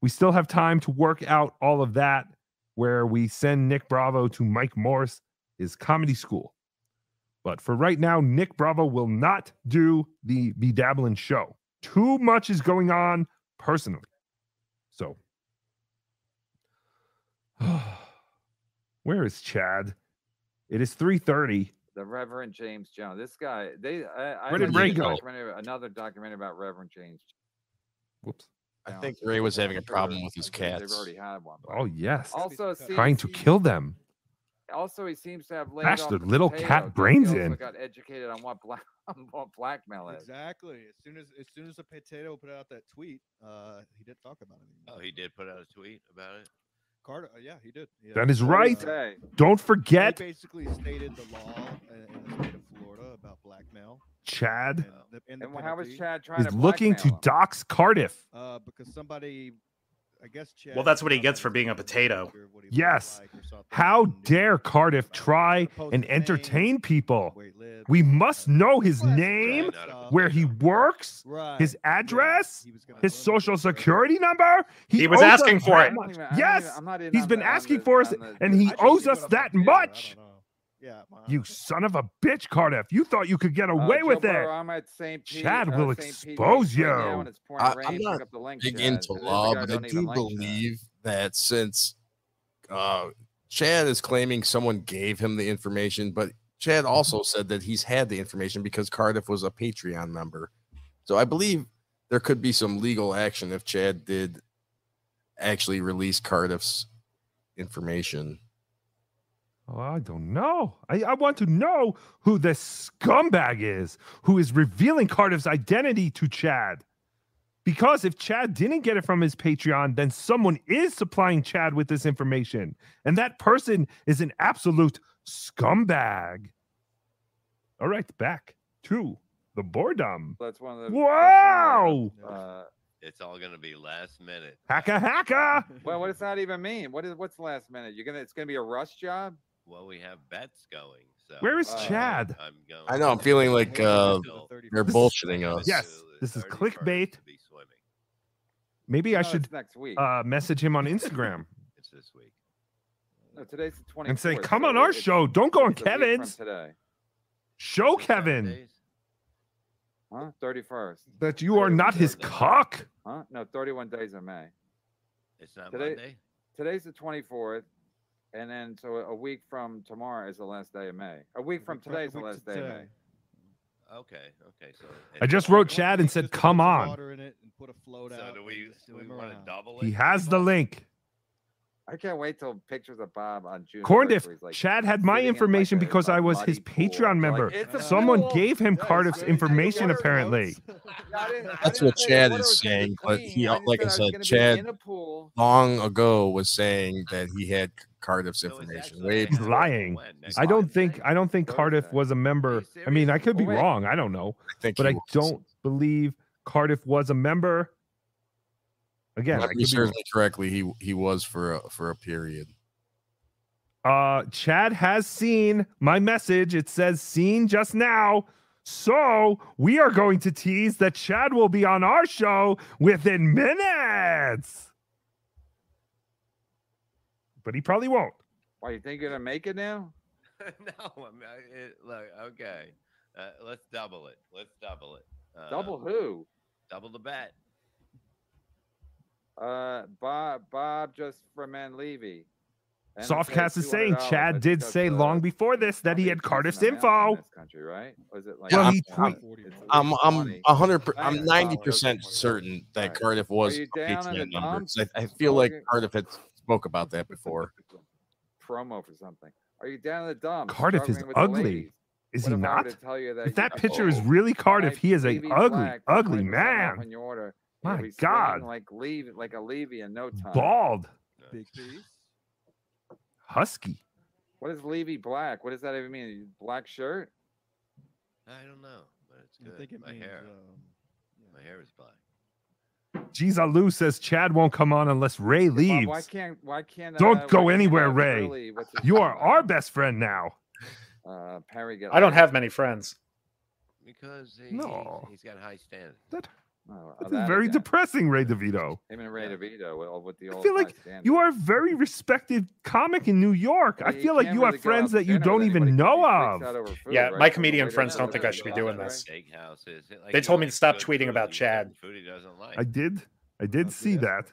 we still have time to work out all of that where we send Nick Bravo to Mike Morris, his comedy school. But for right now, Nick Bravo will not do the Bedablin show. Too much is going on personally. So, where is Chad? It is 3.30.
The Reverend James Jones. This guy. They. I, I
Where did
watched
Ray
a
go?
documentary- Another documentary about Reverend James.
Whoops.
I
Yeah,
think
so
Ray was
I'm
having a
sure
problem with his
they've
cats.
already had one, but-
Oh, yes.
Also, see,
Trying to
he-
kill them.
Also, he seems to have laid
Smash
off
the little
potato
cat
'cause he
brains
also
in.
Got educated on what black on what blackmail is.
Exactly. As soon as as soon as the potato put out that tweet, uh, he didn't talk about it anymore.
Oh, he did put out a tweet about it.
Carter, uh, yeah, he did. Yeah.
That is
Uh,
right. Don't forget,
He basically stated the law uh, in the state of Florida about blackmail.
Chad
The, and the
Oh. And how was
penalty,
Chad trying
is
to
looking to
blackmail him?
dox Cardiff.
Uh, because somebody, I guess Chad.
Well, that's what he gets for being a potato.
Yes. How dare Cardiff try and entertain people? We must know his name, where he works, his address, his social security number.
He was
owes us
asking for
that
it.
much.
I'm not
Yes,
I'm not in
he's
on
been
the- on
asking
the-
for us,
on the-
and he
I just
owes
give
us
it a
that
potato, I
much.
Yeah, my-
You son of a bitch, Cardiff. You thought you could get
Uh,
away
Joe
with
Burrow,
it.
I'm at St. Pete,
Chad
uh,
will
St. Pete
expose
Lakes right now,
you.
and it's pouring
I,
rain.
I'm
Pick
not
up the link,
big
Chad.
into
There's a
law,
guy
but I
don't even
do
like Chad.
believe that since uh, Chad is claiming someone gave him the information, but Chad
Mm-hmm.
also said that he's had the information because Cardiff was a Patreon member. So I believe there could be some legal action if Chad did actually release Cardiff's information.
Oh, I don't know. I, I want to know who the scumbag is who is revealing Cardiff's identity to Chad. Because if Chad didn't get it from his Patreon, then someone is supplying Chad with this information. And that person is an absolute scumbag. All right, back to the boredom.
That's one of the.
Wow!
Uh,
It's all going to be last minute.
Hacka hacka.
well, what does that even mean? What is what's last minute? You're gonna it's gonna be a rush job.
Well, we have bets going. So
Where is
Uh,
Chad?
I'm going.
I know I'm feeling like uh, they're
This is-
bullshitting us.
Yes, this is clickbait. Maybe I
No,
should
it's next week.
uh, message him on Instagram
It's this week.
No, today's the 24th.
and say, "Come
so
on our
it's-
show. Don't go on
it's a week from
Kevin's.
today,
Show Kevin
huh? Thirty-first,
that you are not his cock."
huh? No, thirty-one days in May.
It's not
Today-
Monday.
Today's the twenty-fourth, and then so a week from tomorrow is the last day of May. A week from today is the last day of May.
Okay. Okay. So
I just wrote Chad and said, "Come on."
Water in it and put a float
So
out.
do
and
we? Do we
swim
want to
around.
double it?
He has the link.
I can't wait till pictures of Bob on June.
Corndiff,
1st, where he's like
Chad had my
sitting in,
information
like, a-
because
a
I was his
muddy pool.
Patreon member.
"It's a
Someone
pool."
gave him
Yeah,
Cardiff's
it's really-
information,
Water
apparently.
I didn't- I
That's
didn't
what
say the
Chad
water
is
was gonna be
saying, but he,
clean.
uh,
just
like I
said was
said,
gonna be
Chad
in a pool.
long ago was saying that he had Cardiff's information. Way
He's
before-
lying. I don't think I don't think Cardiff was a member. I mean, I could be
Wait.
wrong. I don't know,
think
but
he
I
was.
don't believe Cardiff was a member. Again, I
If
could
he
be
serves
wrong.
me correctly, he he was for a, for a period.
Uh, Chad has seen my message. It says seen just now. So we are going to tease that Chad will be on our show within minutes. But he probably won't.
Why you think you're gonna make it now?
no. I'm, I, it, look. Okay. Uh, let's double it. Let's double it. Uh,
Double who?
Double the bet.
Uh, Bob, Bob, just for Man Levy. And it
Softcast
says
is saying
$200
Chad
that's
did
just,
say
uh,
long before this that he had Cardiff's
decent amount in
info.
this Country, right? Was it like?
Yeah,
he
I'm-
it's at
I'm
least
I'm
20.
a hundred. per-
Yeah,
I'm
it's
ninety
probably-
percent certain that Cardiff was
you
a
down in the
Patreon member. 'cause I, I
dumps?
feel like
Smoking?
Cardiff had spoke about that before.
promo for something. Are you down in the dumps?
Cardiff is
struggling with the ladies?
ugly. Is
What
he
if I were
not?
to tell you that
If that
you-
picture is
Oh.
really Cardiff,
Alright,
he is a
BB
ugly,
Black,
ugly
20% off
man.
On your order, He'll
My
be swinging
God.
Like leave, like a Levy in no time.
Bald.
Big piece.
Husky.
What is Levy black? What does that even mean? Black shirt?
I don't know, but it's
You
good.
think it
my
means, um,
hair, my hair is black.
Jesus Lou says Chad won't come on unless Ray
Bob,
leaves.
why can't? Why can't? uh,
Don't go
why can't,
anywhere,
uh,
Ray.
Really, what's his
you
name,
are our best friend now.
Uh, Perry get
I don't
out?
have many friends.
Because he,
No.
he's, he's got high standards.
Oh,
This
that
is very
again.
depressing, Ray DeVito.
Him and Ray DeVito with, all- with the old.
I feel like you are a very respected comic in New York. I
Yeah, you
feel like
can't
you
really
have
go out
friends
to
that you
dinner
don't
with
even know
freaks out
of.
over food,
Yeah,
right?
my
Like,
comedian
wait a
friends don't
minute,
think
wait
I
a
should be
minute,
doing
right?
this.
Steak houses. Like,
They
he
told me to
likes
stop
good
tweeting
food.
about
He's
Chad.
eating Food he doesn't like.
I did. I did see that.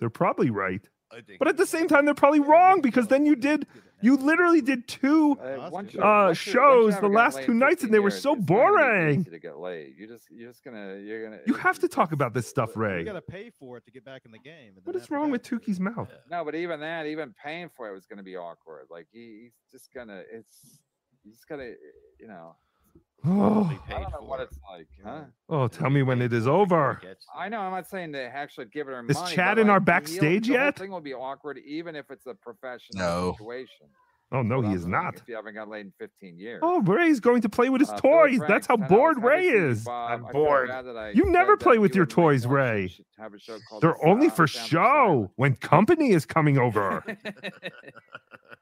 They're probably right.
I think
But at the same time, they're probably wrong because then you did, you literally did two
Uh, once you-
uh,
once you- once you
shows
haven't
the
gotten
last
laid
two
in
nights
15
and they were
years,
so
it's not gonna be easy
boring.
To get laid, you just you're just gonna you're gonna.
You have to talk about this stuff, Ray.
You got to pay for it to get back in the game. and
What
then
is
after
wrong
that-
with Tuki's mouth?
No, but even that, even paying for it was gonna be awkward. Like he, he's just gonna it's he's just gonna you know.
Oh,
I don't know what it's like, huh?
oh, tell me when it is over.
I know. I'm not saying to actually give her
Is
money.
Chad
but,
in our
like, he'll-
backstage
the whole
yet?
Thing will be awkward, even if it's a professional
No.
situation.
Oh no,
But
he
I'm
is
saying
not.
Uh, If you haven't got laid in 15 years.
Oh, Ray's going to play with his
Uh, Billy
toys.
Frank,
That's how
10 hours,
bored
haven't
Ray
seen you,
is.
Bob. I feel bad that I
You never
said that
play with
you
your
and Mike
toys,
Walsh
Ray.
should Have a show called
They're
The
only
Sound
for
of Silence.
show when company is coming over.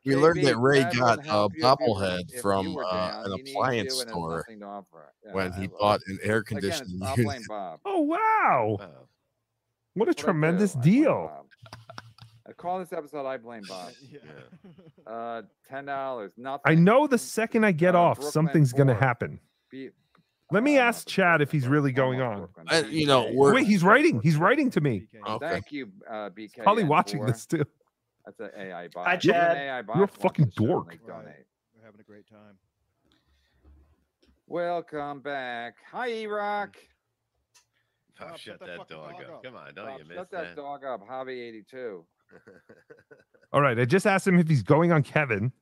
We learned
Maybe
that Ray
Brad
got
wouldn't
a
help you if you were-
bobblehead
if you
from
were
uh, an
down. He needs you
appliance
and has
store
nothing to offer. Yeah,
when
I-
he
I-
bought an air
Again, it's-
conditioning
I'll blame
unit.
Bob.
oh wow! What a
What I do,
tremendous
I blame
deal.
Bob. I Uh, call this episode "I Blame Bob." Uh, ten dollars, nothing.
I know the second I get
Uh,
off,
Brooklyn
something's going to
Board.
happen.
Be-
Let me ask Chad if he's really going on.
I- you know, we're-
Wait, he's writing. He's writing to me.
Thank you, uh, BK.
Probably watching this too.
That's an AI bot.
Hi,
If you're an
Chad.
AI bot
You're a
watching
fucking
the show,
dork.
like, donate.
We're having a great time.
Welcome back. Hi, E Rock.
Oh, shut that dog up. Come on, don't
Bob,
you miss
shut that
that?
dog up. Hobby 82.
All right, I just asked him if he's going on Kevin.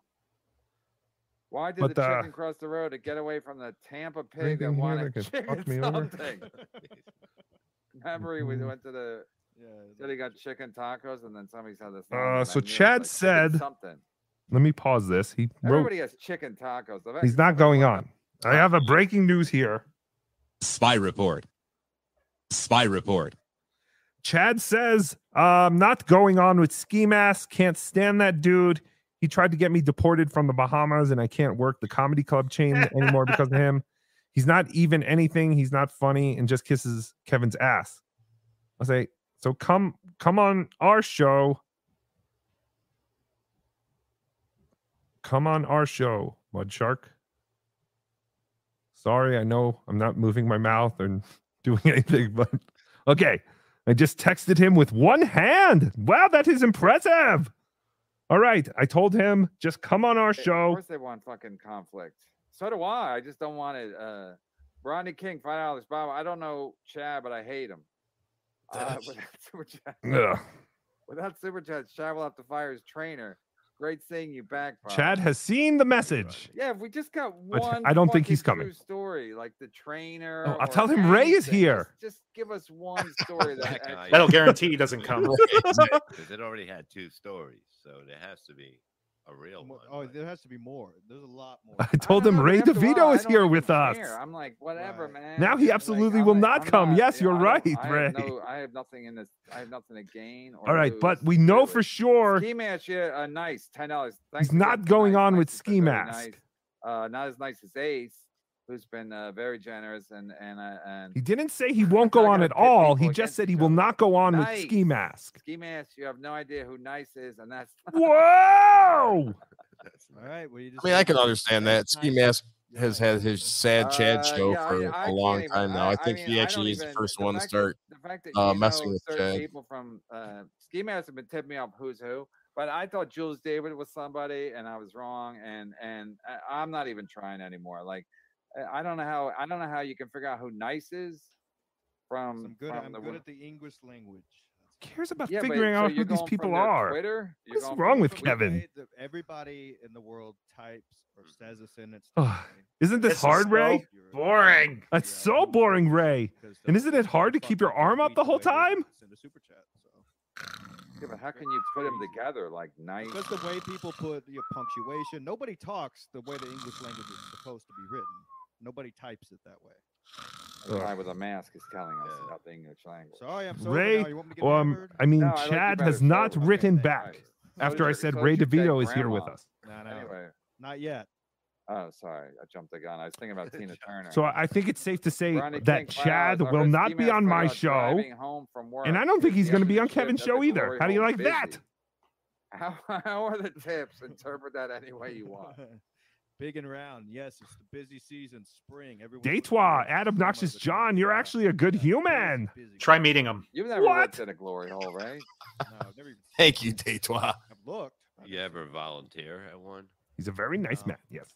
Why did
But,
the
uh,
chicken cross the road to get away from the Tampa pig
anything
that
here
wanted
that could fuck
chicken
me over? Mm-hmm.
something? Remember, we went to the. Said he got chicken tacos, and then somebody said this. thing on the
Uh, so
menu, it's
Chad
like, chicken
said-
something.
Let me pause this. He wrote
Everybody has chicken tacos. I've
He's
actually-
not going on. I have a breaking news here.
Spy report. Spy report.
Chad says, I'm not going on with ski mask. Can't stand that dude. He tried to get me deported from the Bahamas, and I can't work the comedy club chain anymore because of him. He's not even anything. He's not funny and just kisses Kevin's ass. I say, so come come on our show. Come on our show, Mud Shark. Sorry, I know I'm not moving my mouth and doing anything, but okay. I just texted him with one hand. Wow, that is impressive. All right. I told him just come on our
Hey,
show.
Of course, they want fucking conflict. So do I. I just don't want it. Uh, Rodney King, five dollars. Bob, I don't know Chad, but I hate him. Uh,
That's-
without super chat,
Ugh.
without super chat, Chad will have to fire his trainer. Great seeing you back, Bob.
Chad has seen the message.
Yeah, if we just got
But
one.
I don't think he's
fucking true
coming.
Story like the trainer.
Oh, I'll
or
tell him Ray is
anything.
here.
Just, just give us one story that.
That guy.
actually-
That'll guarantee he doesn't come.
Because it already had two stories, so there has to be a real one.
Oh, there has to be more. There's a lot more.
I told him Ray DeVito is here with uh, us.
care. I'm like, whatever, man.
Now he absolutely will not come. yes, you're right,
I
Ray.
Have no, I have nothing in this. I have nothing to gain. Or
All right,
lose.
but we know for sure
ski mask. Yeah, uh, nice. Ten dollars.
he's not going on with ski
Nice.
mask.
Uh, not as nice as Ace, who's been uh, very generous and and uh, and
He didn't say he won't go on at all. He just said he will not go on with ski
Nice.
mask.
ski mask. You have no idea who nice is, and that's
Whoa!
All right. Well, you just
I mean, I can understand that. Ski Mask has had his sad Chad
Uh,
show
yeah, I-
for
I
a
can't
long
even-
time now.
I-
I
I
think
mean, I
he
don't
actually is the
even-
first
the
one to
fact that-
start
the fact that
uh,
you
messing
know
with
certain
Chad.
people from uh, ski mask have been tipping me up who's who, but I thought Jules David was somebody, and I was wrong, and and I- I'm not even trying anymore. Like uh, I- I don't know how I don't know how you can figure out who nice is from
I'm good.
from
I'm
the
good
wo-
at the English language.
cares about
Yeah, but-
figuring
so
out who
you're going
these
from
people
their
are?
Twitter? You're
What's
going
wrong
from-
with
We
Kevin?
made the- everybody in the world types or
Mm.
says a sentence.
Ugh, isn't this,
This is
hard,
so
Ray?
Boring.
That's so boring, Ray. And isn't it hard to keep your arm up the whole time?
Send a super chat.
Yeah, but how can you put them together like nice?
Because the way people put your punctuation, nobody talks the way the English language is supposed to be written. Nobody types it that way.
The guy with a mask is telling us about the English language.
Sorry, I'm
Ray, um, I mean,
No, I like you
Chad has
better
not
forward.
written back
So
after I
you-
said
so
Ray
you said
DeVito is here with
grandma.
us.
Anyway.
Not yet.
Oh, sorry, I jumped the gun. I was thinking about Tina Turner.
So I I think it's safe to say
Ronnie
that
King files
Chad
a
will not be
risky
on
mess
my
about
show.
driving home from work
And I don't think
because
he's
the
going to be on
afternoon
Kevin's
shift at
show
the
either.
Glory
How do you
Hole
like
busy.
that?
How, how are the tips? Interpret that any way you want.
Big and round. Yes, it's the busy season, spring. Everyone.
Detois, Ad Obnoxious John, you're actually a good human.
Try meeting him.
You've never
What?
worked in a glory hole, right?
Thank you, Detois.
Look,
You ever volunteer at one?
He's a very
Oh.
nice man. Yes.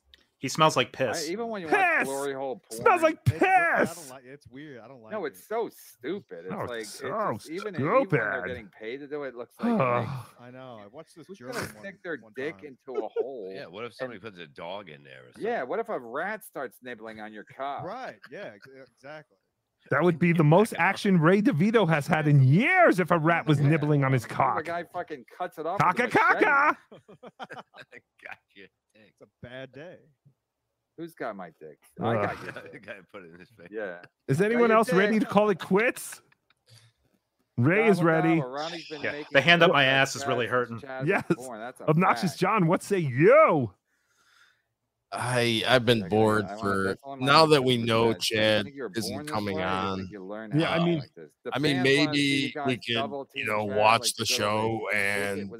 He smells like
I-
piss.
even when you watch
Piss!
glory hole porn,
Smells like
it's-
I
piss!
don't like. It's weird. I don't like.
No, it's so stupid. It's
Oh,
like
it's
it's just,
so
even if- even when they're
stupid.
getting paid to do it, it looks like it makes
I know. I watched this.
Who's gonna stick their dick into a hole?
Yeah. What if somebody puts a dog in there? Or something?
Yeah, what if a rat starts nibbling on your cock?
Right. Yeah. ex- Exactly.
That would be the most action Ray DeVito has had in years if a rat was nibbling on his
What if
cock.
The guy fucking cuts it off. with a
Cock a
machete?
caca.
Gotcha. It's
a bad day.
Who's got my dick?
Uh.
I got your dick.
The guy put it in his face.
Yeah.
Is anyone else ready to call it quits? Ray is ready.
Yeah, The hand up my ass is really hurting.
Yes. Obnoxious John, what say you?
I I've been bored for now that we know Chad isn't coming on.
Yeah, I mean-
I mean, maybe we can you know watch the show and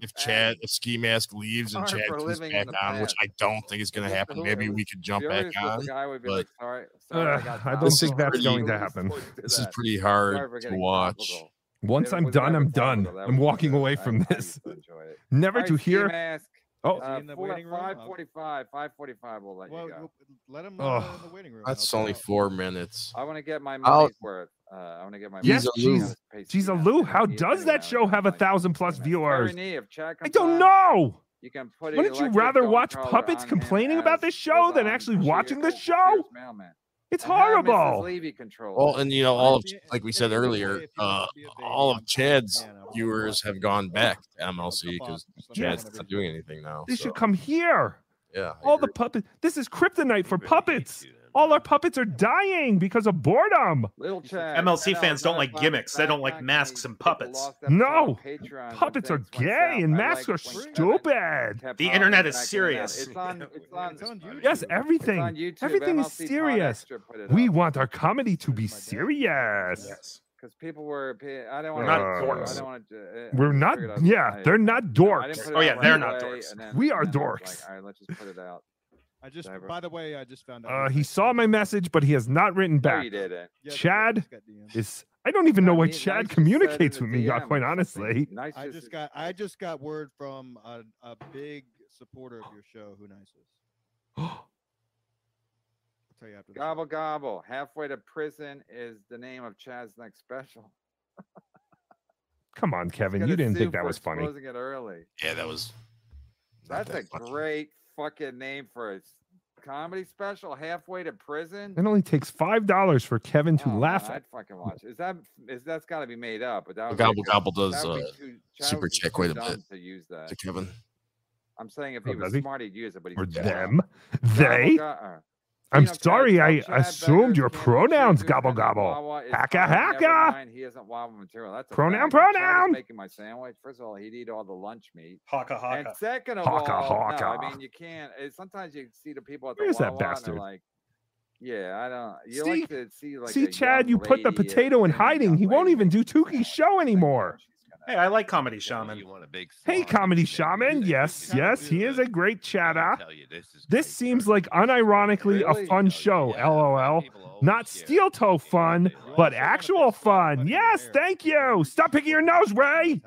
if Chad if Ski Mask leaves and
Sorry
Chad
for
comes
living in
back
the
on, which I don't think is going to happen, maybe we could jump back on. But
sorry,
Ugh, I don't
This is
think that's
pretty-
going to happen.
this is pretty hard to watch.
Once I'm done, I'm done. I'm walking away from this. Never to hear. Oh.
Oh, uh,
in the
four,
waiting room?
545, 545 will let
Well,
you go.
Let him uh,
Oh, that's only four minutes.
I want to get my
I'll-
money's worth. Uh, I want to get my
Yes,
money's
jeez.
worth. Pay
Jeez, a Lou, how does that show have a thousand plus viewers?
Irony, if Chad
I
comes
don't
on,
know.
You can put an
Wouldn't you
electric
rather
dog
watch
collar
puppets
on him
complaining about
as
this show than
on
actually
Cheers
watching the
Cheers
show?
mailman.
It's
And how Mrs.
horrible.
Levy controls
Oh,
Well,
it.
and you know, all of
eh,
like we said earlier, uh, all of Chad's viewers have gone back to MLC because Chad's not doing anything now.
They
So
should come here.
yeah,
All the puppets. This is kryptonite for puppets. All our puppets are dying because of boredom.
Little Chad.
MLC fans don't like gimmicks. They don't like masks and puppets.
No, puppets are gay and masks are stupid.
The internet is serious.
It's on. It's on. It's on
Yes, everything.
YouTube,
Everything is
MLC Pod
serious.
Extra put it
We
up.
want our comedy to be serious.
Because people were. pa- I don't
We're
want
not
I
dorks. Oh,
don't uh, want to.
We're not. Yeah, they're not dorks. We are dorks.
All right, let's just put it out.
I just. By the way, I just found out.
Uh, he saw my message, but he has not written
No,
back.
you didn't. Yeah,
Chad is. I don't even know why Chad communicates with me. uh, Quite honestly,
I just got. I just got word from a, a big supporter of your show, who nice is. I'll tell you after. The
Gobble gobble. Halfway to prison is the name of Chad's next special.
come on, Kevin.
Gonna
You didn't
sue
think that
for
was funny.
Exposing it early.
yeah, that was
That's a great fucking name for a s- comedy special. Halfway to prison.
It only takes five dollars for Kevin to
Oh,
laugh at.
I'd fucking watch. it. Is that is that's got to be made up? But that would be
Gobble
good-
Gobble does
that would
uh,
be too- Chad would
super
be
check
too
quite a
dumb
bit
To use that
to Kevin.
I'm saying if
Oh,
he was
does he?
smart, he'd use it. But he's
Or
dumb.
them.
Gobble
They.
go- uh,
I'm
you know, Chad-
sorry. I
Chad
assumed
Beggar's
your
Can't Shoot
pronouns.
You,
Gobble
and
gobble.
Wawa is
Hacka
fine, never
hacka.
mind, He isn't Wawa material. That's a
Pronoun,
fact. Chad is
pronoun.
Making my sandwich. First of all, he'd eat all the lunch meat.
Haka
And
haka.
second of
Haka
all, no,
haka.
I mean you can't. eh, Sometimes you see the people at the
Where's
Wawa
that
and they're
bastard?
like, yeah, I don't. You
See-
like to see like
See,
a
Chad,
young
you put the
lady, eh,
potato in hiding. He won't even do Tuki's show anymore.
Hey, I like comedy shaman.
Hey, comedy shaman. Yes, yes, he is a great chatter. This seems like unironically Oh, a fun show. LOL. Not steel toe fun, but actual fun. Yes, thank you. Stop picking your nose, Ray.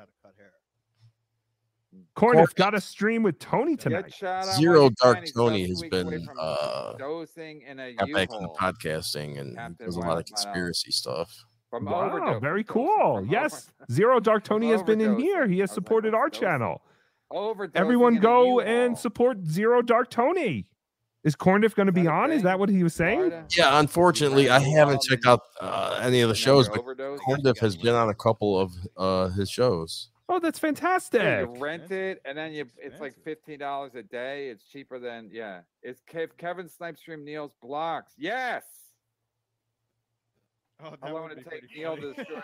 Corniff got a stream with Tony
Get
tonight.
Chad on
Zero
one of your
Dark
tiny
Tony
subs
has
week
been uh,
Dosing in a
got back into
U-Haul.
podcasting and
Captain
does a lot of
Wildfire.
conspiracy stuff.
From
Wow,
Overdose.
very cool. Yes, Zero Dark Tony has been in here. He has supported our channel.
Overdose.
Everyone go and support Zero Dark Tony. Is Corniff going to be on? Is that what he was saying?
Yeah, unfortunately, I haven't checked out uh, any of the shows, but
overdose.
Corndiff has been on a couple of uh, his shows.
Oh, that's
Yeah,
fantastic.
you rent it, and then you it's like fifteen dollars a day. It's cheaper than yeah. It's Kev, Kevin Snipestream Neil's blocks. Yes.
Oh,
Oh, I want to take Neil to destroy.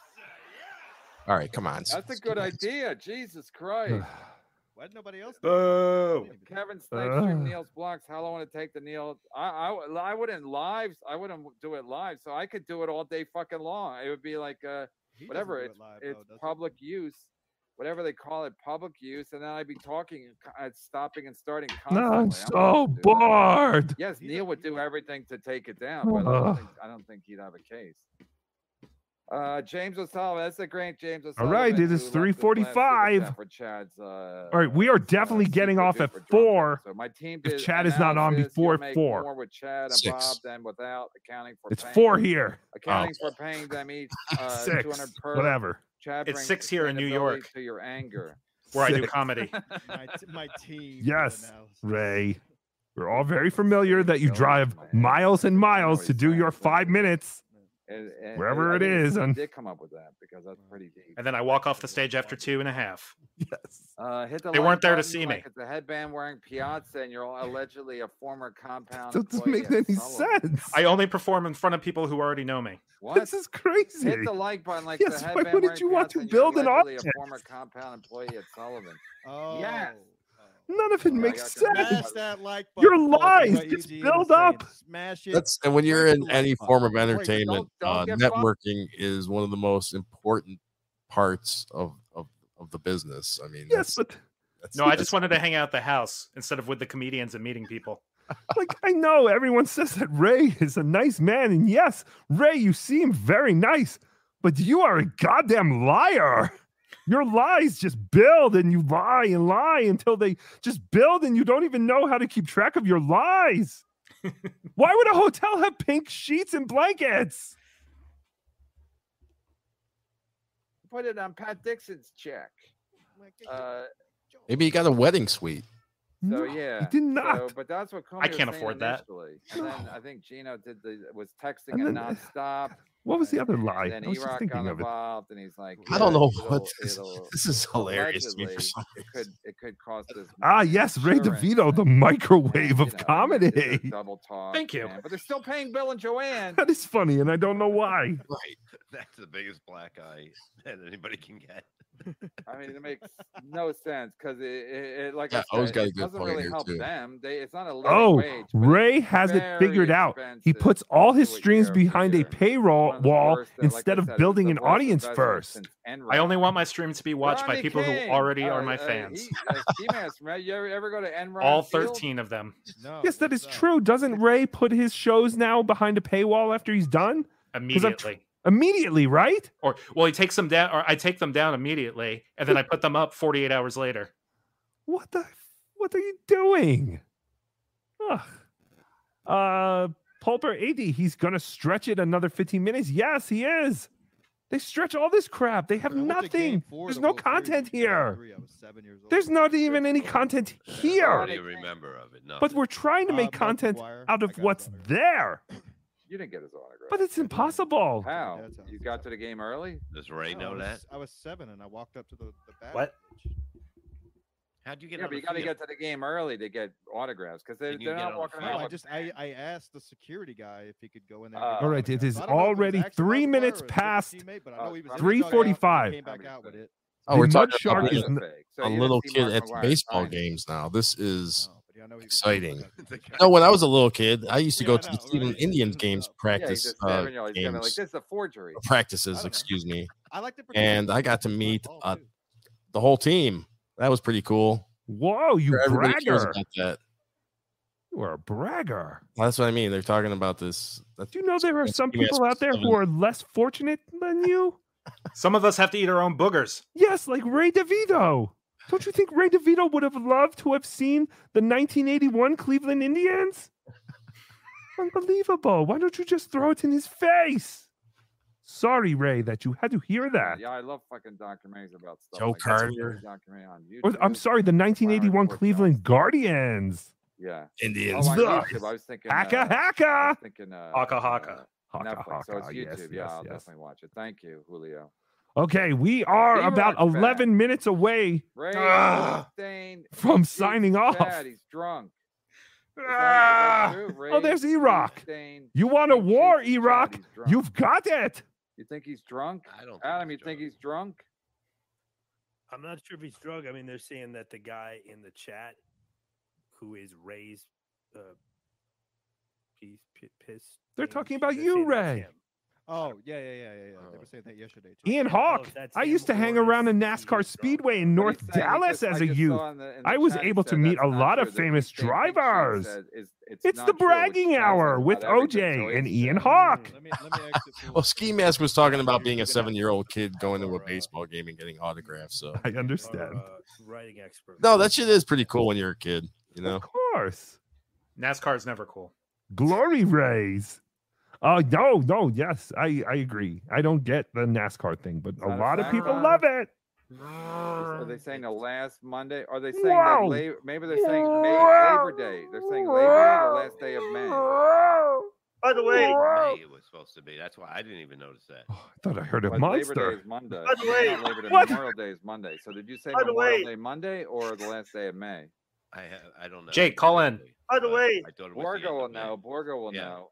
All right, come on.
That's a good idea. Jesus Christ.
Why did nobody else?
Uh, Boo.
Kevin Snipestream
Ugh.
Neil's blocks. How long would it take the Neil? I, I w- I wouldn't live. I wouldn't w- do it live, so I could do it all day fucking long. It would be like uh
He doesn't
whatever.
do it
It's
live, though,
it's
does he?
public use, whatever they call it, public use, and then I'd be talking, and co- I'd stopping and starting. Constantly.
No, I'm
not gonna
so
do that.
bored.
Yes, Neil would do everything to take it down, but I don't,
Ugh.
think, I don't think he'd have a case. Uh, James O'Sullivan. That's a great James
All
O'Sullivan.
right, it
who
is
left
three
us last super chat
forty-five.
For Chad's, uh,
All right, we are definitely getting off at four.
so my team did
If Chad is not on
analysis,
before
you'll make More
four,
with Chad and Bob
Six.
than without accounting for.
It's
paying-
four here.
Accounting
Oh.
for paying them each uh,
Six,
200 per.
whatever.
Chad
It's
brings
six here in New
sustainability
York.
To your anger.
Where I do
Six.
comedy.
my, t- my team.
yes, Ray. We're all very familiar that you drive miles and miles to do your five minutes.
And- and-
Wherever
I
it
think
is,
I
and-
did come up with that because that's pretty deep.
And then I walk off the stage after two and a half.
Uh, hit the
They
like
weren't there to
button
see
like
me.
It's a headband wearing Piazza, and you're all allegedly a former compound.
That doesn't
employee
make
at
any
Sullivan.
I only perform in front of people who already know me.
What? This
is crazy.
Hit the like button like
Yes,
the
why
headband
wouldn't
wearing
you want to
Piazza, and you're
build an
allegedly
object?
A former compound employee at Sullivan.
Oh.
Yes.
None of it makes
Smash
sense.
that like button.
Your lies just build up.
Smash it.
That's and when you're in any form of
uh, Wait, don't-
entertainment,
don't
uh,
get fucked.
networking is one of the most important parts of of, of the business. I mean,
Yes, but
No, I just wanted to hang out at the house instead of with the comedians and meeting people.
like I know everyone says that Ray is a nice man, and yes, Ray, you seem very nice, but you are a goddamn liar. Your lies just build and you lie and lie until they just build and you don't even know how to keep track of your lies. Why would a hotel have pink sheets and blankets?
Put it on Pat Dixon's check. Uh,
maybe you got a wedding suite.
so yeah,
did not.
So, but that's what Comey was
can't
saying
afford that.
initially. And then I think Gino did the was texting
And
it
then-
nonstop.
What was the other lie?
And
I
then
was just
Iraq got
thinking of it.
involved, and he's like,
I don't know
it'll-
what this-
it'll-
this is hilarious to me for
allegedly,
some
it could, it could cause this
Ah, yes, Ray DeVito, the microwave of comedy.
double talk.
Thank you.
man, But they're still paying Bill and Joanne.
That is funny, and I don't know why.
That's the biggest black eye that anybody can get.
I mean, it makes no sense because it, it, it, like
Yeah,
I
O's
said,
got a
it
good
doesn't
point
really
here,
help
too.
them. They, it's not a living
Oh,
wage.
Ray has it
very
figured out. He puts all his streams behind a paywall wall
worst, uh, like I
instead
said,
of
it's
building
the
an
worst
audience
investment
first.
since Enron.
I only want my stream to be watched by
Rodney
people
King!
who already
Uh,
are my
uh,
fans.
he- uh, Seamus, right? You ever, ever go to Enron?
All
Field?
13 of them.
Oh,
yes, that is true. Doesn't Ray put his shows now behind a paywall after he's done? 'Cause I'm tr-
Immediately.
immediately, right?
Or well, he takes them down or I take them down immediately and then I put them up 48 hours later.
What the? What are you doing? Ugh. Uh, Pulper eighty. He's gonna stretch it another fifteen minutes. Yes, he is. They stretch all this crap. They have nothing. There's no content here. There's not even any content
What
here.
do you remember of it? No.
But we're trying to
Uh,
make content out of what's there.
You didn't get his autograph.
But it's impossible.
How? You got to the game early?
Does Ray
I
know
was,
that?
I was seven and I walked up to the, the back.
What?
How'd you get
Yeah,
on
but
the
you got to
field?
get to the game early to get autographs because they're,
Can you
they're
get on
not
the
walking
No,
around.
I
with-
just I, I asked the security guy if he could go in there.
Uh,
All right, it is
I don't know if
already
actually
three
on the wire or
minutes
if it's a
past
teammate, but I
Uh,
know he was in the dugout and he
3:45.
Came back out with it.
Oh, we're
The
talking
Mud
about
Shark is
being
n-
a
So you
little
didn't see
kid
Mark
at
McGuire
baseball
sign.
games now. This is exciting. No, when I was a little kid, I used to go to the Cleveland Indians games
yeah, he's
practice
just
uh,
seven year old. He's gonna be like,
games
this is a forgery.
practices, excuse me.
I like to pretend
and
that
I got to meet uh, the whole team. That was pretty cool.
Whoa, you
Everybody cares
bragger.
about that.
You are a bragger.
That's what I mean. They're talking about this. That's
Do you know there are some
Yes,
people out there who
seven.
are less fortunate than you?
Some of us have to eat our own boogers.
Yes, like Ray DeVito. Don't you think Ray DeVito would have loved to have seen the 1981 Cleveland Indians? Unbelievable. Why don't you just throw it in his face? Sorry, Ray, that you had to hear that.
Yeah, I love fucking documentaries about stuff.
Joe
like that.
Carter.
Documentary on YouTube.
Or, I'm sorry, the 1981 Cleveland Guardians.
Yeah.
Indians.
Oh, on
Ugh.
YouTube. I was thinking.
Haka
uh, I
Haka.
was thinking. Uh,
Haka Haka.
uh, Netflix.
Haka
so it's
Haka,
YouTube.
yes,
yeah,
yes,
I'll
yes.
definitely watch it. Thank you, Julio.
Okay, we are
Be
about
right back.
11 minutes away
Ray
ah,
Rubenstein.
from
Jesus,
signing off.
Chad, he's drunk.
Ah, oh, there's E Rock. You want a war, E Rock? You've got it.
You think he's drunk? I don't. Adam, you think he's drunk?
I'm not sure if he's drug. I mean, they're saying that the guy in the chat who is Ray's uh, piece, pi- piss.
They're talking about you, Ray.
Oh yeah, yeah, yeah, yeah, yeah. They
Oh.
were saying Oh, that yesterday. too.
Oh,
Ian Hawk. I used to hang around a NASCAR Speedway in North Dallas as a youth. I was able to meet a lot of famous drivers.
It's,
the bragging hour with OJ and Ian Hawk.
Well, Ski Mask was talking about being a seven-year-old kid going to a baseball game and getting autographs. So
I understand.
Writing expert.
No, that shit is pretty cool when you're a kid. You know,
Of course.
NASCAR's never cool.
Glory rays. Oh no, no, yes, I I agree. I don't get the NASCAR thing, but a lot of people love it.
Are they saying the last Monday? Are they saying
Wow.
that labor, maybe they're saying May, Labor Day? They're saying Labor Day, the last day of May.
By the way,
May it was supposed to be. That's why I didn't even notice that.
I thought I heard a
But Labor Day
monster.
is Monday.
By the
No,
way-
not Labor Day,
What?
Memorial Day is Monday. So did you say
By the
Memorial
way-
Day Monday or the last day of May?
I have, I don't know.
Jake, call in.
By the way,
I thought it was the
Borgo
end
will
of May.
know. Borgo will know.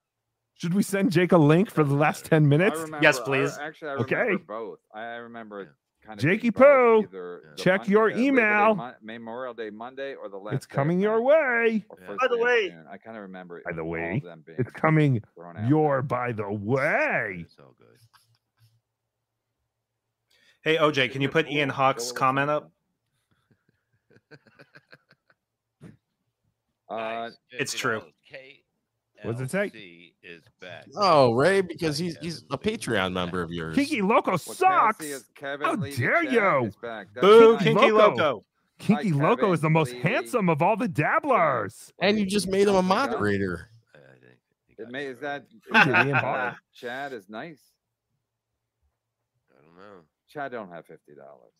Should we send Jake a link for the last 10
I
minutes?
remember- I- actually, I remember
okay.
both. I, I remember it kind of.
Jakey
being both,
Poo,
either the
check
Mon-
your
the Labor Day
email.
Mon- Memorial Day Monday or the last.
It's
day of
coming
May,
your way.
or first
By the
day of
way-
June. I kind of remember. it
By the
all
way,
of them being
it's coming
thrown out.
your by the way.
Hey, OJ, can you put Ian Hawk's comment up?
Uh,
It's true.
What's it say?
He is back.
Oh, Ray, because he's he's a Patreon member of yours.
Kiki Loco
What's bad to see
sucks.
is Kevin
How
Lee the
dare
Chat
you?
is back. That's
Boo,
nice.
Kinky Loco. Kinky Loco is the most handsome of all the dabblers.
And you just made him a moderator.
It may, is that
Look at
is
Ian
that, uh,
Hawke.
Chad is nice.
I don't know.
Chad don't have fifty dollars.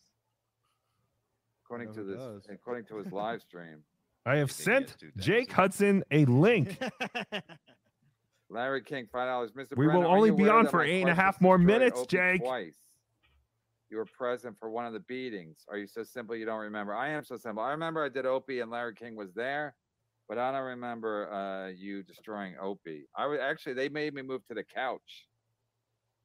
According to this, according to his live stream,
I have sent Jake Hudson a link.
Larry King five dollars. Mr.
We will
Brenner, are
only
you
be
aware
on
that
for
my
eight and a
club
half
was
more
destroyed
minutes,
open
Jake.
Twice. You were present for one of the beatings. Are you so simple you don't remember? I am so simple. I remember I did Opie and Larry King was there, but I don't remember uh, you destroying Opie. I was actually they made me move to the couch.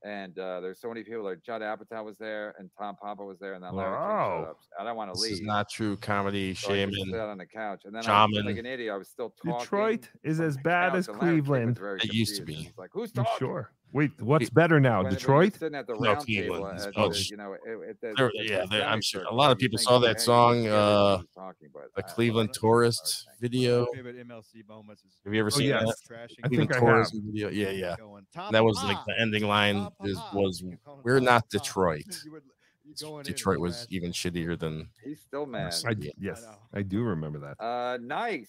And uh, there's so many people. Like Judd Apatow was there, and Tom Papa was there, and then Larry King showed
Wow.
up. I don't want to
This
leave.
is not true comedy,
so I just
shaman.
sat on the couch, and then I was like
Shaman.
an idiot. I was still talking.
Detroit is as bad as
and Larry King was
Cleveland.
very
It used to
confused.
be.
He's like, "Who's
You
talking?"
sure? Wait, what's better now,
when- when you're
Detroit?
sitting at the
No,
round
Cleveland
table
is
at
bullshit.
the- you know, it- it- the-
oh, There-
the-
yeah,
the
there- I'm
sound
sure a
effect,
lot of
you
people
think,
saw
"Hey,
that
who's
song,
scared
uh,
of who's talking?" But
a
I-
Cleveland tourist video.
My favorite MLC moments is
Have you ever
Oh,
seen
yes.
that?
Trashing
Cleveland
the
tourist
Cavs.
video. Yeah, yeah.
Going,
And that was like the ending line is was we're not Detroit. Detroit was even shittier than
He's still mad.
I, yes, I do remember that.
Uh, nice.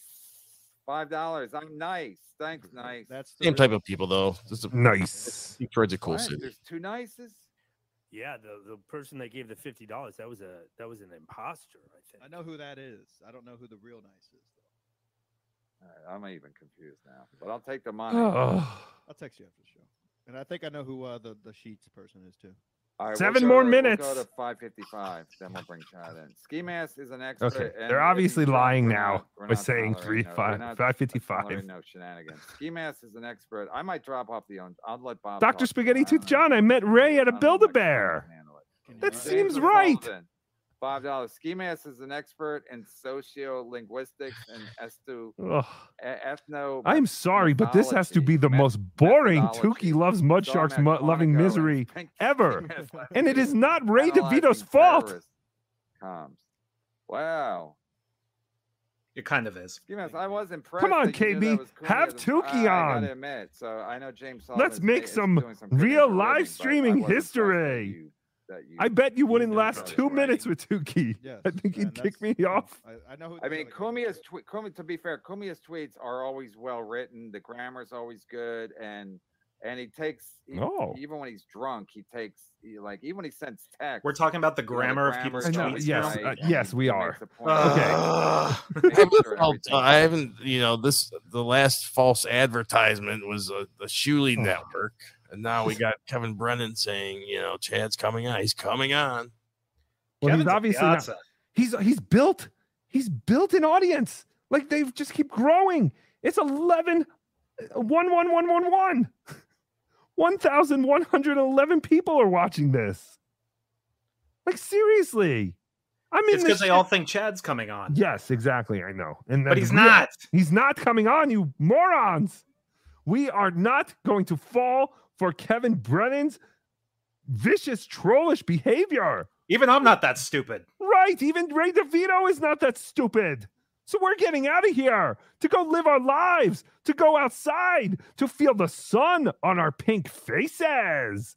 Five dollars. I'm nice. Thanks, nice. That's
same type of people though. Just a,
Nice.
Detroit's a cool city.
There's two nices.
Yeah, the, the person that gave the fifty dollars that was a that was an imposter. I think.
I know who that is. I don't know who the real nice is.
All right, I'm even confused now, but I'll take the money.
Oh.
I'll text you after the show. And I think I know who uh, the the sheets person is too.
All right, we'll
Seven
go
more
to- We'll go
minutes.
to 555. Then we'll bring Chad in. Ski Mask is an expert.
Okay,
and
they're
if
obviously
he's drunk,
lying
we're
now
not- we're
by
not
saying three
tolerating it. We're
five
not
five fifty
tolerating
five.
No shenanigans. Ski Mask is an expert. I might drop off the own. I'll let Bob.
Doctor
talk.
Spaghetti Tooth John, I met Ray at a Build a Bear. That
James
seems right.
O'Sullivan, Five dollars. Ski Mask is an expert in sociolinguistics and estu
Ugh.
e- ethno.
I'm sorry, but this has to be the most boring Tukey loves mud sharks mu- loving misery ever. And it is not Ray DeVito's fault.
Comes. Wow.
It kind of is.
Ski Mask, I was impressed.
Come on,
that you knew
KB,
that was Cooney
have
as a-
Tukey
I, I
on.
gotta admit, so I know James.
Let's
Sullivan's
make
ma- is
some
doing some good
real
interviewing, but I
live streaming
wasn't impressed that
history.
you-
I bet you wouldn't
knew
last
about it,
two
right?
minutes with Tukey.
Yes,
I think he'd kick me off.
I, I know who.
I mean, Kumia's tweet. Kumi, to be fair, Kumia's tweets are always well written. The grammar's always good, and and he takes he-
Oh.
even when he's drunk, he takes he, like even when he sends text.
We're talking about the
you know,
grammar of
grammar
people's
is
tweets
always
now?
right.
Uh,
yes, we
He
are.
makes a point.
Uh,
Ugh. I'm just helped. I haven't, you know, this the last false advertisement was a, the Shuley
Oh.
Network, and now we got Kevin Brennan saying, you know, Chad's coming on. He's coming on.
Well,
Kevin's
he's
a
obviously not-
piazza.
he's he's built he's built an audience. Like they just keep growing. It's 11 one one one one one. 1111 people are watching this. Like seriously. I mean
it's because they all think Chad's coming on.
Yes, exactly. I know. And
But
that's
he's
real.
not.
He's not coming on, you morons. We are not going to fall for Kevin Brennan's vicious trollish behavior.
Even I'm not that stupid.
Right. Even Ray DeVito is not that stupid. So we're getting out of here to go live our lives, to go outside, to feel the sun on our pink faces.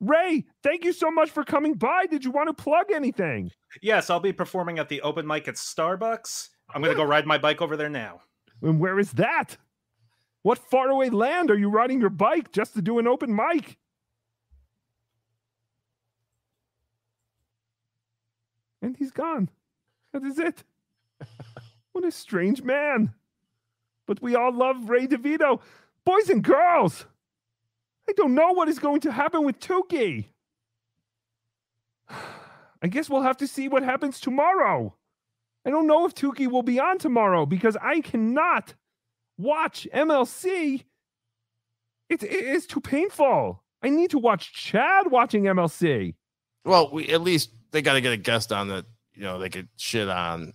Ray, thank you so much for coming by. Did you want to plug anything?
Yes, I'll be performing at the open mic at Starbucks. I'm going to go ride my bike over there now.
And where is that? What faraway land are you riding your bike just to do an open mic? And he's gone. That is it. what a strange man. But we all love Ray DeVito. Boys and girls, I don't know what is going to happen with Tuki. I guess we'll have to see what happens tomorrow. I don't know if Tukey will be on tomorrow because I cannot watch MLC. It, it is too painful. I need to watch Chad watching MLC.
Well, we at least they got to get a guest on that, you know, they could shit on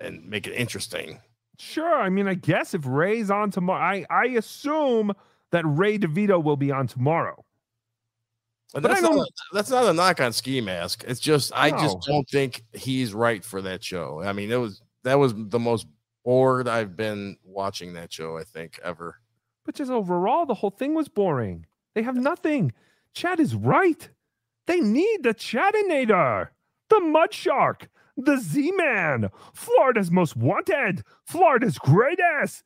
and make it interesting.
Sure, I mean, I guess if Ray's on tomorrow, I, I assume that Ray DeVito will be on tomorrow.
And
But I
that's, not,
don't-
a- that's not a knock on Ski Mask. It's just I just
No.
don't think he's right for that show. I mean, it was that was the most bored I've been watching that show. I think ever.
But just overall, the whole thing was boring. They have nothing. Chad is right. They need the Chatinator, the Mud Shark, the Z Man, Florida's most wanted, Florida's greatest.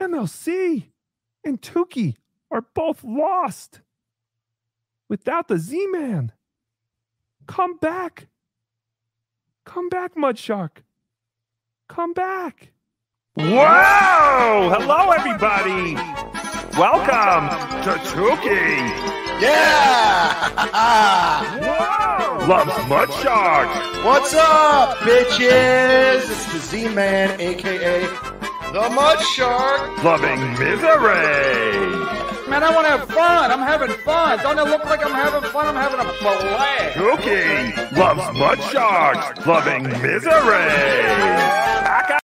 MLC and Tukey are both lost. Without the Z Man, come back. Come back, Mud Shark. Come back.
Whoa! Hello, everybody. Welcome to Tuki. Yeah! Love Mud Shark.
What's up, bitches? It's the Z-Man, aka the Mud Shark.
Loving misery.
Man, I want to have fun. I'm having fun. Don't it look like I'm having fun? I'm having a blast.
Tuki loves Mud Shark. Loving misery.